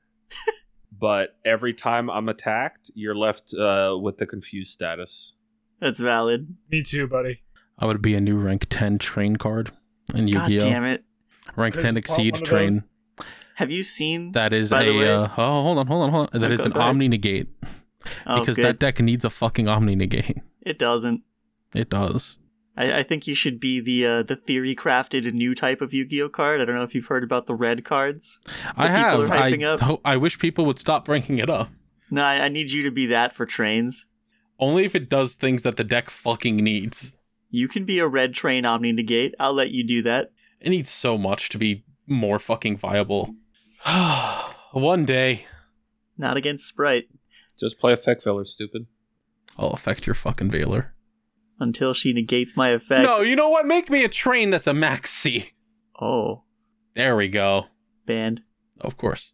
[SPEAKER 4] but every time I'm attacked, you're left uh, with the confused status.
[SPEAKER 2] That's valid.
[SPEAKER 1] Me too, buddy.
[SPEAKER 3] I would be a new rank ten train card in Yu
[SPEAKER 2] God
[SPEAKER 3] Gi Oh.
[SPEAKER 2] damn it!
[SPEAKER 3] Rank
[SPEAKER 1] There's
[SPEAKER 3] ten
[SPEAKER 1] one
[SPEAKER 3] exceed
[SPEAKER 1] of those-
[SPEAKER 3] train.
[SPEAKER 2] Have you seen
[SPEAKER 3] That is
[SPEAKER 2] By the way-
[SPEAKER 3] a uh, oh hold on hold on hold on. That
[SPEAKER 2] Oh,
[SPEAKER 3] is
[SPEAKER 2] go
[SPEAKER 3] an
[SPEAKER 2] back.
[SPEAKER 3] Omni negate
[SPEAKER 2] Oh,
[SPEAKER 3] because
[SPEAKER 2] good.
[SPEAKER 3] that deck needs a fucking Omni negate.
[SPEAKER 2] it doesn't.
[SPEAKER 3] It does.
[SPEAKER 2] I, I think you should be the uh, the theory crafted new type of Yu-Gi-Oh card. I don't know if you've heard about the red cards. people
[SPEAKER 3] I
[SPEAKER 2] are
[SPEAKER 3] have. I,
[SPEAKER 2] hyping up.
[SPEAKER 3] ho- I wish people would stop bringing it up.
[SPEAKER 2] No, I, I need you to be that for trains.
[SPEAKER 3] Only if it does things that the deck fucking needs.
[SPEAKER 2] You can be a red train Omni Negate. I'll let you do that.
[SPEAKER 3] It needs so much to be more fucking viable. One day,
[SPEAKER 2] Not against Sprite
[SPEAKER 4] Just play Effect Filler, stupid.
[SPEAKER 3] I'll affect your fucking Veiler.
[SPEAKER 2] until she negates my effect.
[SPEAKER 3] No, you know what? Make me a train that's a maxi.
[SPEAKER 2] Oh,
[SPEAKER 3] There we go.
[SPEAKER 2] banned.
[SPEAKER 3] Of course.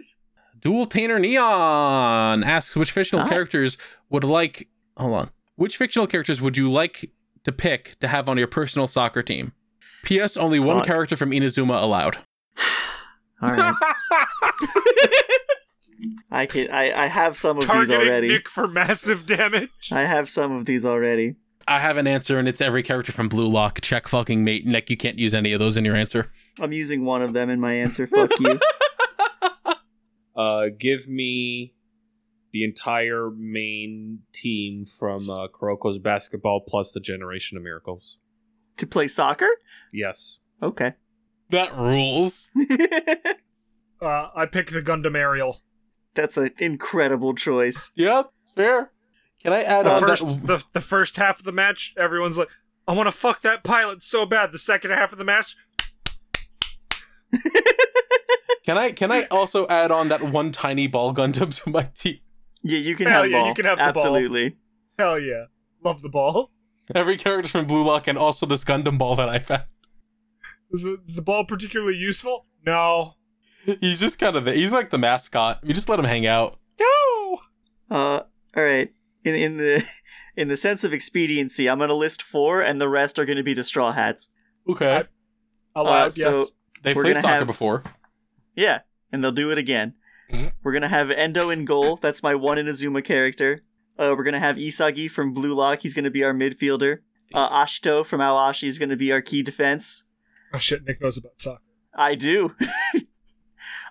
[SPEAKER 3] Dual Tainer Neon asks which fictional
[SPEAKER 2] Ah.
[SPEAKER 3] characters would like. Hold on. Which fictional characters would you like to pick to have on your personal soccer team? P.S. Only one
[SPEAKER 2] Fuck.
[SPEAKER 3] character from Inazuma allowed.
[SPEAKER 2] All right. I can. I, I have some of these
[SPEAKER 1] Targeting
[SPEAKER 2] already.
[SPEAKER 1] Nick for massive damage.
[SPEAKER 2] I have some of these already.
[SPEAKER 3] I have an answer, and it's every character from Blue Lock. Check fucking mate. Nick, you can't use any of those in your answer.
[SPEAKER 2] I'm using one of them in my answer. Fuck you.
[SPEAKER 4] Uh, give me the entire main team from uh, Kuroko's Basketball plus the Generation of Miracles.
[SPEAKER 2] to play soccer?
[SPEAKER 4] Yes.
[SPEAKER 2] Okay.
[SPEAKER 3] That rules.
[SPEAKER 1] Uh, I pick the Gundam Ariel.
[SPEAKER 2] That's an incredible choice.
[SPEAKER 3] Yep, fair. Can I add
[SPEAKER 1] The first, the, the first half of the match, everyone's like, "I want to fuck that pilot so bad." The second half of the match,
[SPEAKER 3] Can I? Can I also add on that one tiny ball Gundam to my team?
[SPEAKER 2] Yeah, you can
[SPEAKER 1] Hell
[SPEAKER 2] have
[SPEAKER 1] yeah,
[SPEAKER 2] ball.
[SPEAKER 1] you can have the ball.
[SPEAKER 2] Absolutely.
[SPEAKER 1] hell yeah, love the ball.
[SPEAKER 3] Every character from Blue Lock, and also this Gundam ball that I found.
[SPEAKER 1] Is the, is the ball particularly useful? No,
[SPEAKER 3] He's just kind of. The, he's like the mascot. You just let him hang out.
[SPEAKER 1] no.
[SPEAKER 2] Uh, all right. In in the in the sense of expediency, I'm gonna list four, and the rest are gonna be the straw hats.
[SPEAKER 3] Okay.
[SPEAKER 1] I- Allowed,
[SPEAKER 2] so-
[SPEAKER 1] yes.
[SPEAKER 3] they
[SPEAKER 2] we're
[SPEAKER 3] played
[SPEAKER 2] gonna
[SPEAKER 3] soccer
[SPEAKER 2] have-
[SPEAKER 3] before.
[SPEAKER 2] Yeah, and they'll do it again. we're gonna have Endo in goal. That's my one Inazuma character. Uh, we're gonna have Isagi from Blue Lock. He's gonna be our midfielder. Uh, Ashito from Awashi is gonna be our key defense.
[SPEAKER 1] Oh shit, Nick knows about soccer.
[SPEAKER 2] I do.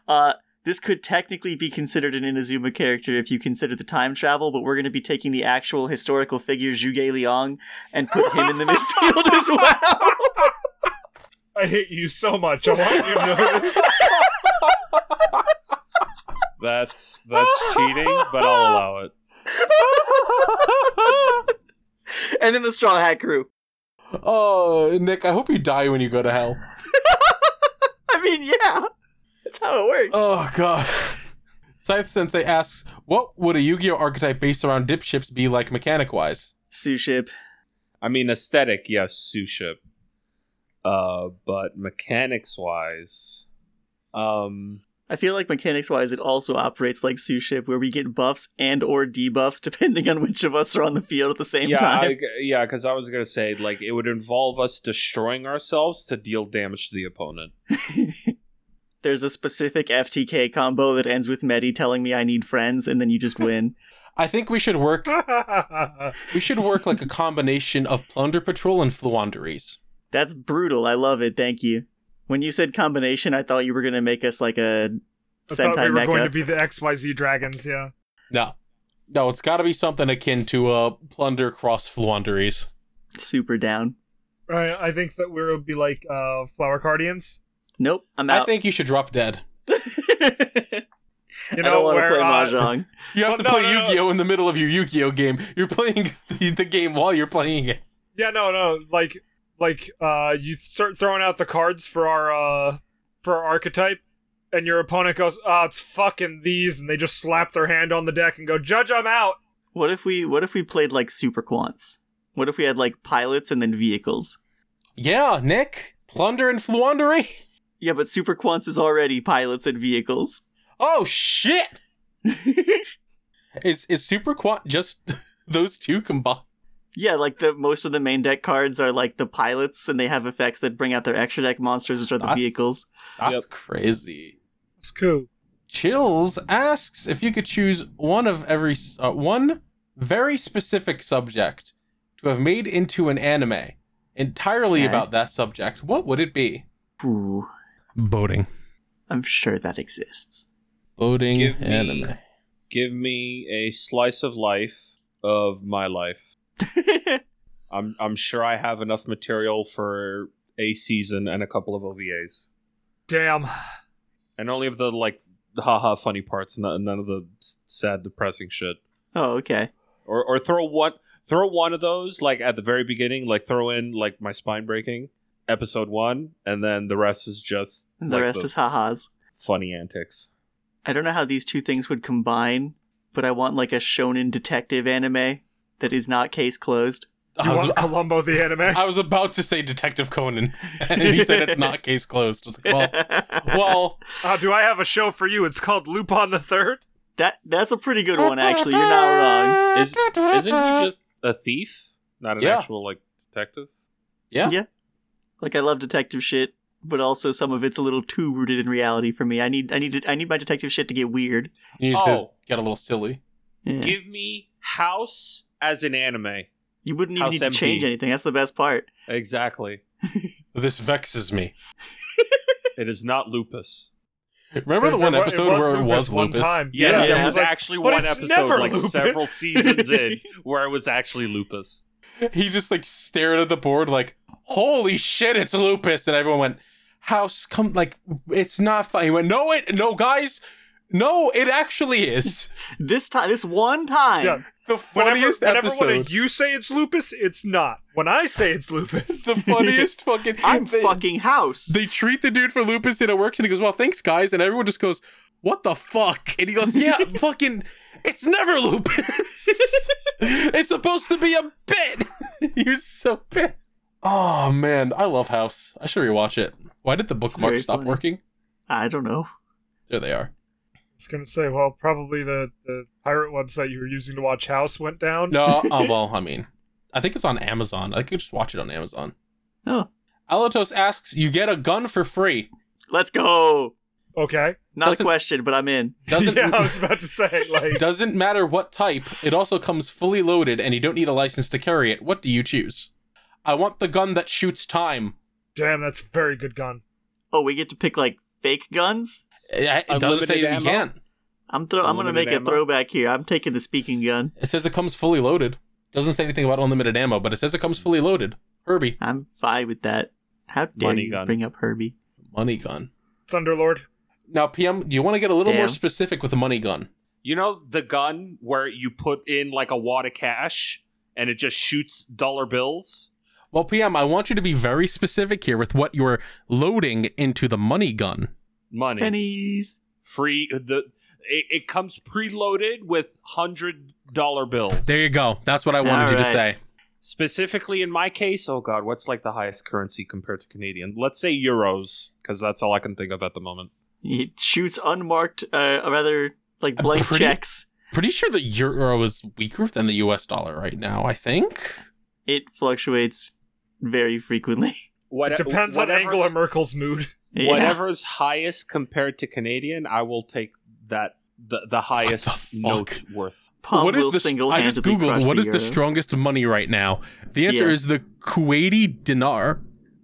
[SPEAKER 2] uh, this could technically be considered an Inazuma character if you consider the time travel, but we're going to be taking the actual historical figure Zhuge Liang and put him in the midfield as well.
[SPEAKER 1] I hate you so much. I want you to know.
[SPEAKER 4] That's that's cheating, but I'll allow it.
[SPEAKER 2] and then the Straw Hat crew.
[SPEAKER 3] Oh, Nick! I hope you die when you go to hell.
[SPEAKER 4] Oh.
[SPEAKER 2] I mean, yeah, that's how it works.
[SPEAKER 3] Oh god. Scythe Sensei asks, "What would a Yu-Gi-Oh archetype based around dip ships be like mechanic-wise?"
[SPEAKER 2] Sue ship.
[SPEAKER 4] I mean, aesthetic, yes, sous chef. Uh, but mechanics wise, um,
[SPEAKER 2] I feel like mechanics wise, it also operates like sous chef, where we get buffs and or debuffs depending on which of us are on the field at the same
[SPEAKER 4] yeah,
[SPEAKER 2] time.
[SPEAKER 4] I, yeah, because I was gonna say like it would involve us destroying ourselves to deal damage to the opponent.
[SPEAKER 2] There's a specific FTK combo that ends with Medi telling me I need friends, and then you just win.
[SPEAKER 3] I think we should work. We should work like a combination of plunder patrol and fluanderies.
[SPEAKER 2] That's brutal. I love it. Thank you. When you said combination, I thought you were gonna make us like a
[SPEAKER 1] I thought we
[SPEAKER 2] Sentai
[SPEAKER 1] were
[SPEAKER 2] mecha.
[SPEAKER 1] going to be the XYZ dragons, yeah.
[SPEAKER 3] No, no, it's got to be something akin to uh, plunder cross fluanderies.
[SPEAKER 2] Super down.
[SPEAKER 1] I, I think that we would be like uh, flower guardians.
[SPEAKER 2] Nope, I'm
[SPEAKER 3] I
[SPEAKER 2] out.
[SPEAKER 3] think you should drop dead.
[SPEAKER 1] You
[SPEAKER 2] I
[SPEAKER 1] know,
[SPEAKER 2] don't want to
[SPEAKER 1] where,
[SPEAKER 2] play
[SPEAKER 1] uh,
[SPEAKER 2] mahjong.
[SPEAKER 3] You have
[SPEAKER 1] Well,
[SPEAKER 3] to
[SPEAKER 1] no,
[SPEAKER 3] play
[SPEAKER 1] no, no.
[SPEAKER 3] Yu-Gi-Oh in the middle of your Yu-Gi-Oh game. You're playing the, the game while you're playing it.
[SPEAKER 1] Yeah, no, no, like, like, uh, you start throwing out the cards for our, uh, for our archetype, and your opponent goes, "Ah, it's fucking these," and they just slap their hand on the deck and go, "Judge, I'm out."
[SPEAKER 2] What if we What if we played like super quants? What if we had like pilots and then vehicles?
[SPEAKER 3] Yeah, Nick, plunder and fluandery.
[SPEAKER 2] Yeah, but super quants is already pilots and vehicles.
[SPEAKER 3] Oh shit! Is is super quant just those two combined?
[SPEAKER 2] Yeah, like the most of the main deck cards are like the pilots, and they have effects that bring out their extra deck monsters, which are the
[SPEAKER 3] That's-
[SPEAKER 2] vehicles.
[SPEAKER 3] That's
[SPEAKER 4] Yep.
[SPEAKER 3] crazy.
[SPEAKER 1] It's cool.
[SPEAKER 3] Chills asks if you could choose one of every uh, one very specific subject to have made into an anime entirely
[SPEAKER 2] Okay.
[SPEAKER 3] about that subject. What would it be?
[SPEAKER 2] Ooh,
[SPEAKER 3] Boating.
[SPEAKER 2] I'm sure that exists.
[SPEAKER 3] Boating
[SPEAKER 4] Give me-
[SPEAKER 3] anime.
[SPEAKER 4] Give me a slice of life of my life. I'm I'm sure I have enough material for a season and a couple of OVAs,
[SPEAKER 1] Damn.
[SPEAKER 4] and only of the like haha funny parts, none, none of the s- sad depressing shit.
[SPEAKER 2] oh, okay.
[SPEAKER 4] or or throw one throw one of those like at the very beginning like throw in like my spine breaking episode one and then the rest is just
[SPEAKER 2] And the
[SPEAKER 4] like,
[SPEAKER 2] rest is ha-has.
[SPEAKER 4] funny antics
[SPEAKER 2] I don't know how these two things would combine, but I want like a shonen detective anime that is not case closed.
[SPEAKER 1] Do
[SPEAKER 3] I
[SPEAKER 1] you
[SPEAKER 3] was,
[SPEAKER 1] want Columbo the anime?
[SPEAKER 3] I was about to say Detective Conan, and he said it's not case closed. I was like, well, well,
[SPEAKER 1] Uh, do I have a show for you? It's called Lupin the Third.
[SPEAKER 2] that that's a pretty good one actually. You're not wrong.
[SPEAKER 4] is isn't he just a thief not an
[SPEAKER 3] Yeah.
[SPEAKER 4] actual like detective
[SPEAKER 3] yeah.
[SPEAKER 2] Yeah. Like I love detective shit, but also some of it's a little too rooted in reality for me. I need I need I need my detective shit to get weird.
[SPEAKER 3] You need
[SPEAKER 4] Oh.
[SPEAKER 3] to get a little silly.
[SPEAKER 2] Yeah.
[SPEAKER 4] give me house as an anime
[SPEAKER 2] You wouldn't even
[SPEAKER 4] House
[SPEAKER 2] need to
[SPEAKER 4] MP.
[SPEAKER 2] change anything. That's the best part.
[SPEAKER 4] exactly
[SPEAKER 3] This vexes me.
[SPEAKER 4] it is not lupus
[SPEAKER 3] Remember the
[SPEAKER 1] There
[SPEAKER 3] one
[SPEAKER 1] wa-
[SPEAKER 3] episode where it was
[SPEAKER 1] one
[SPEAKER 3] lupus?
[SPEAKER 1] time.
[SPEAKER 4] yes
[SPEAKER 2] Yeah.
[SPEAKER 4] there
[SPEAKER 2] Yeah.
[SPEAKER 4] was
[SPEAKER 1] Like,
[SPEAKER 4] actually
[SPEAKER 1] "But
[SPEAKER 4] one
[SPEAKER 1] it's
[SPEAKER 4] episode
[SPEAKER 1] never
[SPEAKER 4] like
[SPEAKER 1] lupus."
[SPEAKER 4] several seasons in where it was actually lupus
[SPEAKER 3] He just like stared at the board like, "Holy shit, it's lupus!" And everyone went, "House, come like it's not fun." He went, "No, it, no, guys, no, it actually is."
[SPEAKER 2] This time this one time.
[SPEAKER 1] Yeah.
[SPEAKER 3] The
[SPEAKER 1] Whenever,
[SPEAKER 3] funniest
[SPEAKER 1] whenever
[SPEAKER 3] episode.
[SPEAKER 1] one of you say it's lupus, it's not. When I say it's lupus,
[SPEAKER 3] the funniest fucking.
[SPEAKER 2] I'm
[SPEAKER 3] they,
[SPEAKER 2] fucking house.
[SPEAKER 3] They treat the dude for lupus and it works, and he goes, "Well, thanks, guys," and everyone just goes, "What the fuck?" And he goes, "Yeah, fucking, it's never lupus. it's supposed to be a bit." he was so pissed. Oh man, I love House. I should rewatch it. Why did the bookmark
[SPEAKER 2] very
[SPEAKER 3] stop
[SPEAKER 2] funny.
[SPEAKER 3] working?
[SPEAKER 2] I don't know.
[SPEAKER 3] There they are.
[SPEAKER 1] I was gonna say, well, probably the, the pirate website you were using to watch House went down.
[SPEAKER 3] No, oh, well, I mean, I think it's on Amazon. I could just watch it on Amazon.
[SPEAKER 2] Oh.
[SPEAKER 3] Alatos asks, "You get a gun for free."
[SPEAKER 2] Let's go.
[SPEAKER 1] Okay.
[SPEAKER 2] Not
[SPEAKER 3] Doesn't-
[SPEAKER 2] a question, but I'm in.
[SPEAKER 3] Doesn't
[SPEAKER 1] yeah, I was about to say, like,
[SPEAKER 3] Doesn't matter what type, it also comes fully loaded and you don't need a license to carry it. What do you choose? I want the gun that shoots time.
[SPEAKER 1] damn, that's a very good gun.
[SPEAKER 2] Oh, we get to pick like fake guns?
[SPEAKER 3] It, Eh, it doesn't
[SPEAKER 4] Unlimited
[SPEAKER 3] say that
[SPEAKER 4] ammo?
[SPEAKER 3] you can't.
[SPEAKER 2] I'm throw I'm gonna
[SPEAKER 4] Unlimited
[SPEAKER 2] make a
[SPEAKER 4] ammo?
[SPEAKER 2] throwback here. I'm taking the speaking gun.
[SPEAKER 3] It says it comes fully loaded. Doesn't say anything about unlimited ammo, but it says it comes fully loaded. Herbie.
[SPEAKER 2] I'm fine with that. How dare
[SPEAKER 4] Money
[SPEAKER 2] you
[SPEAKER 4] gun.
[SPEAKER 2] bring up Herbie?
[SPEAKER 3] Money gun.
[SPEAKER 1] Thunderlord.
[SPEAKER 3] Now, PM, do you want to get a little more
[SPEAKER 2] Damn.
[SPEAKER 3] specific with the money gun?
[SPEAKER 4] You know the gun where you put in like a wad of cash and it just shoots dollar bills?
[SPEAKER 3] Well, PM, I want you to be very specific here with what you're loading into the money gun.
[SPEAKER 4] Money.
[SPEAKER 2] Pennies.
[SPEAKER 4] Free the It, it comes preloaded with hundred dollar bills.
[SPEAKER 3] There you go. That's what I wanted you to
[SPEAKER 2] Alright.
[SPEAKER 3] say.
[SPEAKER 4] Specifically in my case, oh god, what's like the highest currency compared to Canadian? Let's say euros, because that's all I can think of at the moment.
[SPEAKER 2] He shoots unmarked, uh, rather like blank
[SPEAKER 3] pretty-
[SPEAKER 2] checks.
[SPEAKER 3] Pretty sure the euro is weaker than the US dollar right now, I think.
[SPEAKER 2] It fluctuates very frequently.
[SPEAKER 3] uh,
[SPEAKER 4] What
[SPEAKER 1] Depends on Angela Merkel's mood.
[SPEAKER 2] Yeah.
[SPEAKER 4] Whatever's highest compared to Canadian, I will take that the the highest
[SPEAKER 3] fuck?
[SPEAKER 4] note worth.
[SPEAKER 2] Pom
[SPEAKER 3] what is
[SPEAKER 2] will
[SPEAKER 3] the
[SPEAKER 2] single
[SPEAKER 3] I just
[SPEAKER 2] handedly
[SPEAKER 3] googled what is the
[SPEAKER 2] euro.
[SPEAKER 3] strongest money right now? The answer
[SPEAKER 2] Yeah.
[SPEAKER 3] is the Kuwaiti dinar.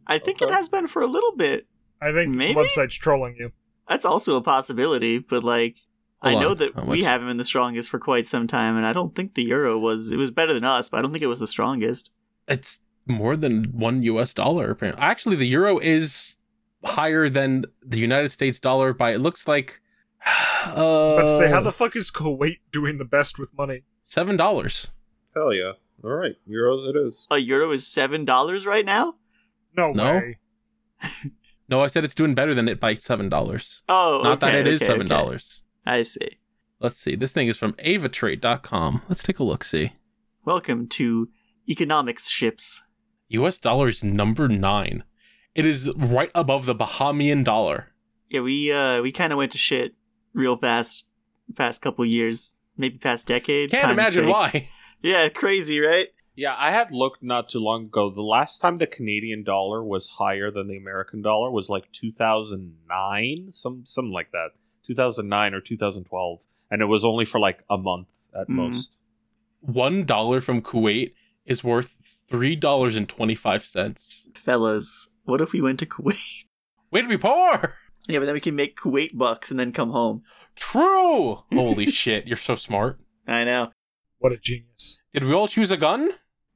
[SPEAKER 2] I think it
[SPEAKER 4] Okay.
[SPEAKER 2] has been for a little bit.
[SPEAKER 1] I think
[SPEAKER 2] Maybe?
[SPEAKER 1] the website's trolling you.
[SPEAKER 2] That's also a possibility, but like
[SPEAKER 3] Hold
[SPEAKER 2] I know
[SPEAKER 3] on,
[SPEAKER 2] that
[SPEAKER 3] how
[SPEAKER 2] we
[SPEAKER 3] much?
[SPEAKER 2] haven't been the strongest for quite some time, and I don't think the euro was. It was better than us, but I don't think it was the strongest.
[SPEAKER 3] It's more than 1 US dollar apparently. Actually, the euro is higher than the United States dollar by it looks like uh,
[SPEAKER 1] I was about to say, how the fuck is Kuwait doing the best with money?
[SPEAKER 3] seven dollars.
[SPEAKER 4] Hell yeah! All right, euros it is.
[SPEAKER 2] A euro is seven dollars right now.
[SPEAKER 1] No,
[SPEAKER 3] No.
[SPEAKER 1] way.
[SPEAKER 3] No, I said it's doing better than it by seven dollars.
[SPEAKER 2] Oh,
[SPEAKER 3] Not that
[SPEAKER 2] okay,
[SPEAKER 3] it is
[SPEAKER 2] okay,
[SPEAKER 3] seven
[SPEAKER 2] okay.
[SPEAKER 3] dollars.
[SPEAKER 2] I see.
[SPEAKER 3] Let's see. This thing is from avatrade.com. Let's take a look. See.
[SPEAKER 2] Welcome to economics ships.
[SPEAKER 3] US dollar is number nine. It is right above the Bahamian dollar.
[SPEAKER 2] Yeah, we uh we kind of went to shit real fast past couple years, maybe past decade.
[SPEAKER 3] Can't
[SPEAKER 2] Time's
[SPEAKER 3] imagine
[SPEAKER 2] fake.
[SPEAKER 3] why.
[SPEAKER 2] Yeah, crazy, right?
[SPEAKER 4] Yeah, I had looked not too long ago. The last time the Canadian dollar was higher than the American dollar was like 2009, some something like that. 2009 or 2012, and it was only for like a month at
[SPEAKER 2] Mhm.
[SPEAKER 4] most.
[SPEAKER 3] One dollar from Kuwait is worth three dollars and twenty-five cents.
[SPEAKER 2] Fellas, what if we went to Kuwait?
[SPEAKER 3] Way to be poor.
[SPEAKER 2] Yeah, but then we can make Kuwait bucks and then come home.
[SPEAKER 3] True. Holy shit, you're so smart.
[SPEAKER 2] I know.
[SPEAKER 1] What a genius.
[SPEAKER 3] Did we all choose a gun?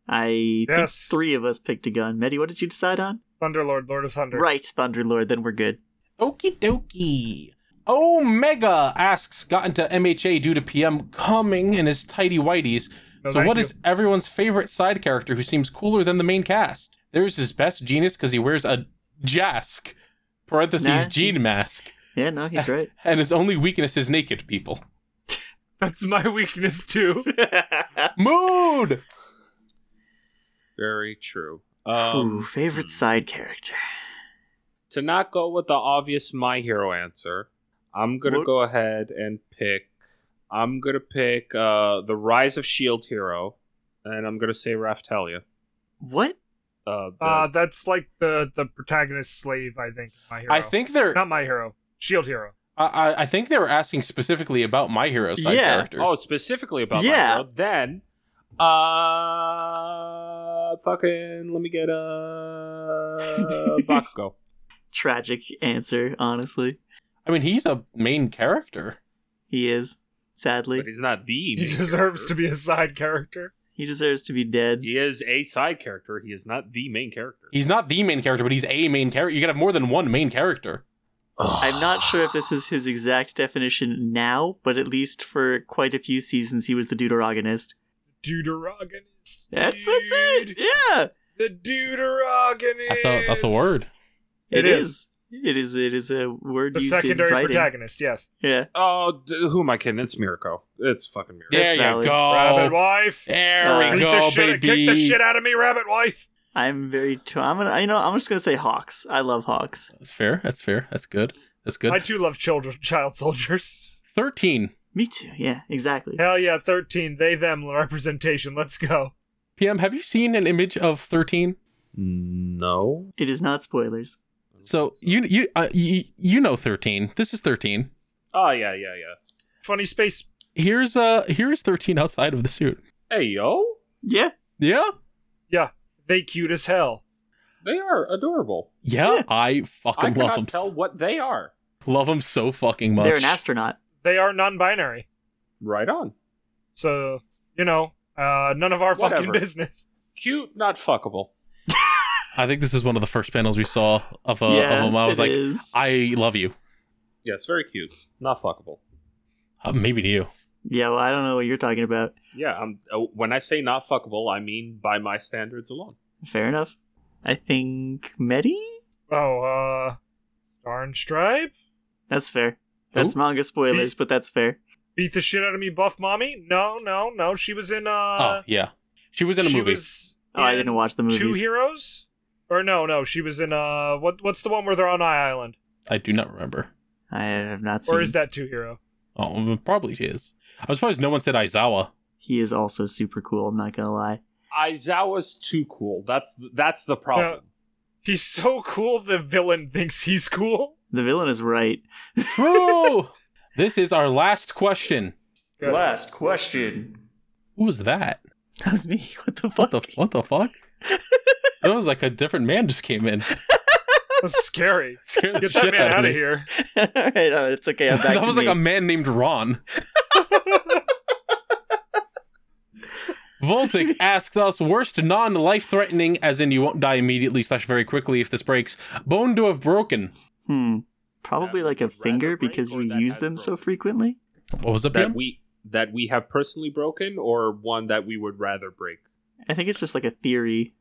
[SPEAKER 2] I think
[SPEAKER 1] Yes.
[SPEAKER 2] three of us picked a gun. Medi, what did you decide on?
[SPEAKER 1] Thunderlord, Lord of Thunder.
[SPEAKER 2] Right, Thunderlord, then we're good.
[SPEAKER 3] Okie dokie. Omega asks, got into MHA due to PM coming in his tidy whiteys.
[SPEAKER 1] No,
[SPEAKER 3] so
[SPEAKER 1] thank
[SPEAKER 3] what
[SPEAKER 1] you.
[SPEAKER 3] is everyone's favorite side character who seems cooler than the main cast? There's his best genius because he wears a jask, parentheses
[SPEAKER 2] Nah.
[SPEAKER 3] jean mask,
[SPEAKER 2] Yeah, no, he's right.
[SPEAKER 3] and his only weakness is naked people.
[SPEAKER 1] That's my weakness too.
[SPEAKER 3] Mood.
[SPEAKER 4] Very true.
[SPEAKER 2] Ooh,
[SPEAKER 4] Um,
[SPEAKER 2] favorite side character.
[SPEAKER 4] to not go with the obvious my hero answer, I'm gonna
[SPEAKER 2] What-
[SPEAKER 4] go ahead and pick. I'm gonna pick uh, the Rise of Shield hero, and I'm gonna say Raftalia.
[SPEAKER 2] What?
[SPEAKER 4] Uh, the-
[SPEAKER 1] Uh, that's like the the protagonist slave, I think. My hero.
[SPEAKER 3] I think they're. I,
[SPEAKER 1] not my hero. Shield E hero.
[SPEAKER 3] I I think they were asking specifically about my hero side
[SPEAKER 2] Yeah.
[SPEAKER 3] characters.
[SPEAKER 4] Oh, specifically about
[SPEAKER 2] Yeah.
[SPEAKER 4] yeah. Then, uh, fucking, let me get uh, Bakugo.
[SPEAKER 2] Tragic answer, honestly.
[SPEAKER 3] I mean he's a main character.
[SPEAKER 2] He is, sadly.
[SPEAKER 4] But he's not the.
[SPEAKER 1] He deserves to be a side character.
[SPEAKER 2] He deserves to be dead.
[SPEAKER 4] He is a side character. He is not the main character.
[SPEAKER 3] He's not the main character, but he's a main character. You gotta have more than one main character.
[SPEAKER 2] I'm not sure if this is his exact definition now, but at least for quite a few seasons, he was the deuteragonist.
[SPEAKER 1] Deuteragonist.
[SPEAKER 2] That's,
[SPEAKER 1] dude.
[SPEAKER 2] that's it! Yeah!
[SPEAKER 1] The deuteragonist.
[SPEAKER 3] That's a that's a word.
[SPEAKER 2] it
[SPEAKER 1] It is.
[SPEAKER 2] is. It is. It is a word
[SPEAKER 1] The
[SPEAKER 2] used
[SPEAKER 1] secondary
[SPEAKER 2] in writing.
[SPEAKER 1] protagonist. Yes.
[SPEAKER 2] Yeah.
[SPEAKER 4] Oh, d- who am I kidding? It's Mirko. It's fucking Mirko.
[SPEAKER 2] That's
[SPEAKER 3] There you
[SPEAKER 2] valid.
[SPEAKER 1] Rabbit
[SPEAKER 3] go.
[SPEAKER 1] wife.
[SPEAKER 3] Oh, There
[SPEAKER 2] Uh,
[SPEAKER 3] we
[SPEAKER 1] Beat
[SPEAKER 3] go,
[SPEAKER 1] the shit,
[SPEAKER 3] baby.
[SPEAKER 1] kick the shit out of me, rabbit wife.
[SPEAKER 2] I'm very. T- I'm gonna. You know. I'm just gonna say hawks. I love hawks.
[SPEAKER 3] That's fair. That's fair. That's good. That's good.
[SPEAKER 1] I too love children, child soldiers.
[SPEAKER 3] Thirteen.
[SPEAKER 2] Me too. Yeah. Exactly.
[SPEAKER 1] Hell yeah, thirteen. They them representation. Let's go.
[SPEAKER 3] PM, have you seen an image of thirteen?
[SPEAKER 4] No.
[SPEAKER 2] It is not spoilers.
[SPEAKER 3] So you you uh, you, you know thirteen. This is thirteen.
[SPEAKER 4] Oh yeah, yeah, yeah.
[SPEAKER 1] Funny space.
[SPEAKER 3] Here's uh here's thirteen outside of the suit.
[SPEAKER 4] Hey yo,
[SPEAKER 2] Yeah.
[SPEAKER 3] Yeah.
[SPEAKER 1] Yeah, they cute as hell.
[SPEAKER 4] they are adorable.
[SPEAKER 3] Yeah.
[SPEAKER 2] Yeah.
[SPEAKER 3] I
[SPEAKER 4] I
[SPEAKER 3] fucking love
[SPEAKER 4] cannot
[SPEAKER 3] him.
[SPEAKER 4] tell what they are.
[SPEAKER 3] Love him so fucking much.
[SPEAKER 2] They're an astronaut.
[SPEAKER 1] They are non-binary,
[SPEAKER 4] Right on.
[SPEAKER 1] so you know, uh, none of our fucking
[SPEAKER 4] Whatever.
[SPEAKER 1] business.
[SPEAKER 4] Cute, not fuckable.
[SPEAKER 3] I think this is one of the first panels we saw of, uh,
[SPEAKER 2] yeah.
[SPEAKER 3] of him. I was
[SPEAKER 2] it
[SPEAKER 3] like,
[SPEAKER 2] is.
[SPEAKER 3] I love you.
[SPEAKER 4] Yes, very cute, not fuckable.
[SPEAKER 3] Uh, maybe to you.
[SPEAKER 2] Yeah. Well, I don't know what you're talking about.
[SPEAKER 4] Yeah, I'm, uh, when I say not fuckable, I mean by my standards alone.
[SPEAKER 2] Fair enough. I think Medi.
[SPEAKER 1] Oh, uh, Darn Stripe.
[SPEAKER 2] That's fair. That's manga spoilers, but that's fair.
[SPEAKER 1] Beat the shit out of me, buff mommy? No, no, no. She was in. uh
[SPEAKER 3] oh yeah, she was in a
[SPEAKER 1] she
[SPEAKER 3] movie.
[SPEAKER 1] was
[SPEAKER 2] Oh, I
[SPEAKER 1] in
[SPEAKER 2] didn't watch the movies.
[SPEAKER 1] Two heroes? Or no, no. She was in. uh what? What's the one where they're on I Island?
[SPEAKER 3] I do not remember.
[SPEAKER 2] I have not seen.
[SPEAKER 1] Or is that two hero?
[SPEAKER 3] Oh, probably she is. I was surprised no one said Aizawa.
[SPEAKER 2] He is also super cool. I'm not gonna lie.
[SPEAKER 4] Aizawa's too cool. That's that's the problem.
[SPEAKER 1] He's so cool. The villain thinks he's cool.
[SPEAKER 2] The villain is right.
[SPEAKER 3] True. this is our last question.
[SPEAKER 1] Good.
[SPEAKER 2] question.
[SPEAKER 3] Who was that?
[SPEAKER 2] That was me. What the fuck?
[SPEAKER 3] What the what the fuck? that was like a different man just came in.
[SPEAKER 1] That's scary.
[SPEAKER 3] Scared the
[SPEAKER 1] Get that
[SPEAKER 3] shit
[SPEAKER 1] man out
[SPEAKER 3] me.
[SPEAKER 1] of here.
[SPEAKER 2] All right, oh, it's okay. I'm back.
[SPEAKER 3] that
[SPEAKER 2] to
[SPEAKER 3] was
[SPEAKER 2] me.
[SPEAKER 3] like a man named Ron. Voltic asks us worst non-life-threatening, as in you won't die immediately slash very quickly if this breaks. Bone to have broken.
[SPEAKER 2] Hmm. Probably
[SPEAKER 4] That
[SPEAKER 2] like a
[SPEAKER 4] rather
[SPEAKER 2] finger
[SPEAKER 4] break
[SPEAKER 2] because
[SPEAKER 4] or
[SPEAKER 2] we
[SPEAKER 4] that
[SPEAKER 2] use
[SPEAKER 4] has
[SPEAKER 2] them so
[SPEAKER 4] broken?
[SPEAKER 2] frequently.
[SPEAKER 3] What was it,
[SPEAKER 4] That
[SPEAKER 3] PM?
[SPEAKER 4] we that we have personally broken, or one that we would rather break.
[SPEAKER 2] I think it's just like a theory.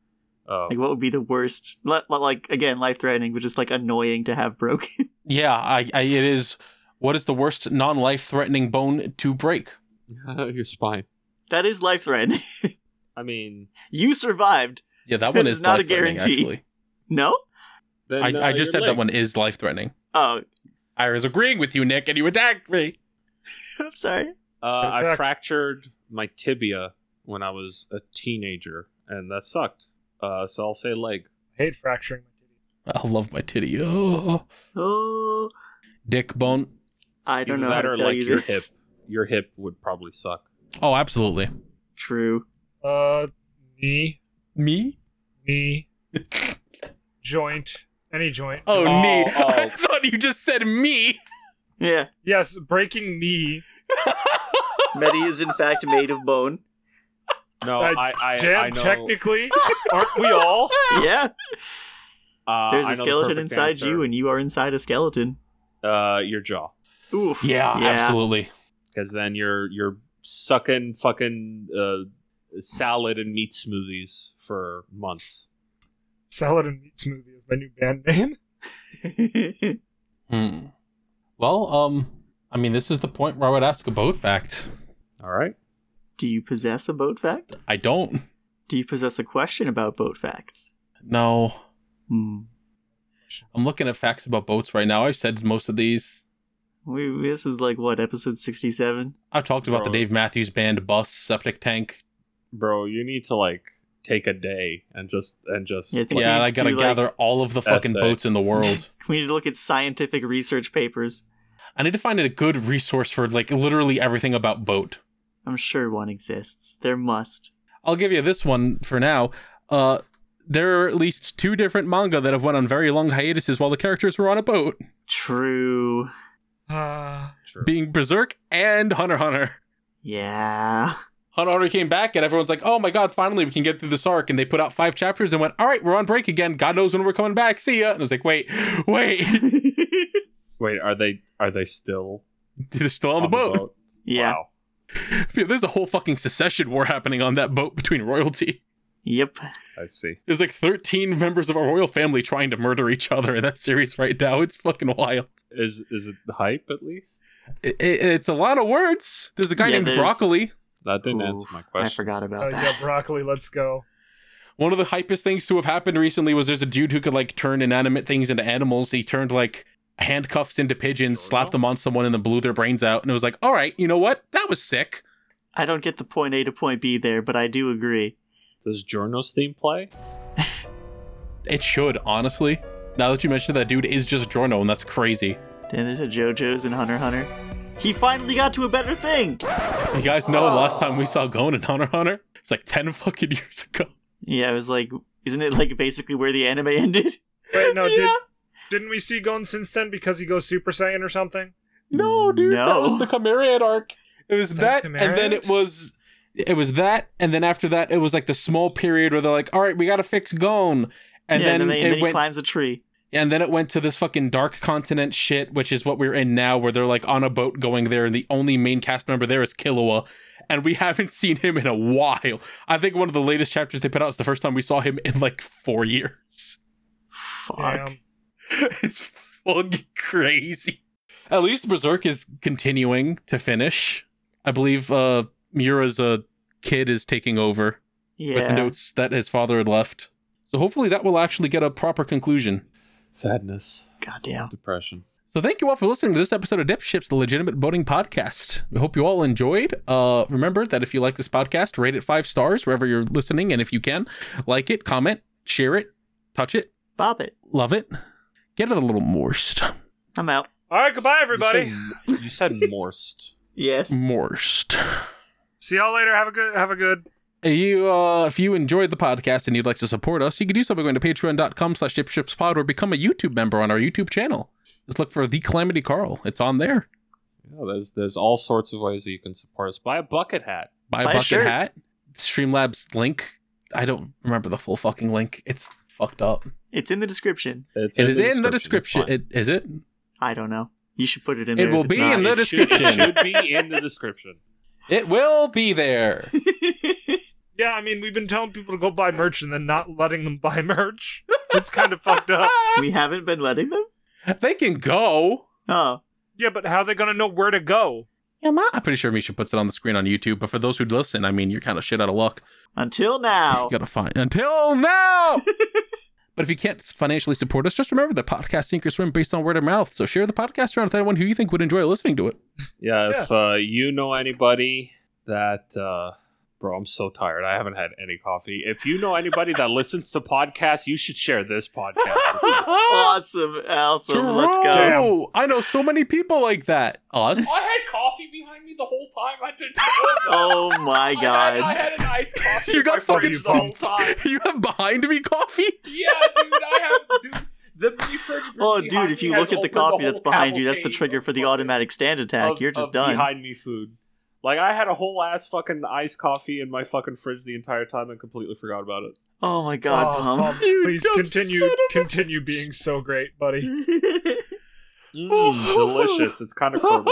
[SPEAKER 4] Oh.
[SPEAKER 2] Like, what would be the worst? li- li- Like, again, life threatening, but just like annoying to have broken.
[SPEAKER 3] yeah, I, I, it is. What is the worst non-life-threatening bone to break?
[SPEAKER 4] Your spine.
[SPEAKER 2] that is life threatening.
[SPEAKER 4] I mean,
[SPEAKER 2] you survived.
[SPEAKER 3] Yeah, that
[SPEAKER 2] That
[SPEAKER 3] one
[SPEAKER 2] is
[SPEAKER 3] is,
[SPEAKER 2] not a
[SPEAKER 3] life-threatening,
[SPEAKER 2] guarantee. No?
[SPEAKER 4] then,
[SPEAKER 3] Actually,
[SPEAKER 4] uh,
[SPEAKER 3] I, I just said
[SPEAKER 4] your
[SPEAKER 3] that
[SPEAKER 4] leg.
[SPEAKER 3] one is life-threatening.
[SPEAKER 2] Oh,
[SPEAKER 3] I was agreeing with you, Nick, and you attacked me.
[SPEAKER 2] I'm sorry.
[SPEAKER 4] Uh, I
[SPEAKER 1] Perfect.
[SPEAKER 4] fractured my tibia when I was a teenager, and that sucked. Uh, so I'll say leg.
[SPEAKER 1] hate fracturing my titty.
[SPEAKER 3] I love my titty. Oh,
[SPEAKER 2] Oh,
[SPEAKER 3] dick bone.
[SPEAKER 2] I don't
[SPEAKER 4] Either
[SPEAKER 2] know how
[SPEAKER 4] that
[SPEAKER 2] to
[SPEAKER 4] or
[SPEAKER 2] tell
[SPEAKER 4] like
[SPEAKER 2] you
[SPEAKER 4] your
[SPEAKER 2] this.
[SPEAKER 4] hip. Your hip would probably suck.
[SPEAKER 3] Oh, absolutely.
[SPEAKER 2] True.
[SPEAKER 1] Uh, knee,
[SPEAKER 3] Me?
[SPEAKER 1] knee, joint, any joint.
[SPEAKER 3] Oh,
[SPEAKER 4] Oh,
[SPEAKER 3] me.
[SPEAKER 4] oh.
[SPEAKER 3] I thought you just said me.
[SPEAKER 2] Yeah.
[SPEAKER 1] Yes, breaking knee.
[SPEAKER 2] Medi is in fact made of bone.
[SPEAKER 4] No,
[SPEAKER 1] Uh,
[SPEAKER 4] I, I, I
[SPEAKER 1] Damn,
[SPEAKER 4] know.
[SPEAKER 1] technically, aren't we all?
[SPEAKER 2] Yeah.
[SPEAKER 4] uh,
[SPEAKER 2] There's
[SPEAKER 4] I
[SPEAKER 2] a
[SPEAKER 4] know the
[SPEAKER 2] skeleton
[SPEAKER 4] perfect
[SPEAKER 2] inside
[SPEAKER 4] answer.
[SPEAKER 2] you, and you are inside a skeleton.
[SPEAKER 4] uh, your jaw,
[SPEAKER 2] Oof.
[SPEAKER 3] Yeah,
[SPEAKER 2] Yeah.
[SPEAKER 3] absolutely.
[SPEAKER 4] because then you're you're sucking fucking uh, salad and meat smoothies for months.
[SPEAKER 1] Salad and meat smoothie is my new band name.
[SPEAKER 3] Hmm. Well, um, I mean, this is the point where I would ask a boat fact.
[SPEAKER 4] All right.
[SPEAKER 2] Do you possess a boat fact?
[SPEAKER 3] I don't.
[SPEAKER 2] Do you possess a question about boat facts?
[SPEAKER 3] No,
[SPEAKER 2] Hmm.
[SPEAKER 3] I'm looking at facts about boats right now. I've said most of these.
[SPEAKER 2] We, this is like what episode sixty-seven.
[SPEAKER 3] I've talked about the
[SPEAKER 4] Bro.
[SPEAKER 3] Dave Matthews Band bus, septic tank.
[SPEAKER 4] bro you need to like take a day and just and just
[SPEAKER 2] Yeah, I think
[SPEAKER 4] like,
[SPEAKER 3] yeah, and
[SPEAKER 2] we
[SPEAKER 3] I gotta
[SPEAKER 2] do, like,
[SPEAKER 3] gather all of the fucking
[SPEAKER 4] essay.
[SPEAKER 3] boats in the world.
[SPEAKER 2] We need to look at scientific research papers.
[SPEAKER 3] I need to find a good resource for like literally everything about boat.
[SPEAKER 2] I'm sure one exists. There must.
[SPEAKER 3] I'll give you this one for now. Uh, there are at least two different manga that have went on very long hiatuses while the characters were on a boat,
[SPEAKER 2] True.
[SPEAKER 1] Uh,
[SPEAKER 4] true.
[SPEAKER 3] being Berserk and Hunter x Hunter.
[SPEAKER 2] Yeah.
[SPEAKER 3] Hunter x Hunter came back and everyone's like, "Oh my god, finally we can get through this arc!" And they put out five chapters and went, "All right, we're on break again. God knows when we're coming back. See ya." And I was like, "Wait, wait,
[SPEAKER 4] wait are they are they still
[SPEAKER 3] they're still on, the boat.
[SPEAKER 2] yeah.
[SPEAKER 4] wow.
[SPEAKER 3] There's a whole fucking secession war happening on that boat between royalty.
[SPEAKER 2] Yep.
[SPEAKER 4] i see
[SPEAKER 3] There's like 13 members of our royal family trying to murder each other in that series right now. It's fucking wild."
[SPEAKER 4] is is it the hype at least
[SPEAKER 3] I- I- it's a lot of words. There's a guy
[SPEAKER 2] Yeah,
[SPEAKER 3] named
[SPEAKER 2] there's-
[SPEAKER 3] Broccoli.
[SPEAKER 4] that didn't
[SPEAKER 2] Ooh,
[SPEAKER 4] answer my
[SPEAKER 2] I
[SPEAKER 4] question
[SPEAKER 2] forgot
[SPEAKER 1] uh,
[SPEAKER 2] about
[SPEAKER 1] yeah,
[SPEAKER 2] that.
[SPEAKER 1] broccoli. Let's go.
[SPEAKER 3] One of the hypest things to have happened recently was there's a dude who could like turn inanimate things into animals. He turned like handcuffs into pigeons, slapped them on someone, and then blew their brains out. And it was like, all right, you know what? That was sick.
[SPEAKER 2] I don't get the point A to point B there, but I do agree.
[SPEAKER 4] does journo's theme play
[SPEAKER 3] It should, honestly. Now that you mentioned that dude is just Jorno, and that's crazy.
[SPEAKER 2] Then there's a JoJo's and Hunter x Hunter. He finally got to a better thing.
[SPEAKER 3] You guys know the last time we saw Gon and Hunter x Hunter? It's like 10 fucking years ago.
[SPEAKER 2] Yeah, it was like, isn't it like basically where the anime ended?
[SPEAKER 1] Wait, no,
[SPEAKER 2] Yeah.
[SPEAKER 1] did, didn't we see Gon since then because he goes Super Saiyan or something?
[SPEAKER 3] No, dude, that
[SPEAKER 2] No.
[SPEAKER 3] was the Chimerian arc. It was that,
[SPEAKER 1] That
[SPEAKER 3] and then it
[SPEAKER 1] Chimerian?
[SPEAKER 3] was it was that, and then after that, it was like the small period where they're like, "All right, we gotta fix Gone," and
[SPEAKER 2] yeah,
[SPEAKER 3] then,
[SPEAKER 2] they-
[SPEAKER 3] it
[SPEAKER 2] he
[SPEAKER 3] went,
[SPEAKER 2] climbs a tree.
[SPEAKER 3] and then it went to this fucking dark continent shit, which is what we're in now, where they're like on a boat going there, and the only main cast member there is Killua, and we haven't seen him in a while. I think one of the latest chapters they put out is the first time we saw him in like four years.
[SPEAKER 2] Fuck.
[SPEAKER 1] Damn.
[SPEAKER 3] it's fucking crazy. At least Berserk is continuing to finish. I believe uh, Mura's uh, kid is taking over with
[SPEAKER 2] Yeah.
[SPEAKER 3] notes that his father had left. So hopefully that will actually get a proper conclusion.
[SPEAKER 4] Sadness.
[SPEAKER 2] Goddamn.
[SPEAKER 4] Depression.
[SPEAKER 3] So thank you all for listening to this episode of Dip Ships, the legitimate boating podcast. We hope you all enjoyed. Uh, remember that if you like this podcast, rate it five stars wherever you're listening, and if you can, like it, comment, share it, touch it,
[SPEAKER 2] Bob it.
[SPEAKER 3] love it, get it a little moist,
[SPEAKER 2] I'm out.
[SPEAKER 1] All right, goodbye, everybody.
[SPEAKER 4] You said, you said morst.
[SPEAKER 2] Yes.
[SPEAKER 3] moist.
[SPEAKER 1] See y'all later. Have a good. Have a good.
[SPEAKER 3] you uh if you enjoyed the podcast and you'd like to support us you can do so by going to patreon.com slash dipshipspod or become a youtube member on our youtube channel just look for the calamity carl it's on there
[SPEAKER 4] Yeah, there's there's all sorts of ways that you can support us. Buy a bucket hat.
[SPEAKER 3] buy a
[SPEAKER 2] Buy a
[SPEAKER 3] bucket
[SPEAKER 2] shirt.
[SPEAKER 3] hat streamlabs link i don't remember the full fucking link it's fucked up
[SPEAKER 2] It's in the description.
[SPEAKER 4] It's
[SPEAKER 3] it is in the
[SPEAKER 4] It's
[SPEAKER 3] description
[SPEAKER 4] fine.
[SPEAKER 3] it, is it
[SPEAKER 2] I don't know. You should put it in
[SPEAKER 3] It
[SPEAKER 2] there. if
[SPEAKER 3] will
[SPEAKER 2] it's
[SPEAKER 3] be
[SPEAKER 2] not.
[SPEAKER 3] in the
[SPEAKER 4] Uh, It should-
[SPEAKER 3] description.
[SPEAKER 4] Should, be in the description.
[SPEAKER 3] it will be there
[SPEAKER 1] Yeah, I mean, we've been telling people to go buy merch and then not letting them buy merch. It's kind of fucked up.
[SPEAKER 2] we haven't been letting them?
[SPEAKER 3] Ah, they can go
[SPEAKER 2] Oh.
[SPEAKER 1] Yeah, but how are they gonna know where to go?
[SPEAKER 3] yeah, Ma- I'm pretty sure Misha puts it on the screen on YouTube, but for those who listen, I mean, you're kind of shit out of luck.
[SPEAKER 2] Until now.
[SPEAKER 3] You gotta find until now. but if you can't financially support us, just remember the podcast sink or swim based on word of mouth. So share the podcast around with anyone who you think would enjoy listening to it.
[SPEAKER 4] Yeah, if uh, you know anybody that uh bro, I'm so tired. I haven't had any coffee. If you know anybody that listens to podcasts, you should share this podcast. with them.
[SPEAKER 2] Awesome. Awesome. Let's go.
[SPEAKER 3] True. I know so many people like that. Us.
[SPEAKER 4] I had coffee behind me the whole time. I didn't know that.
[SPEAKER 2] Oh my
[SPEAKER 4] I, had, I
[SPEAKER 2] god.
[SPEAKER 4] had an iced coffee.
[SPEAKER 3] You
[SPEAKER 4] in my
[SPEAKER 3] got fucking
[SPEAKER 4] fridge the whole
[SPEAKER 3] pumped.
[SPEAKER 4] time.
[SPEAKER 3] You have behind me coffee.
[SPEAKER 4] Yeah, dude, I have dude. The mini fridge
[SPEAKER 2] Oh,
[SPEAKER 4] behind
[SPEAKER 2] dude, if
[SPEAKER 4] me
[SPEAKER 2] you
[SPEAKER 4] has
[SPEAKER 2] look at the
[SPEAKER 4] opened
[SPEAKER 2] coffee
[SPEAKER 4] whole
[SPEAKER 2] that's behind you, that's the
[SPEAKER 4] cavalcade
[SPEAKER 2] trigger
[SPEAKER 4] of
[SPEAKER 2] for the
[SPEAKER 4] fucking-
[SPEAKER 2] automatic stand attack.
[SPEAKER 4] of-
[SPEAKER 2] You're just
[SPEAKER 4] of
[SPEAKER 2] done.
[SPEAKER 4] Behind me food. Like I had a whole ass fucking iced coffee in my fucking fridge the entire time and completely forgot about it.
[SPEAKER 2] Oh my god,
[SPEAKER 1] Oh,
[SPEAKER 2] Pum.
[SPEAKER 1] Bum,
[SPEAKER 3] You
[SPEAKER 1] please
[SPEAKER 3] dumb
[SPEAKER 1] continue.
[SPEAKER 3] son of a-
[SPEAKER 1] Continue being so great, buddy.
[SPEAKER 4] Mm, delicious. It's kind of curdled.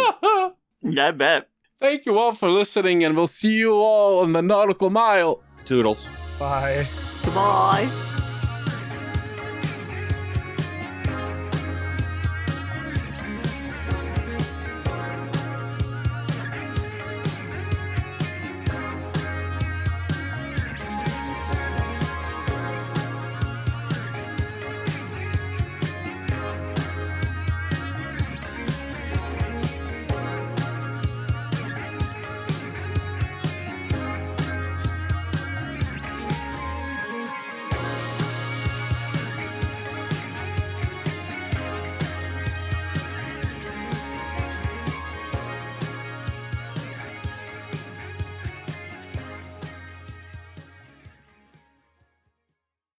[SPEAKER 2] I bet.
[SPEAKER 3] Thank you all for listening, and we'll see you all on the nautical mile.
[SPEAKER 4] Toodles.
[SPEAKER 1] Bye.
[SPEAKER 2] Goodbye.